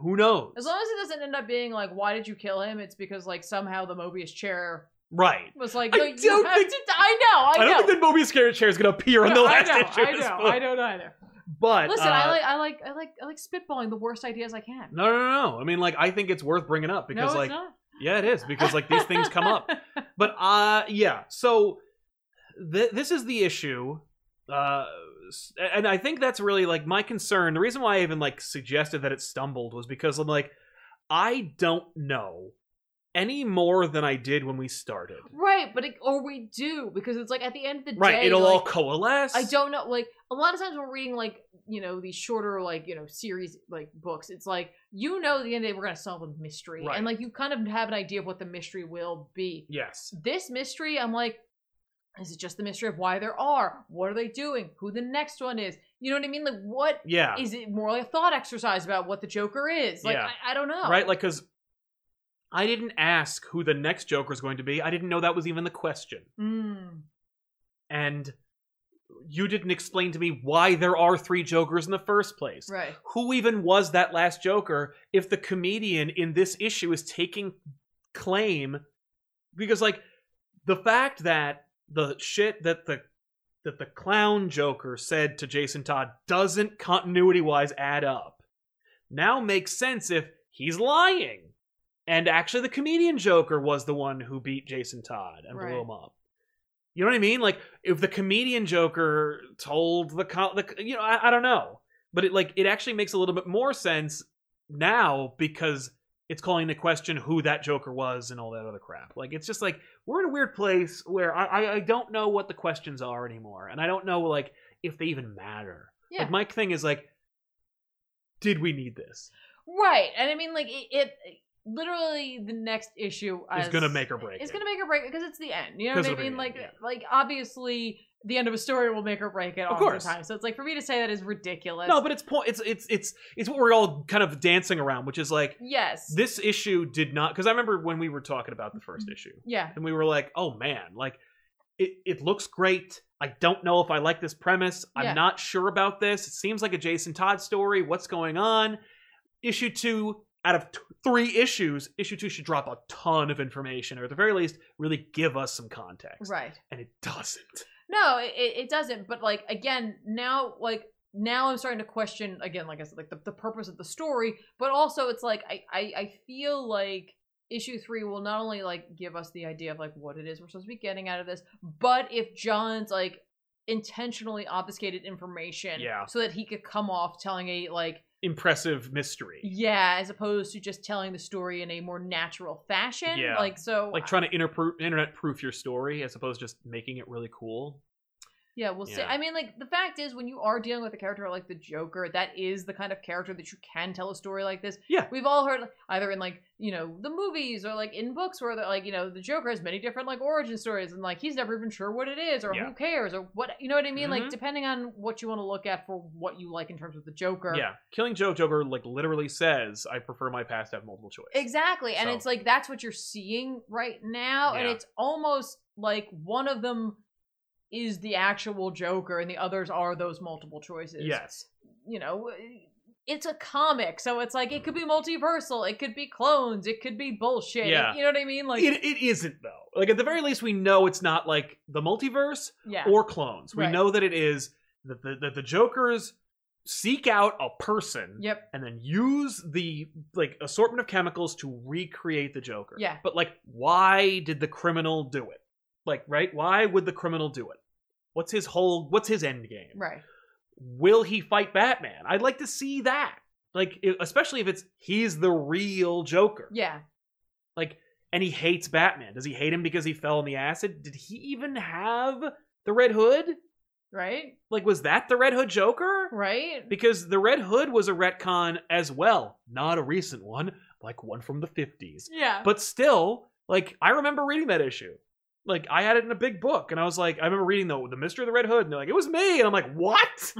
S1: Who knows?
S2: As long as it doesn't end up being like, why did you kill him? It's because like somehow the Mobius chair
S1: right.
S2: was like,
S1: I
S2: no, you
S1: don't
S2: have
S1: think-
S2: to. I
S1: I,
S2: know, I, know.
S1: don't think that Mobius Scary Chair is going to appear on the
S2: No, I
S1: last
S2: know,
S1: issue.
S2: I
S1: of this
S2: know,
S1: book.
S2: I don't either.
S1: But
S2: Listen,
S1: uh,
S2: I like, I like, I like, I like spitballing the worst ideas I can.
S1: No, no, no, no. I mean, like, I think it's worth bringing up
S2: no,
S1: because,
S2: it's
S1: like,
S2: not.
S1: yeah, it is because like these things come up. But uh, yeah. So th- this is the issue, uh, s- and I think that's really like my concern. The reason why I even like suggested that it stumbled was because I'm like, I don't know any more than I did when we started.
S2: [LAUGHS] Right, but it, or we do because it's like at the end of the
S1: Right?
S2: day,
S1: It'll
S2: like,
S1: all coalesce.
S2: I don't know. Like a lot of times we're reading like you know these shorter like you know series like books. It's like you know at the end of the day we're gonna solve a mystery,
S1: Right.
S2: and like you kind of have an idea of what the mystery will be.
S1: Yes.
S2: This mystery, I'm like, is it just the mystery of why there are? What are they doing? Who the next one is? You know what I mean? Like what
S1: Yeah.
S2: is it more like a thought exercise about what the Joker is? Like
S1: Yeah.
S2: I, I don't know.
S1: Right? Like, because I didn't ask who the next Joker is going to be. I didn't know that was even the question.
S2: Mm.
S1: and you didn't explain to me why there are three jokers in the first place
S2: Right.
S1: who even was that last joker if the comedian in this issue is taking claim because like the fact that the shit that the that the clown joker said to Jason Todd doesn't continuity wise add up now makes sense if he's lying and actually the comedian joker was the one who beat Jason Todd and
S2: Right.
S1: blew him up you know what I mean? Like if the comedian Joker told the, co- the you know, I, I don't know, but it like it actually makes a little bit more sense now because it's calling into question who that Joker was and all that other crap. Like it's just like we're in a weird place where I I, I don't know what the questions are anymore, and I don't know like if they even matter.
S2: Yeah.
S1: Like my thing is like, did we need this?
S2: Right. And I mean, like, it, it literally the next issue
S1: Is
S2: as-
S1: gonna make or break
S2: It's
S1: it.
S2: gonna make or break it because it's the end. You know what
S1: 'Cause
S2: I
S1: it'll be
S2: mean?
S1: the
S2: Like,
S1: end, yeah.
S2: like obviously the end of a story will make or break it.
S1: Of
S2: oftentimes.
S1: course.
S2: So it's like for me to say that is ridiculous.
S1: No, but it's point. It's it's it's it's what we're all kind of dancing around, which is like
S2: yes,
S1: this issue did not because I remember when we were talking about the
S2: Mm-hmm.
S1: first issue.
S2: yeah,
S1: and we were like, "Oh man, like it it looks great. I don't know if I like this premise. I'm
S2: Yeah.
S1: not sure about this. It seems like a Jason Todd story. What's going on?" Issue 2 out of t- 3 issues, issue 2 should drop a ton of information or at the very least really give us some context.
S2: right.
S1: And it doesn't.
S2: No, it, it it doesn't. But like again, now like now I'm starting to question again, like I said, like the, the purpose of the story, but also it's like I, I I feel like issue three will not only like give us the idea of like what it is we're supposed to be getting out of this, but if John's like intentionally obfuscated information
S1: Yeah.
S2: so that he could come off telling a like
S1: Impressive mystery.
S2: yeah as opposed to just telling the story in a more natural fashion
S1: Yeah.
S2: like so
S1: Like trying to interpro- internet proof your story as opposed to just making it really cool.
S2: Yeah, we'll see.
S1: Yeah.
S2: I mean, like the fact is, when you are dealing with a character like the Joker, that is the kind of character that you can tell a story like this.
S1: Yeah.
S2: we've all heard like, either in like you know the movies or like in books where they're like you know the Joker has many different like origin stories and like he's never even sure what it is or
S1: Yeah.
S2: who cares or what you know what I mean. Like
S1: Mhm.
S2: depending on what you want to look at for what you like in terms of the Joker.
S1: Yeah. Killing Joe Joker like literally says, "I prefer my past to have multiple choice."
S2: Exactly. And
S1: So-
S2: it's like that's what you're seeing right now. And
S1: Yeah.
S2: it's almost like one of them is the actual Joker and the others are those multiple choices.
S1: Yes.
S2: You know, it's a comic. So it's like it could be multiversal, it could be clones, it could be bullshit.
S1: Yeah.
S2: You know what I mean? Like,
S1: it, it isn't though. Like at the very least, we know it's not like the multiverse
S2: yeah.
S1: or clones. We
S2: Right.
S1: know that it is that the, that the Joker's seek out a person
S2: Yep.
S1: and then use the like assortment of chemicals to recreate the Joker.
S2: Yeah.
S1: But like, why did the criminal do it? Like, right? Why would the criminal do it? What's his whole? What's his end game?
S2: Right.
S1: Will he fight Batman? I'd like to see that. Like, i- especially if it's he's the real Joker
S2: Yeah.
S1: like and he hates batman does he hate him because he fell in the acid did he even have the red hood
S2: Right.
S1: like was that the red hood joker
S2: Right.
S1: because the red hood was a retcon as well not a recent one like one from the 50s
S2: Yeah.
S1: but still like i remember reading that issue like i had it in a big book and i was like i remember reading the, the mystery of the red hood and they're like it was me and i'm like what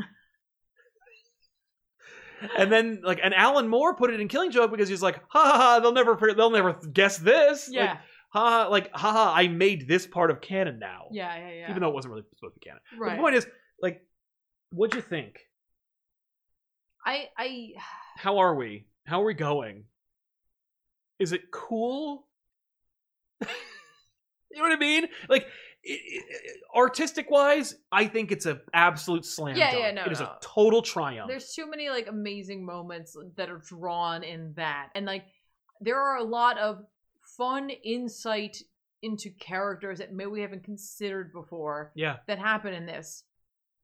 S1: and then like and alan moore put it in killing joke because he's like ha ha ha they'll never figure- they'll never guess this Like,
S2: yeah.
S1: ha, like, haha, I made this part of canon now.
S2: Yeah, yeah, yeah.
S1: Even though it wasn't really supposed to be canon. But
S2: right.
S1: the point is, like, what'd you think?
S2: I I
S1: How are we? How are we going? Is it cool? [LAUGHS] you know what I mean? Like, artistic wise, I think it's an absolute slam
S2: Yeah,
S1: dunk.
S2: yeah, no,
S1: It is
S2: no.
S1: a total triumph.
S2: there's too many like amazing moments that are drawn in that. And like there are a lot of fun insight into characters that maybe we haven't considered before
S1: yeah,
S2: that happen in this.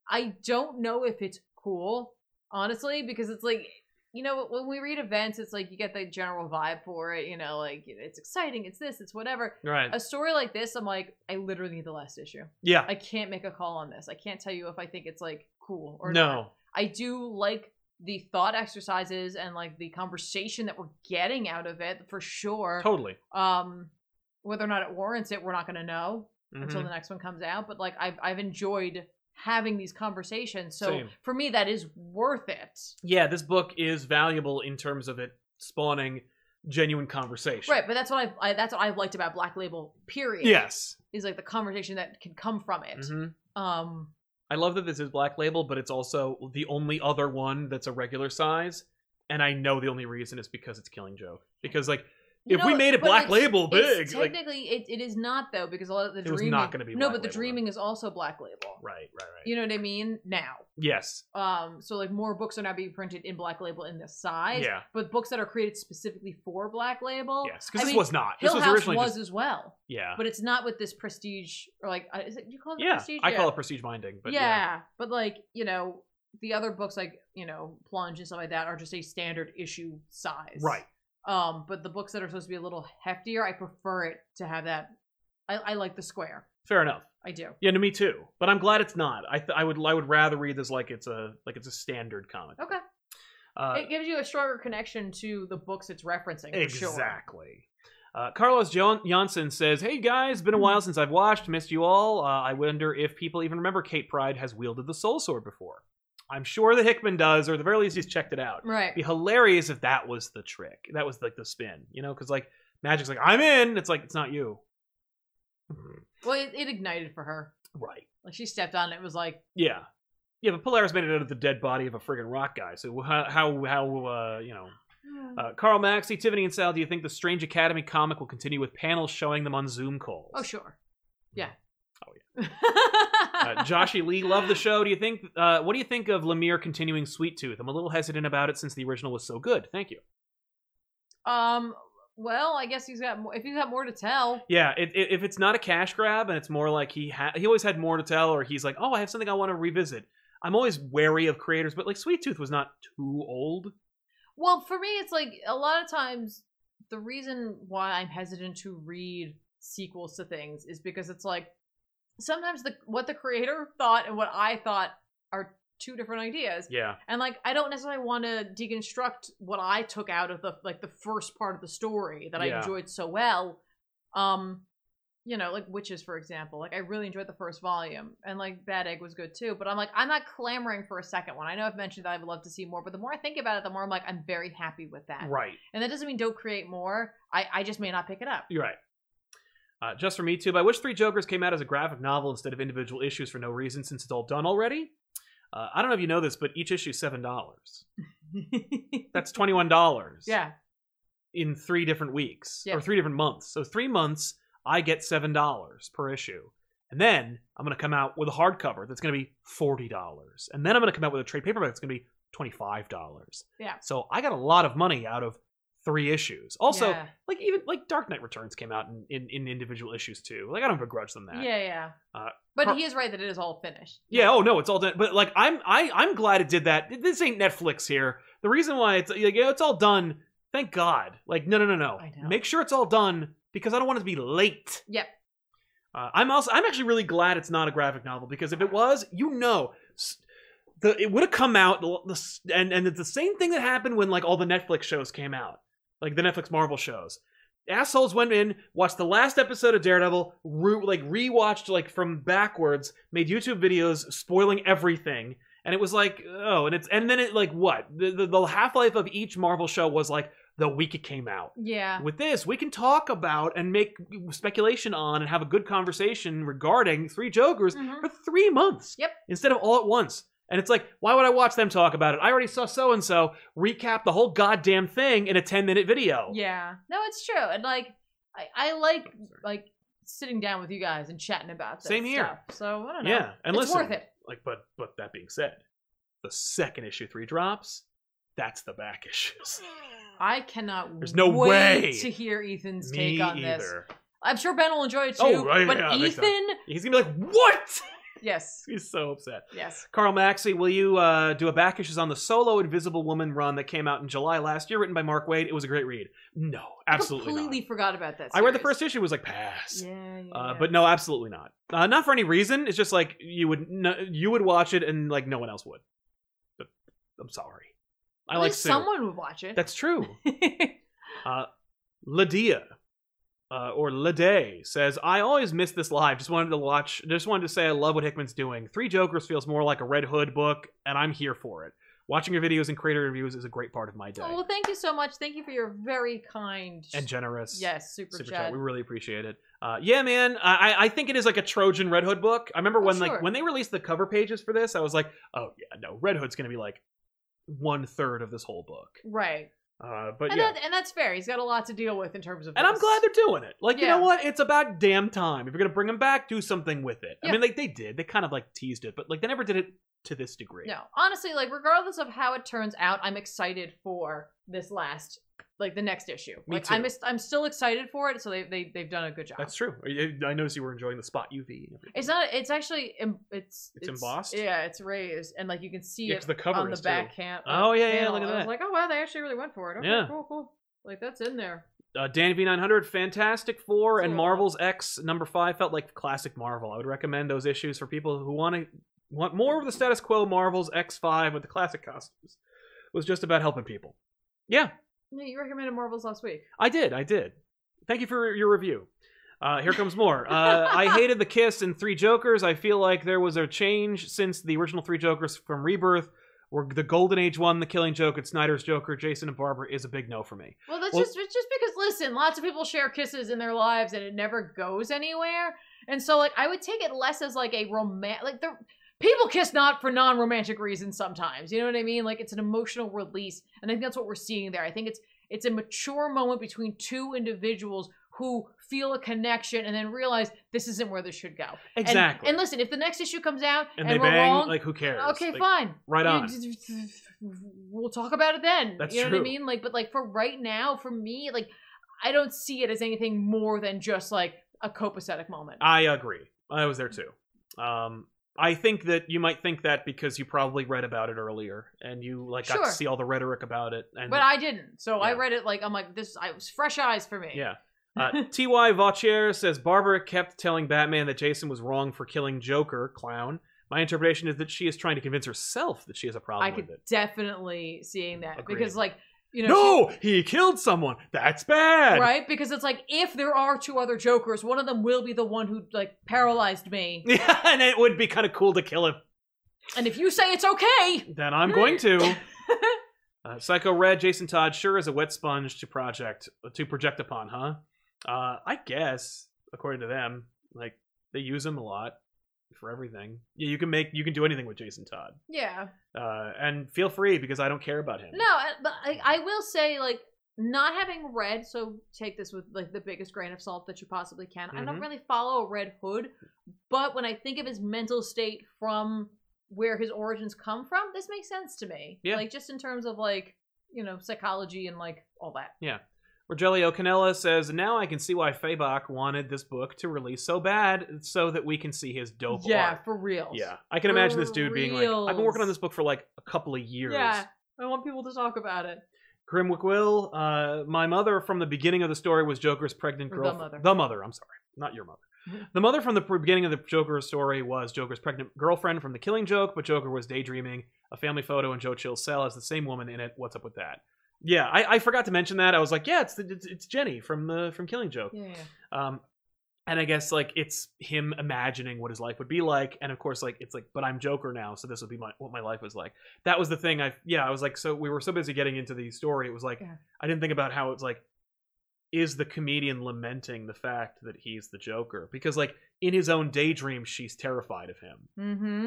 S2: I don't know if it's cool, honestly, because it's like, you know, when we read events, it's like you get the general vibe for it, you know, like it's exciting, it's this, it's whatever.
S1: right.
S2: A story like this, I'm like, I literally need the last issue.
S1: yeah,
S2: I can't make a call on this. I can't tell you if I think it's like cool or
S1: no.
S2: not. I do like the thought exercises and like the conversation that we're getting out of it for sure.
S1: Totally.
S2: Um, whether or not it warrants it, we're not going to know until
S1: Mhm.
S2: the next one comes out. But like, I've I've enjoyed having these conversations. So
S1: Same.
S2: for me, that is worth it.
S1: Yeah, this book is valuable in terms of it spawning genuine conversation.
S2: Right, but that's what I've, I that's what I've liked about Black Label. Period.
S1: Yes.
S2: is like the conversation that can come from it.
S1: hmm
S2: Um,
S1: I love that this is Black Label, but it's also the only other one that's a regular size. And I know the only reason is because it's Killing Joke. Because like,
S2: You
S1: if
S2: know,
S1: we made a
S2: but
S1: Black
S2: it's-
S1: Label
S2: it's
S1: big, like
S2: technically it, it is not though because a lot of the
S1: It was
S2: dreaming
S1: not gonna be
S2: no,
S1: Black
S2: but
S1: Label,
S2: the
S1: though.
S2: dreaming is also Black Label.
S1: right, right, right.
S2: You know what I mean? Now.
S1: yes.
S2: Um, so like more books are now being printed in Black Label in this size.
S1: Yeah.
S2: But books that are created specifically for Black Label.
S1: Yes. Because
S2: I
S1: this
S2: mean,
S1: was not.
S2: Hill
S1: this was
S2: House
S1: originally
S2: was
S1: just
S2: as well,
S1: yeah.
S2: but it's not with this prestige or like uh, is it do you call it
S1: yeah.
S2: prestige?
S1: I call it prestige binding, but
S2: yeah.
S1: yeah.
S2: but like you know the other books like you know Plunge and stuff like that are just a standard issue size,
S1: Right.
S2: Um, but the books that are supposed to be a little heftier, I prefer it to have that. I, I like the square.
S1: Fair enough.
S2: I do.
S1: Yeah, no, me too. But I'm glad it's not. I th- I would I would rather read this like it's a like it's a standard comic.
S2: Okay.
S1: Uh,
S2: it gives you a stronger connection to the books it's referencing. For Sure.
S1: Exactly. Uh, Carlos Jon- Johnson says, "Hey guys, been a
S2: Mm-hmm.
S1: while since I've watched. Missed you all. Uh, I wonder if people even remember Kate Pride has wielded the Soul Sword before. I'm sure the Hickman does, or at the very least he's checked it out.
S2: Right.
S1: It'd be hilarious if that was the trick. That was like the spin, you know? Because like Magic's like, I'm in. It's like it's not you,
S2: Well, it, it ignited for her.
S1: right?
S2: Like she stepped on it. and was like,
S1: Yeah, yeah. But Polaris made it out of the dead body of a friggin' rock guy. So how how how uh, you know
S2: "Hmm,
S1: Uh, Carl Maxey, Tiffany, and Sal, do you think the Strange Academy comic will continue with panels showing them on Zoom calls?
S2: "Oh sure, yeah."
S1: Oh,
S2: yeah.
S1: uh, Joshy Lee, love the show. Do you think? Uh, what do you think of Lemire continuing Sweet Tooth? I'm a little hesitant about it since the original was so good. Thank you.
S2: Um. Well, I guess he's got more. If he's got more to tell,
S1: Yeah, it, it, if it's not a cash grab and it's more like he ha- he always had more to tell, or he's like, oh, I have something I want to revisit. I'm always wary of creators, but like Sweet Tooth was not too old.
S2: well, for me, it's like a lot of times the reason why I'm hesitant to read sequels to things is because it's like sometimes the what the creator thought and what I thought are two different ideas.
S1: Yeah,
S2: and like i don't necessarily want to deconstruct what i took out of the like the first part of the story that i
S1: Yeah.
S2: enjoyed so well um you know like witches for example like i really enjoyed the first volume and like bad egg was good too but i'm like i'm not clamoring for a second one i know i've mentioned that i would love to see more but the more i think about it the more i'm like i'm very happy with that
S1: right.
S2: and that doesn't mean don't create more i i just may not pick it up [LAUGHS]
S1: You're right. Uh, just for me too. I wish Three Jokers came out as a graphic novel instead of individual issues for no reason, since it's all done already. Uh, I don't know if you know this, but each issue seven dollars. That's twenty one dollars.
S2: yeah
S1: In three different weeks
S2: Yeah.
S1: or three different months. So three months, I get seven dollars per issue, and then I'm gonna come out with a hardcover that's gonna be forty dollars, and then I'm gonna come out with a trade paperback that's gonna be twenty five dollars.
S2: Yeah.
S1: So I got a lot of money out of three issues. Also,
S2: yeah
S1: like even like Dark Knight Returns came out in, in, in individual issues too. Like I don't begrudge them that.
S2: yeah, yeah.
S1: Uh,
S2: but
S1: Car-
S2: he is right that it is all finished
S1: Yeah, Oh no, it's all done. But like I'm I I'm glad it did that. This ain't Netflix here. The reason why it's like yeah, it's all done. Thank God. Like no no no no.
S2: I know.
S1: Make sure it's all done because I don't want it to be late.
S2: Yep.
S1: Uh, I'm also I'm actually really glad it's not a graphic novel because if it was, you know. s- The, it would have come out the, the, s- and and it's the same thing that happened when like all the Netflix shows came out like the Netflix Marvel shows. Assholes went in, watched the last episode of Daredevil, re- like rewatched like from backwards, made YouTube videos spoiling everything, and it was like, oh, and it's and then it like what the the, the half life of each Marvel show was like the week it came out.
S2: Yeah.
S1: With this, we can talk about and make speculation on and have a good conversation regarding Three Jokers
S2: Mhm.
S1: for three months.
S2: Yep.
S1: Instead of all at once. And it's like, why would I watch them talk about it? I already saw so and so recap the whole goddamn thing in a 10 minute video.
S2: Yeah. No, it's true. And like I, I like like sitting down with you guys and chatting about this
S1: Same here.
S2: stuff. So I don't know.
S1: Yeah. And
S2: it's
S1: listen,
S2: worth it.
S1: like, but but that being said, the second issue three drops, that's the back
S2: [LAUGHS]
S1: issues.
S2: I cannot
S1: There's no
S2: wait
S1: way.
S2: to hear Ethan's
S1: Me
S2: take on this.
S1: either.
S2: I'm sure Ben will enjoy it too.
S1: Oh, right,
S2: but
S1: yeah, big time.
S2: Ethan,
S1: He's gonna be like, what? [LAUGHS]
S2: yes,
S1: He's so upset.
S2: yes.
S1: Carl Maxey, will you uh, do a back issues on the solo Invisible Woman run that came out in July last year, written by Mark Wade? It was a great read. No, absolutely
S2: I completely
S1: not.
S2: forgot about that.
S1: I read the
S2: series.
S1: first issue, was like pass.
S2: Yeah, yeah.
S1: Uh,
S2: yeah.
S1: but no, absolutely not. Uh, not for any reason. It's just like you would no, you would watch it and like no one else would. But I'm sorry. I
S2: At
S1: like
S2: least
S1: Sue.
S2: someone would watch it. [LAUGHS]
S1: That's true. Ladia uh, or Lade says, "I always miss this live. Just wanted to watch. Just wanted to say I love what Hickman's doing. Three Jokers feels more like a Red Hood book, and I'm here for it. Watching your videos and creator reviews is a great part of my day.
S2: Oh, well, thank you so much. Thank you for your very kind
S1: and generous.
S2: yes super,
S1: Super
S2: chat.
S1: chat. We really appreciate it. Uh, yeah, man. I, I- I think it is like a Trojan Red Hood book. I remember
S2: Oh,
S1: when
S2: sure.
S1: like when they released the cover pages for this, I was like, oh yeah, no, Red Hood's gonna be like one third of this whole book.
S2: right,
S1: Uh, but
S2: and,
S1: yeah,
S2: that, and that's fair. He's got a lot to deal with in terms of.
S1: And I'm
S2: this.
S1: glad they're doing it. Like, you
S2: Yeah.
S1: know what? It's about damn time. If you're gonna bring them back, do something with it. I
S2: Yeah.
S1: mean, like they did. They kind of like teased it, but like they never did it to this degree.
S2: No, honestly, like regardless of how it turns out, I'm excited for this last, like the next issue.
S1: Me
S2: like
S1: too.
S2: I'm, I'm still excited for it. So they they they've done a good job.
S1: That's true. I I noticed you were enjoying the spot UV. And everything.
S2: It's not. It's actually. em- It's,
S1: It's embossed?
S2: Yeah, it's raised, and like you can see
S1: Yeah, 'cause
S2: it
S1: the cover
S2: on the
S1: is,
S2: back
S1: too.
S2: camp.
S1: Oh, yeah, yeah,
S2: panel.
S1: look at
S2: I was
S1: that.
S2: like, oh wow, they actually really went for it. Okay,
S1: Yeah.
S2: cool, cool. Like that's in there.
S1: uh, Dan V900, Fantastic Four, and
S2: Cool.
S1: Marvel's X number five felt like classic Marvel. I would recommend those issues for people who want to want more of the status quo. Marvel's X5 with the classic costumes was just about helping people. Yeah,
S2: Yeah, you recommended Marvels last week.
S1: I did. I did. Thank you for your review. Uh, here comes more. Uh,
S2: [LAUGHS]
S1: I hated the kiss in Three Jokers. I feel like there was a change since the original Three Jokers from Rebirth, where the Golden Age one, the Killing Joke, and Snyder's Joker, Jason and Barbara is a big no for me.
S2: Well, that's
S1: Well-
S2: just it's just because listen, lots of people share kisses in their lives and it never goes anywhere. And so like I would take it less as like a romantic like the people kiss not for non-romantic reasons sometimes. You know what I mean? Like it's an emotional release. And I think that's what we're seeing there. I think it's it's a mature moment between two individuals who feel a connection and then realize this isn't where this should go. And-
S1: Exactly.
S2: And, listen, if the next issue comes out
S1: And
S2: and,
S1: they
S2: we're
S1: bang.
S2: wrong,
S1: Like who cares?
S2: okay,
S1: Like,
S2: fine.
S1: Right
S2: You-
S1: on.
S2: We'll talk about it then.
S1: That's
S2: you know
S1: true.
S2: what I mean? Like, but like for right now, for me, like I don't see it as anything more than just like a copacetic moment.
S1: I agree. I was there too. Um, I think that you might think that because you probably read about it earlier and you like got
S2: Sure.
S1: to see all the rhetoric about it. And
S2: but I didn't. So I
S1: Yeah.
S2: read it like I'm like this. I it was fresh eyes for me.
S1: [LAUGHS]
S2: [LAUGHS]
S1: Yeah. Uh, T.Y. Vautier says Barbara kept telling Batman that Jason was wrong for killing Joker, clown. My interpretation is that she is trying to convince herself that she has a problem
S2: I could
S1: with it.
S2: definitely seeing that
S1: Agreed.
S2: because like you know. she-
S1: No, he killed someone. That's bad.
S2: Right, because it's like if there are two other Jokers, one of them will be the one who like
S1: [LAUGHS]
S2: paralyzed me.
S1: [LAUGHS] Yeah, and it would be kind of cool to kill him.
S2: And if you say it's okay,
S1: Then I'm going
S2: [LAUGHS]
S1: to. Uh, Psycho Red, Jason Todd sure is a wet sponge to project to project upon, huh? Uh, I guess according to them, like they use him a lot for everything. Yeah, you can make you can do anything with Jason Todd.
S2: yeah,
S1: uh, and feel free because I don't care about him.
S2: No, I- but I, I will say, like, not having read, so take this with like the biggest grain of salt that you possibly can. I don't
S1: Mhm.
S2: really follow Red Hood, but when I think of his mental state from where his origins come from, this makes sense to me.
S1: Yeah.
S2: Like, just in terms of like you know psychology and like all that.
S1: Rogelio Canella says, "Now I can see why Fabok wanted this book to release so bad, so that we can see his dope
S2: yeah,
S1: art."
S2: for real.
S1: Yeah, I can imagine this dude being like, "I've been working on
S2: Reals.
S1: this book for like a couple of years."
S2: Yeah. I want people to talk about it.
S1: Grimwick Will, uh, my mother from the beginning of the story was Joker's pregnant
S2: Or
S1: girl.
S2: the mother.
S1: The mother, I'm sorry. Not your
S2: [LAUGHS]
S1: mother. the mother from the pr- beginning of the Joker story was Joker's pregnant girlfriend from The Killing Joke, but Joker was daydreaming. A family photo in Joe Chill's cell has the same woman in it. What's up with that? Yeah, I, I forgot to mention that. I was like, yeah, it's the, it's, it's Jenny from the from uh, Killing Joke.
S2: Yeah. yeah.
S1: Um, and I guess like it's him imagining what his life would be like, and of course like it's like, but I'm Joker now, so this would be my what my life was like. That was the thing. I yeah, I was like, so we were so busy getting into the story, it was like
S2: Yeah.
S1: I didn't think about how it's like, is the comedian lamenting the fact that he's the Joker because like in his own daydream she's terrified of him.
S2: Mm-hmm.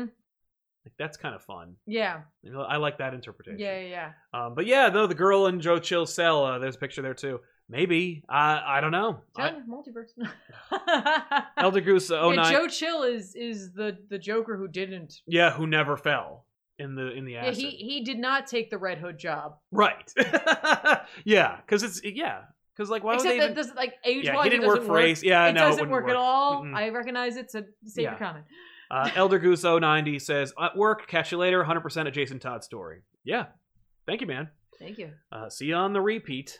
S1: Like that's kind of fun.
S2: Yeah.
S1: You know, I like that
S2: Yeah.
S1: interpretation.
S2: Yeah. yeah.
S1: Um, but yeah, no, the girl in Joe Chill's cell. Uh, there's a picture there too. Maybe I I don't know. I,
S2: Tell you, multiverse. [LAUGHS]
S1: Elder Goose 09.
S2: yeah, Joe Chill is is the the Joker who didn't.
S1: Yeah, who never fell in the in the
S2: Yeah,
S1: acid.
S2: he he did not take the Red Hood job.
S1: Right. [LAUGHS] yeah, because it's yeah, because like why
S2: Except
S1: would they
S2: that
S1: even?
S2: this like age
S1: yeah,
S2: wise,
S1: he
S2: it
S1: didn't work
S2: doesn't
S1: for Ace. Yeah,
S2: it
S1: no,
S2: doesn't
S1: wouldn't
S2: work, at all.
S1: Mm-mm.
S2: I recognize it. So save
S1: Yeah.
S2: your comment.
S1: Uh, Elder Goose 090 says, "At work, catch you later. 100 percent a Jason Todd story. Yeah, thank you, man.
S2: Thank you.
S1: Uh, see you on the repeat.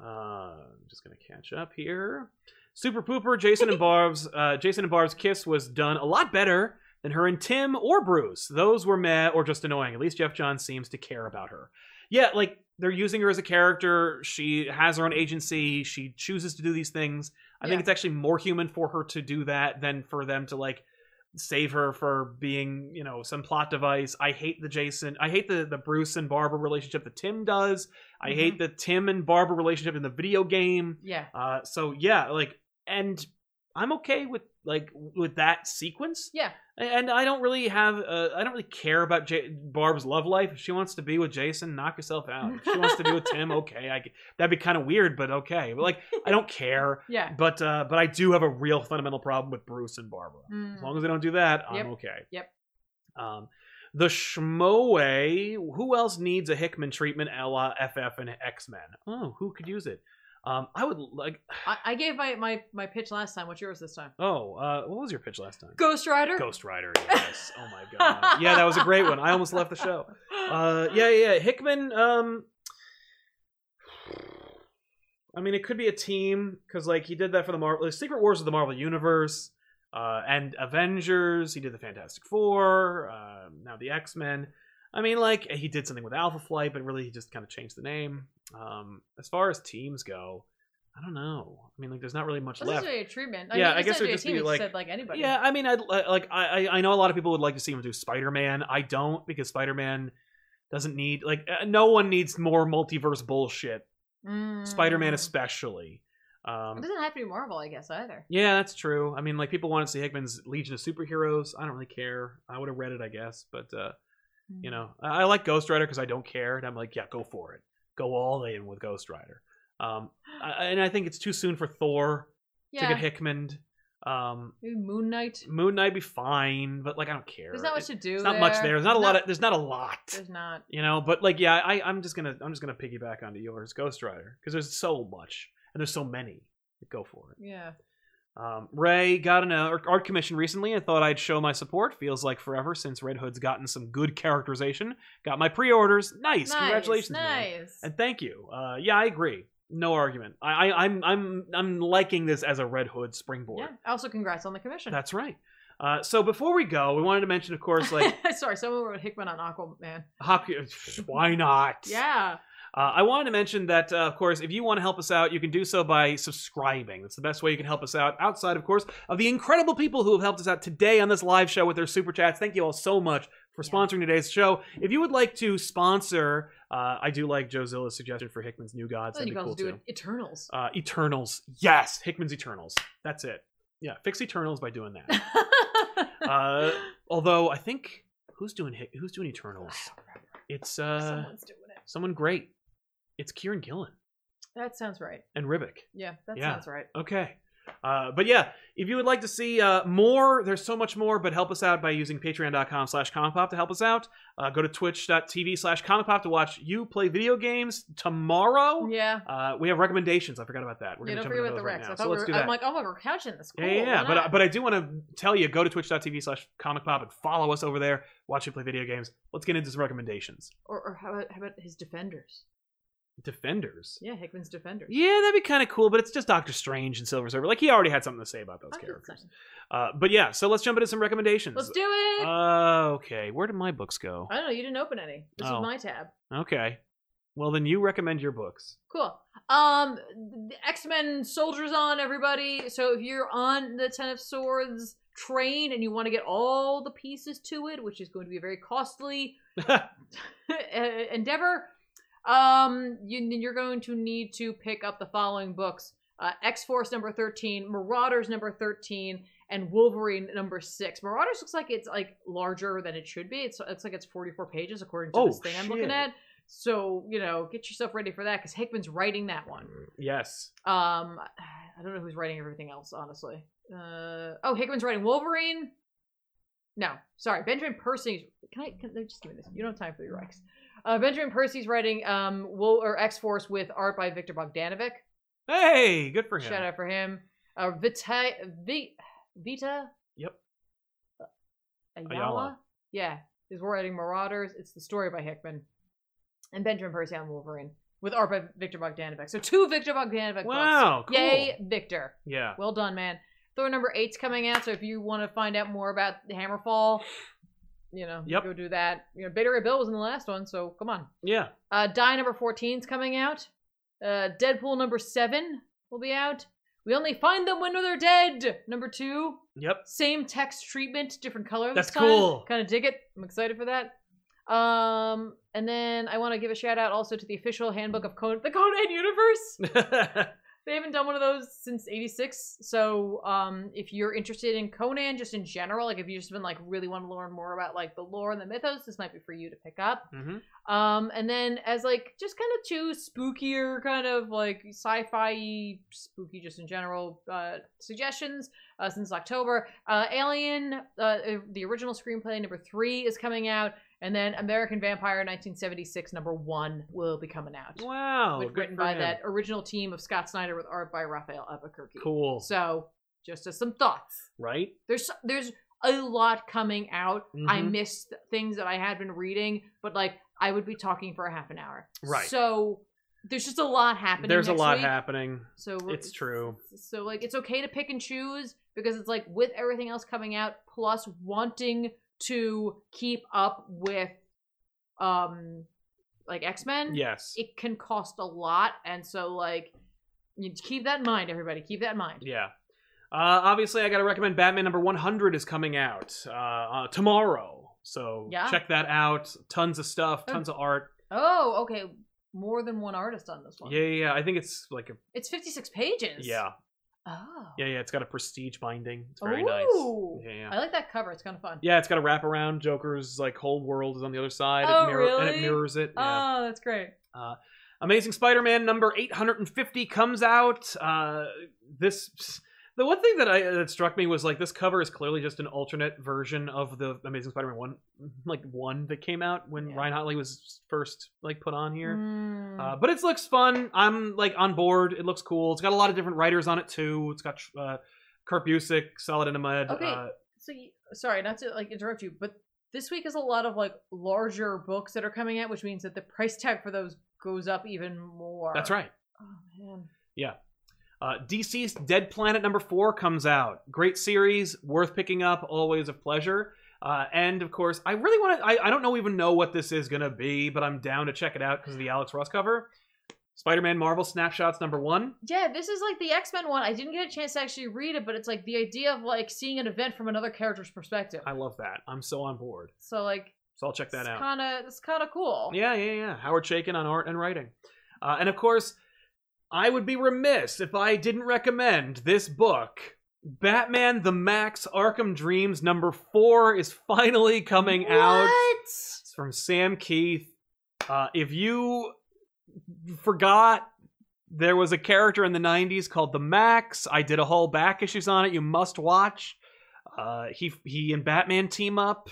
S1: Uh, I'm just gonna catch up here. Super Pooper, Jason and Barb's uh, Jason and Barb's kiss was done a lot better than her and Tim or Bruce. Those were meh or just annoying. At least Jeff John seems to care about her. Yeah, like they're using her as a character. She has her own agency. She chooses to do these things. I think
S2: Yeah.
S1: it's actually more human for her to do that than for them to like save her for being, you know, some plot device. I hate the Jason. I hate the the Bruce and Barbara relationship that Tim does. I
S2: Mm-hmm.
S1: hate the Tim and Barbara relationship in the video game.
S2: Yeah.
S1: Uh, so yeah, like, and I'm okay with like with that sequence.
S2: Yeah.
S1: And I don't really have, uh, I don't really care about J- Barb's love life. If she wants to be with Jason, knock yourself out. If she wants to be with
S2: [LAUGHS]
S1: Tim, okay. I, g- that'd be kind of weird, but okay. But like, I don't care.
S2: Yeah.
S1: But uh, but I do have a real fundamental problem with Bruce and Barbara.
S2: Mm.
S1: As long as they don't do that, I'm
S2: Yep.
S1: okay.
S2: Yep.
S1: Um, the Schmoe. Who else needs a Hickman treatment? a la FF and X Men. Oh, who could use it? Um, I would like.
S2: I, I gave my, my my pitch last time. What's yours this time?
S1: Oh, uh, what was your pitch last time?
S2: Ghost Rider. [GASPS]
S1: Ghost Rider. Yes. Oh my god. Yeah, that was a great one. I almost left the show. Uh, yeah, yeah. yeah. Hickman. Um, I mean, it could be a team because like he did that for the Marvel, Secret Wars of the Marvel Universe, uh, and Avengers. He did the Fantastic Four. Uh, now the X Men. I mean, like he did something with Alpha Flight, but really he just kind of changed the name. Um, as far as teams go, I don't know. I mean, like there's not really much
S2: Well, this
S1: left.
S2: is a treatment.
S1: Yeah,
S2: mean,
S1: I
S2: it's
S1: guess it would
S2: not really a
S1: just be
S2: team, it's
S1: like-
S2: said, like anybody.
S1: Yeah, I mean, I'd li- like I I I know a lot of people would like to see him do Spider Man. I don't because Spider Man doesn't need like uh, no one needs more multiverse bullshit.
S2: Mm.
S1: Spider Man especially. Um,
S2: It doesn't have to be Marvel, I guess either.
S1: yeah, that's true. I mean, like people want to see Hickman's Legion of Superheroes. I don't really care. I would have read it, I guess, but uh,
S2: Mm.
S1: you know, I, I like Ghost Rider because I don't care, and I'm like, yeah, go for it, go all in with Ghost Rider. Um, I, and I think it's too soon for Thor to
S2: yeah.
S1: get Hickman. Um,
S2: Maybe Moon Knight.
S1: Moon Knight be fine, but like I don't care.
S2: There's not
S1: It-
S2: much to do.
S1: There's not much there. There's not a lot. Of, there's not a lot.
S2: There's not.
S1: You know, but like, yeah, I, I'm just gonna, I'm just gonna piggyback onto yours, Ghost Rider, because there's so much and there's so many. Go for it.
S2: Yeah.
S1: Um, Ray got an uh, art commission recently and thought I'd show my support. Feels like forever since Red Hood's gotten some good characterization. Got my pre-orders. Nice. Congratulations, man.
S2: Nice.
S1: And thank you. Uh, yeah, I agree. No argument. I, I, I'm, I'm, I'm liking this as a Red Hood
S2: yeah.
S1: springboard.
S2: Also, congrats on the commission.
S1: That's right. Uh, so before we go, we wanted to mention, of course, like
S2: [LAUGHS] Sorry, someone wrote Hickman on Aquaman.
S1: Hockey, uh, why not?
S2: Yeah.
S1: Uh, I wanted to mention that, uh, of course, if you want to help us out, you can do so by subscribing. That's the best way you can help us out. Outside, of course, of the incredible people who have helped us out today on this live show with their super chats. Thank you all so much for
S2: Yeah.
S1: sponsoring today's show. If you would like to sponsor, uh, I do like Joe Zilla's suggestion for Hickman's New Gods.
S2: Well,
S1: That'd
S2: you
S1: be
S2: can also
S1: cool
S2: do
S1: too. [LAUGHS]
S2: it Eternals. [LAUGHS]
S1: Uh, Eternals, yes, Hickman's Eternals. That's it. Yeah, fix Eternals by doing
S2: [LAUGHS]
S1: that. uh, although I think who's doing Hick- who's doing
S2: [SIGHS]
S1: Eternals? It's uh.
S2: Someone's doing it.
S1: someone great. It's Kieran Gillen
S2: That sounds right.
S1: and Ribic.
S2: Yeah, that
S1: Yeah.
S2: sounds right.
S1: Okay. Uh, but yeah, if you would like to see uh, more, there's so much more, but help us out by using patreon.com slash comicpop to help us out. Uh, go to twitch.tv slash comicpop to watch you play video games tomorrow.
S2: Yeah.
S1: Uh, we have recommendations. I forgot about that. We're
S2: yeah,
S1: going to
S2: don't
S1: jump
S2: forget
S1: into
S2: about
S1: those
S2: the
S1: right
S2: Rex.
S1: now.
S2: I thought
S1: So
S2: we
S1: let's
S2: were,
S1: do that.
S2: I'm like, oh, look, we're couching this. Cool.
S1: Yeah, yeah, yeah.
S2: why
S1: But,
S2: not?
S1: but I do want to tell you go to twitch.tv slash comic pop and follow us over there. Watch you play video games. Let's get into some recommendations.
S2: or, or how about how about his defenders?
S1: Defenders.
S2: Yeah, Hickman's defenders.
S1: Yeah, that'd be kind of cool, but it's just Doctor Strange and Silver Surfer. Like he already had something to say about those
S2: 100%.
S1: characters. Uh, but yeah, so let's jump into some recommendations.
S2: Let's do it.
S1: Uh, okay, where did my books go?
S2: I don't know. You didn't open any. This
S1: Oh.
S2: is my tab.
S1: Okay, Well, then you recommend your books.
S2: Cool. Um, X Men soldiers on everybody. So if you're on the Ten of Swords train and you want to get all the pieces to it, which is going to be a
S1: [LAUGHS]
S2: very costly [LAUGHS] e-, endeavor, um, you, you're going to need to pick up the following books: uh, X Force number thirteen, Marauders number thirteen, and Wolverine number six. Marauders looks like it's like larger than it should be. It's it's like it's 44 pages according to
S1: Oh,
S2: this thing I'm looking
S1: shit.
S2: at. So you know, get yourself ready for that because Hickman's writing that one.
S1: yes.
S2: Um, I don't know who's writing everything else, honestly. Uh, oh, Hickman's writing Wolverine. No, sorry, Benjamin Percy's. Can I? Can, no, just give me this. You don't have time for your Rex. Uh, Benjamin Percy's writing um, Wo- or X Force with art by Victor Bogdanovic.
S1: Hey, good for him.
S2: Shout out for him. Uh, Vita, v, Vita.
S1: Yep.
S2: Uh, Ayala?
S1: Ayala.
S2: Yeah, is writing Marauders. It's the story by Hickman and Benjamin Percy on Wolverine with art by Victor Bogdanovic. So two Victor Bogdanovic books.
S1: Wow, cool.
S2: Yay, Victor!
S1: Yeah.
S2: Well done, man. Thor number eight's coming out, so if you want to find out more about the Hammerfall, you know,
S1: Yep.
S2: go do that. You know, Beta Ray Bill was in the last one, so come on.
S1: Yeah.
S2: Uh, Die number 14's coming out. Uh, Deadpool number 7 will be out. We only find them when they're dead. Number 2.
S1: Yep. [LAUGHS]
S2: Same text treatment, different color.
S1: That's
S2: this time.
S1: cool.
S2: Kind of dig it. I'm excited for that. Um, and then I want to give a shout out also to the official handbook of Conan, the Conan universe.
S1: Mm-hmm.
S2: They haven't done one of those since 86. So, um, if you're interested in Conan just in general, like if you've just been like really want to learn more about like the lore and the mythos, this might be for you to pick up.
S1: hmm
S2: Um, and then as like just kind of two spookier kind of like sci-fi spooky just in general uh, suggestions uh, since October, uh, Alien, uh, the original screenplay number three is coming out, and then American Vampire 1976 number one will be coming out,
S1: Wow.
S2: Which
S1: good
S2: written
S1: for
S2: by
S1: him.
S2: that original team of Scott Snyder with art by Raphael Albuquerque.
S1: Cool.
S2: So just as some thoughts,
S1: right?
S2: there's there's a lot coming out. I
S1: Mhm.
S2: missed things that I had been reading, but like I would be talking for a half an hour.
S1: Right.
S2: So there's just a lot happening.
S1: There's a
S2: next
S1: lot
S2: week.
S1: happening.
S2: So we're-
S1: It's true.
S2: So like it's okay to pick and choose because it's like with everything else coming out, plus wanting to keep up with, um, like X Men
S1: Yes.
S2: it can cost a lot and so like you keep that in mind everybody keep that in mind
S1: Yeah. Uh, obviously, I got to recommend Batman number 100 is coming out uh, uh, tomorrow. So
S2: Yeah.
S1: check that out. Tons of stuff,
S2: Oh.
S1: tons of art.
S2: oh okay more than one artist on this one
S1: Yeah, yeah, yeah. I think it's like a.
S2: it's 56 pages
S1: Yeah.
S2: oh
S1: Yeah, yeah. It's got a prestige binding. It's very
S2: Ooh.
S1: nice. Yeah, yeah.
S2: i like that cover it's kind of fun
S1: Yeah, it's got a wraparound. Joker's like whole world is on the other side.
S2: Oh,
S1: it mirror- And
S2: really?
S1: it mirrors it. Yeah.
S2: oh that's great
S1: Amazing Spider-Man number 850 comes out. Uh, this the one thing that I that struck me was like this cover is clearly just an alternate version of the Amazing Spider-Man one, like one that came out when
S2: Yeah.
S1: Ryan Hotley was first like put on here.
S2: Mm.
S1: Uh, but it looks fun. I'm like on board. It looks cool. It's got a lot of different writers on it too. It's got uh, Kurt Busiek, Saladin Ahmed.
S2: Okay.
S1: Uh,
S2: so you, sorry not to like interrupt you but this week is a lot of like larger books that are coming out which means that the price tag for those goes up even more
S1: that's right.
S2: oh man
S1: Uh, DC's Dead Planet number four comes out. Great series, worth picking up, always a pleasure. Uh, and of course, I really want to. I, I don't know even know what this is gonna be, but I'm down to check it out because of the Alex Ross cover. Spider-Man Marvel Snapshots number one.
S2: Yeah, this is like the X Men one. I didn't get a chance to actually read it, but it's like the idea of like seeing an event from another character's perspective.
S1: I love that. I'm so on board.
S2: so like,
S1: So I'll check that
S2: it's
S1: out.
S2: kind of it's kind of cool.
S1: Yeah, yeah, yeah. Howard Chaykin on art and writing. Uh, and of course, I would be remiss if I didn't recommend this book. Batman the Max Arkham Dreams number four is finally coming out.
S2: What?
S1: It's from Sam Keith. Uh, if you forgot, there was a character in the 90s called the Max. I did a whole back issues on it. You must watch. Uh, he he and Batman team up.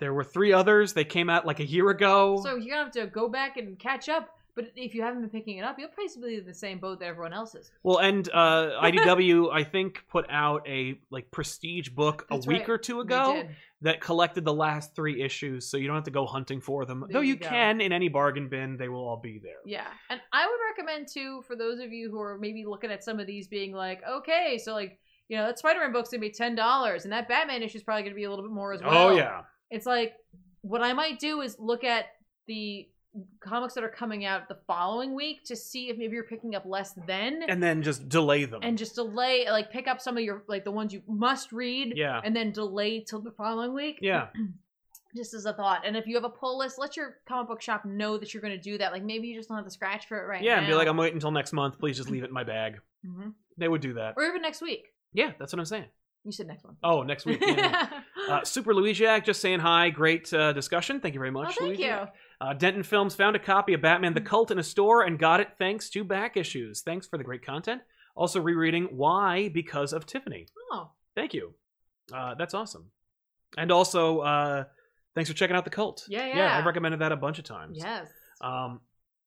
S1: There were three others. They came out like a year ago.
S2: So you're gonna have to go back and catch up. But if you haven't been picking it up, you'll probably be in the same boat that everyone else is.
S1: well, and
S2: [LAUGHS]
S1: uh, IDW I think put out a like prestige book
S2: That's
S1: a week
S2: right.
S1: or two
S2: They
S1: ago
S2: did.
S1: that collected the last three issues, so you don't have to go hunting for them.
S2: There
S1: Though
S2: you
S1: you,
S2: go.
S1: can in any bargain bin, they will all be there.
S2: Yeah, and I would recommend too for those of you who are maybe looking at some of these, being like, okay, so like you know that Spider Man book's gonna be ten dollars, and that Batman issue's probably gonna be a little bit more as well.
S1: Oh yeah.
S2: It's like what I might do is look at the comics that are coming out the following week to see if maybe you're picking up less then and,
S1: and then just delay them.
S2: just delay like pick up some of your like the ones you must read
S1: yeah,
S2: and then delay till the following week.
S1: yeah,
S2: Just as a thought. And if you have a pull list, let your comic book shop know that you're going to do that. Like maybe you just don't have the scratch for it right
S1: yeah,
S2: now.
S1: and be like, I'm waiting until next month. Please just leave it in my bag.
S2: hmm
S1: They would do that.
S2: Or even next week.
S1: Yeah, that's what I'm saying.
S2: You said next one.
S1: Oh, next week. yeah, yeah.
S2: [LAUGHS]
S1: Uh, Super Luigiak, just saying hi. Great uh, discussion. Thank you very
S2: oh,
S1: much.
S2: thank you. Mm.
S1: Luigiak. Uh, Denton Films found a copy of Batman the Cult in a store and got it thanks to back issues. Thanks for the great content. Also rereading Why Because of Tiffany.
S2: Oh,
S1: Thank you. Uh, that's awesome. And also, uh, thanks for checking out the Cult.
S2: Yeah,
S1: Yeah,
S2: yeah.
S1: I've recommended that a bunch of times.
S2: yes.
S1: Um,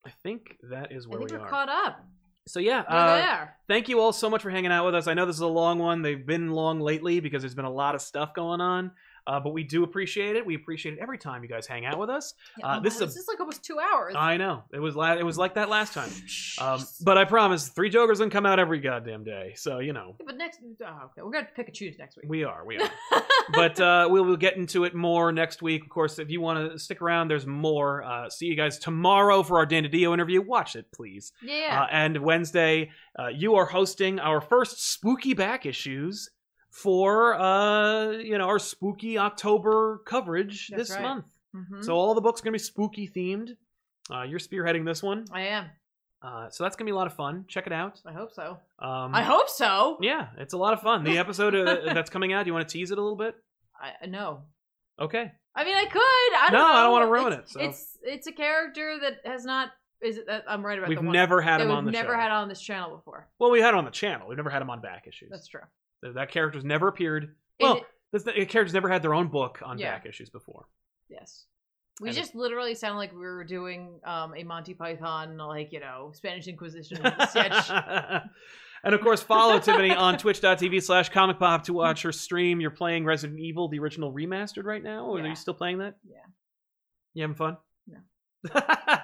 S1: I think that is
S2: I
S1: where
S2: think
S1: we
S2: we're
S1: are.
S2: caught up.
S1: so yeah,
S2: We're
S1: uh,
S2: there.
S1: thank you all so much for hanging out with us. I know this is a long one. They've been long lately because there's been a lot of stuff going on. Uh, but we do appreciate it. We appreciate it every time you guys hang out with us.
S2: Yeah,
S1: uh,
S2: oh
S1: this
S2: my-
S1: is a-
S2: this is like almost two hours. [LAUGHS]
S1: I know it was la- it was like that last time. Um, but I promise, three Jokers don't come out every goddamn day. So you know,
S2: Yeah, but next, oh, okay, we're gonna pick a choose next week.
S1: we are, we
S2: [LAUGHS]
S1: are. but uh, we will get into it more next week. Of course, if you want to stick around, there's more. Uh, see you guys tomorrow for our Dan DiDio interview. Watch it, please.
S2: yeah,
S1: Uh, and Wednesday, uh, you are hosting our first spooky back issues for uh, you know our spooky October coverage
S2: That's
S1: this
S2: right.
S1: month.
S2: Mhm.
S1: So all the books are gonna be spooky themed. Uh, you're spearheading this one,
S2: I am.
S1: uh, so that's gonna be a lot of fun. Check it out.
S2: I hope so.
S1: Um,
S2: I hope so.
S1: Yeah, it's a lot of fun.
S2: [LAUGHS]
S1: The episode uh, that's coming out. Do you want to tease it a little bit?
S2: I no.
S1: Okay.
S2: I mean, I could. I
S1: No,
S2: don't know.
S1: I don't wanna ruin
S2: it's,
S1: it, so.
S2: It's it's a character that has not. Is it, uh, I'm right about
S1: We've
S2: the one
S1: never had
S2: that
S1: him
S2: we've
S1: on the
S2: never
S1: show.
S2: had on this channel before.
S1: well, we had him on the channel. We've never had him on back issues.
S2: That's true.
S1: Th- that character's never appeared.
S2: It-
S1: Well, this- the character's never had their own book on
S2: Yeah.
S1: back issues before.
S2: yes. We
S1: and it-
S2: just literally sound like we were doing um, a Monty Python, like you know,
S1: [LAUGHS]
S2: Spanish Inquisition sketch.
S1: and of course, follow Tiffany on twitch.tv slash comic pop to watch her stream. You're playing Resident Evil, the original remastered right now? Or Are
S2: Yeah.
S1: you still playing that?
S2: Yeah.
S1: You having fun?
S2: No.
S1: [LAUGHS]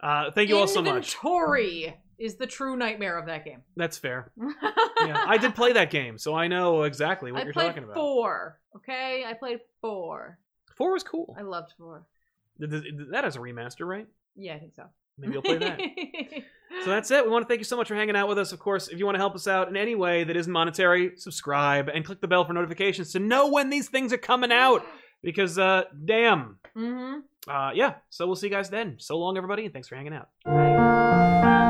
S1: uh, thank you all so much.
S2: Inventory is the true nightmare of that game.
S1: That's fair. Yeah, I did play that game, so I know exactly what
S2: [LAUGHS] I
S1: you're
S2: played
S1: talking about.
S2: four. Okay, I played four.
S1: Four was cool.
S2: I loved four.
S1: Th- th- That is a remaster, right?
S2: Yeah, I think so.
S1: Maybe you'll play
S2: [LAUGHS]
S1: that. So that's it. We want to thank you so much for hanging out with us. Of course, if you want to help us out in any way that isn't monetary, subscribe and click the bell for notifications to know when these things are coming out. Because, uh, damn.
S2: mm-hmm.
S1: Uh, yeah. So we'll see you guys then. So long, everybody, and thanks for hanging out.
S2: Bye.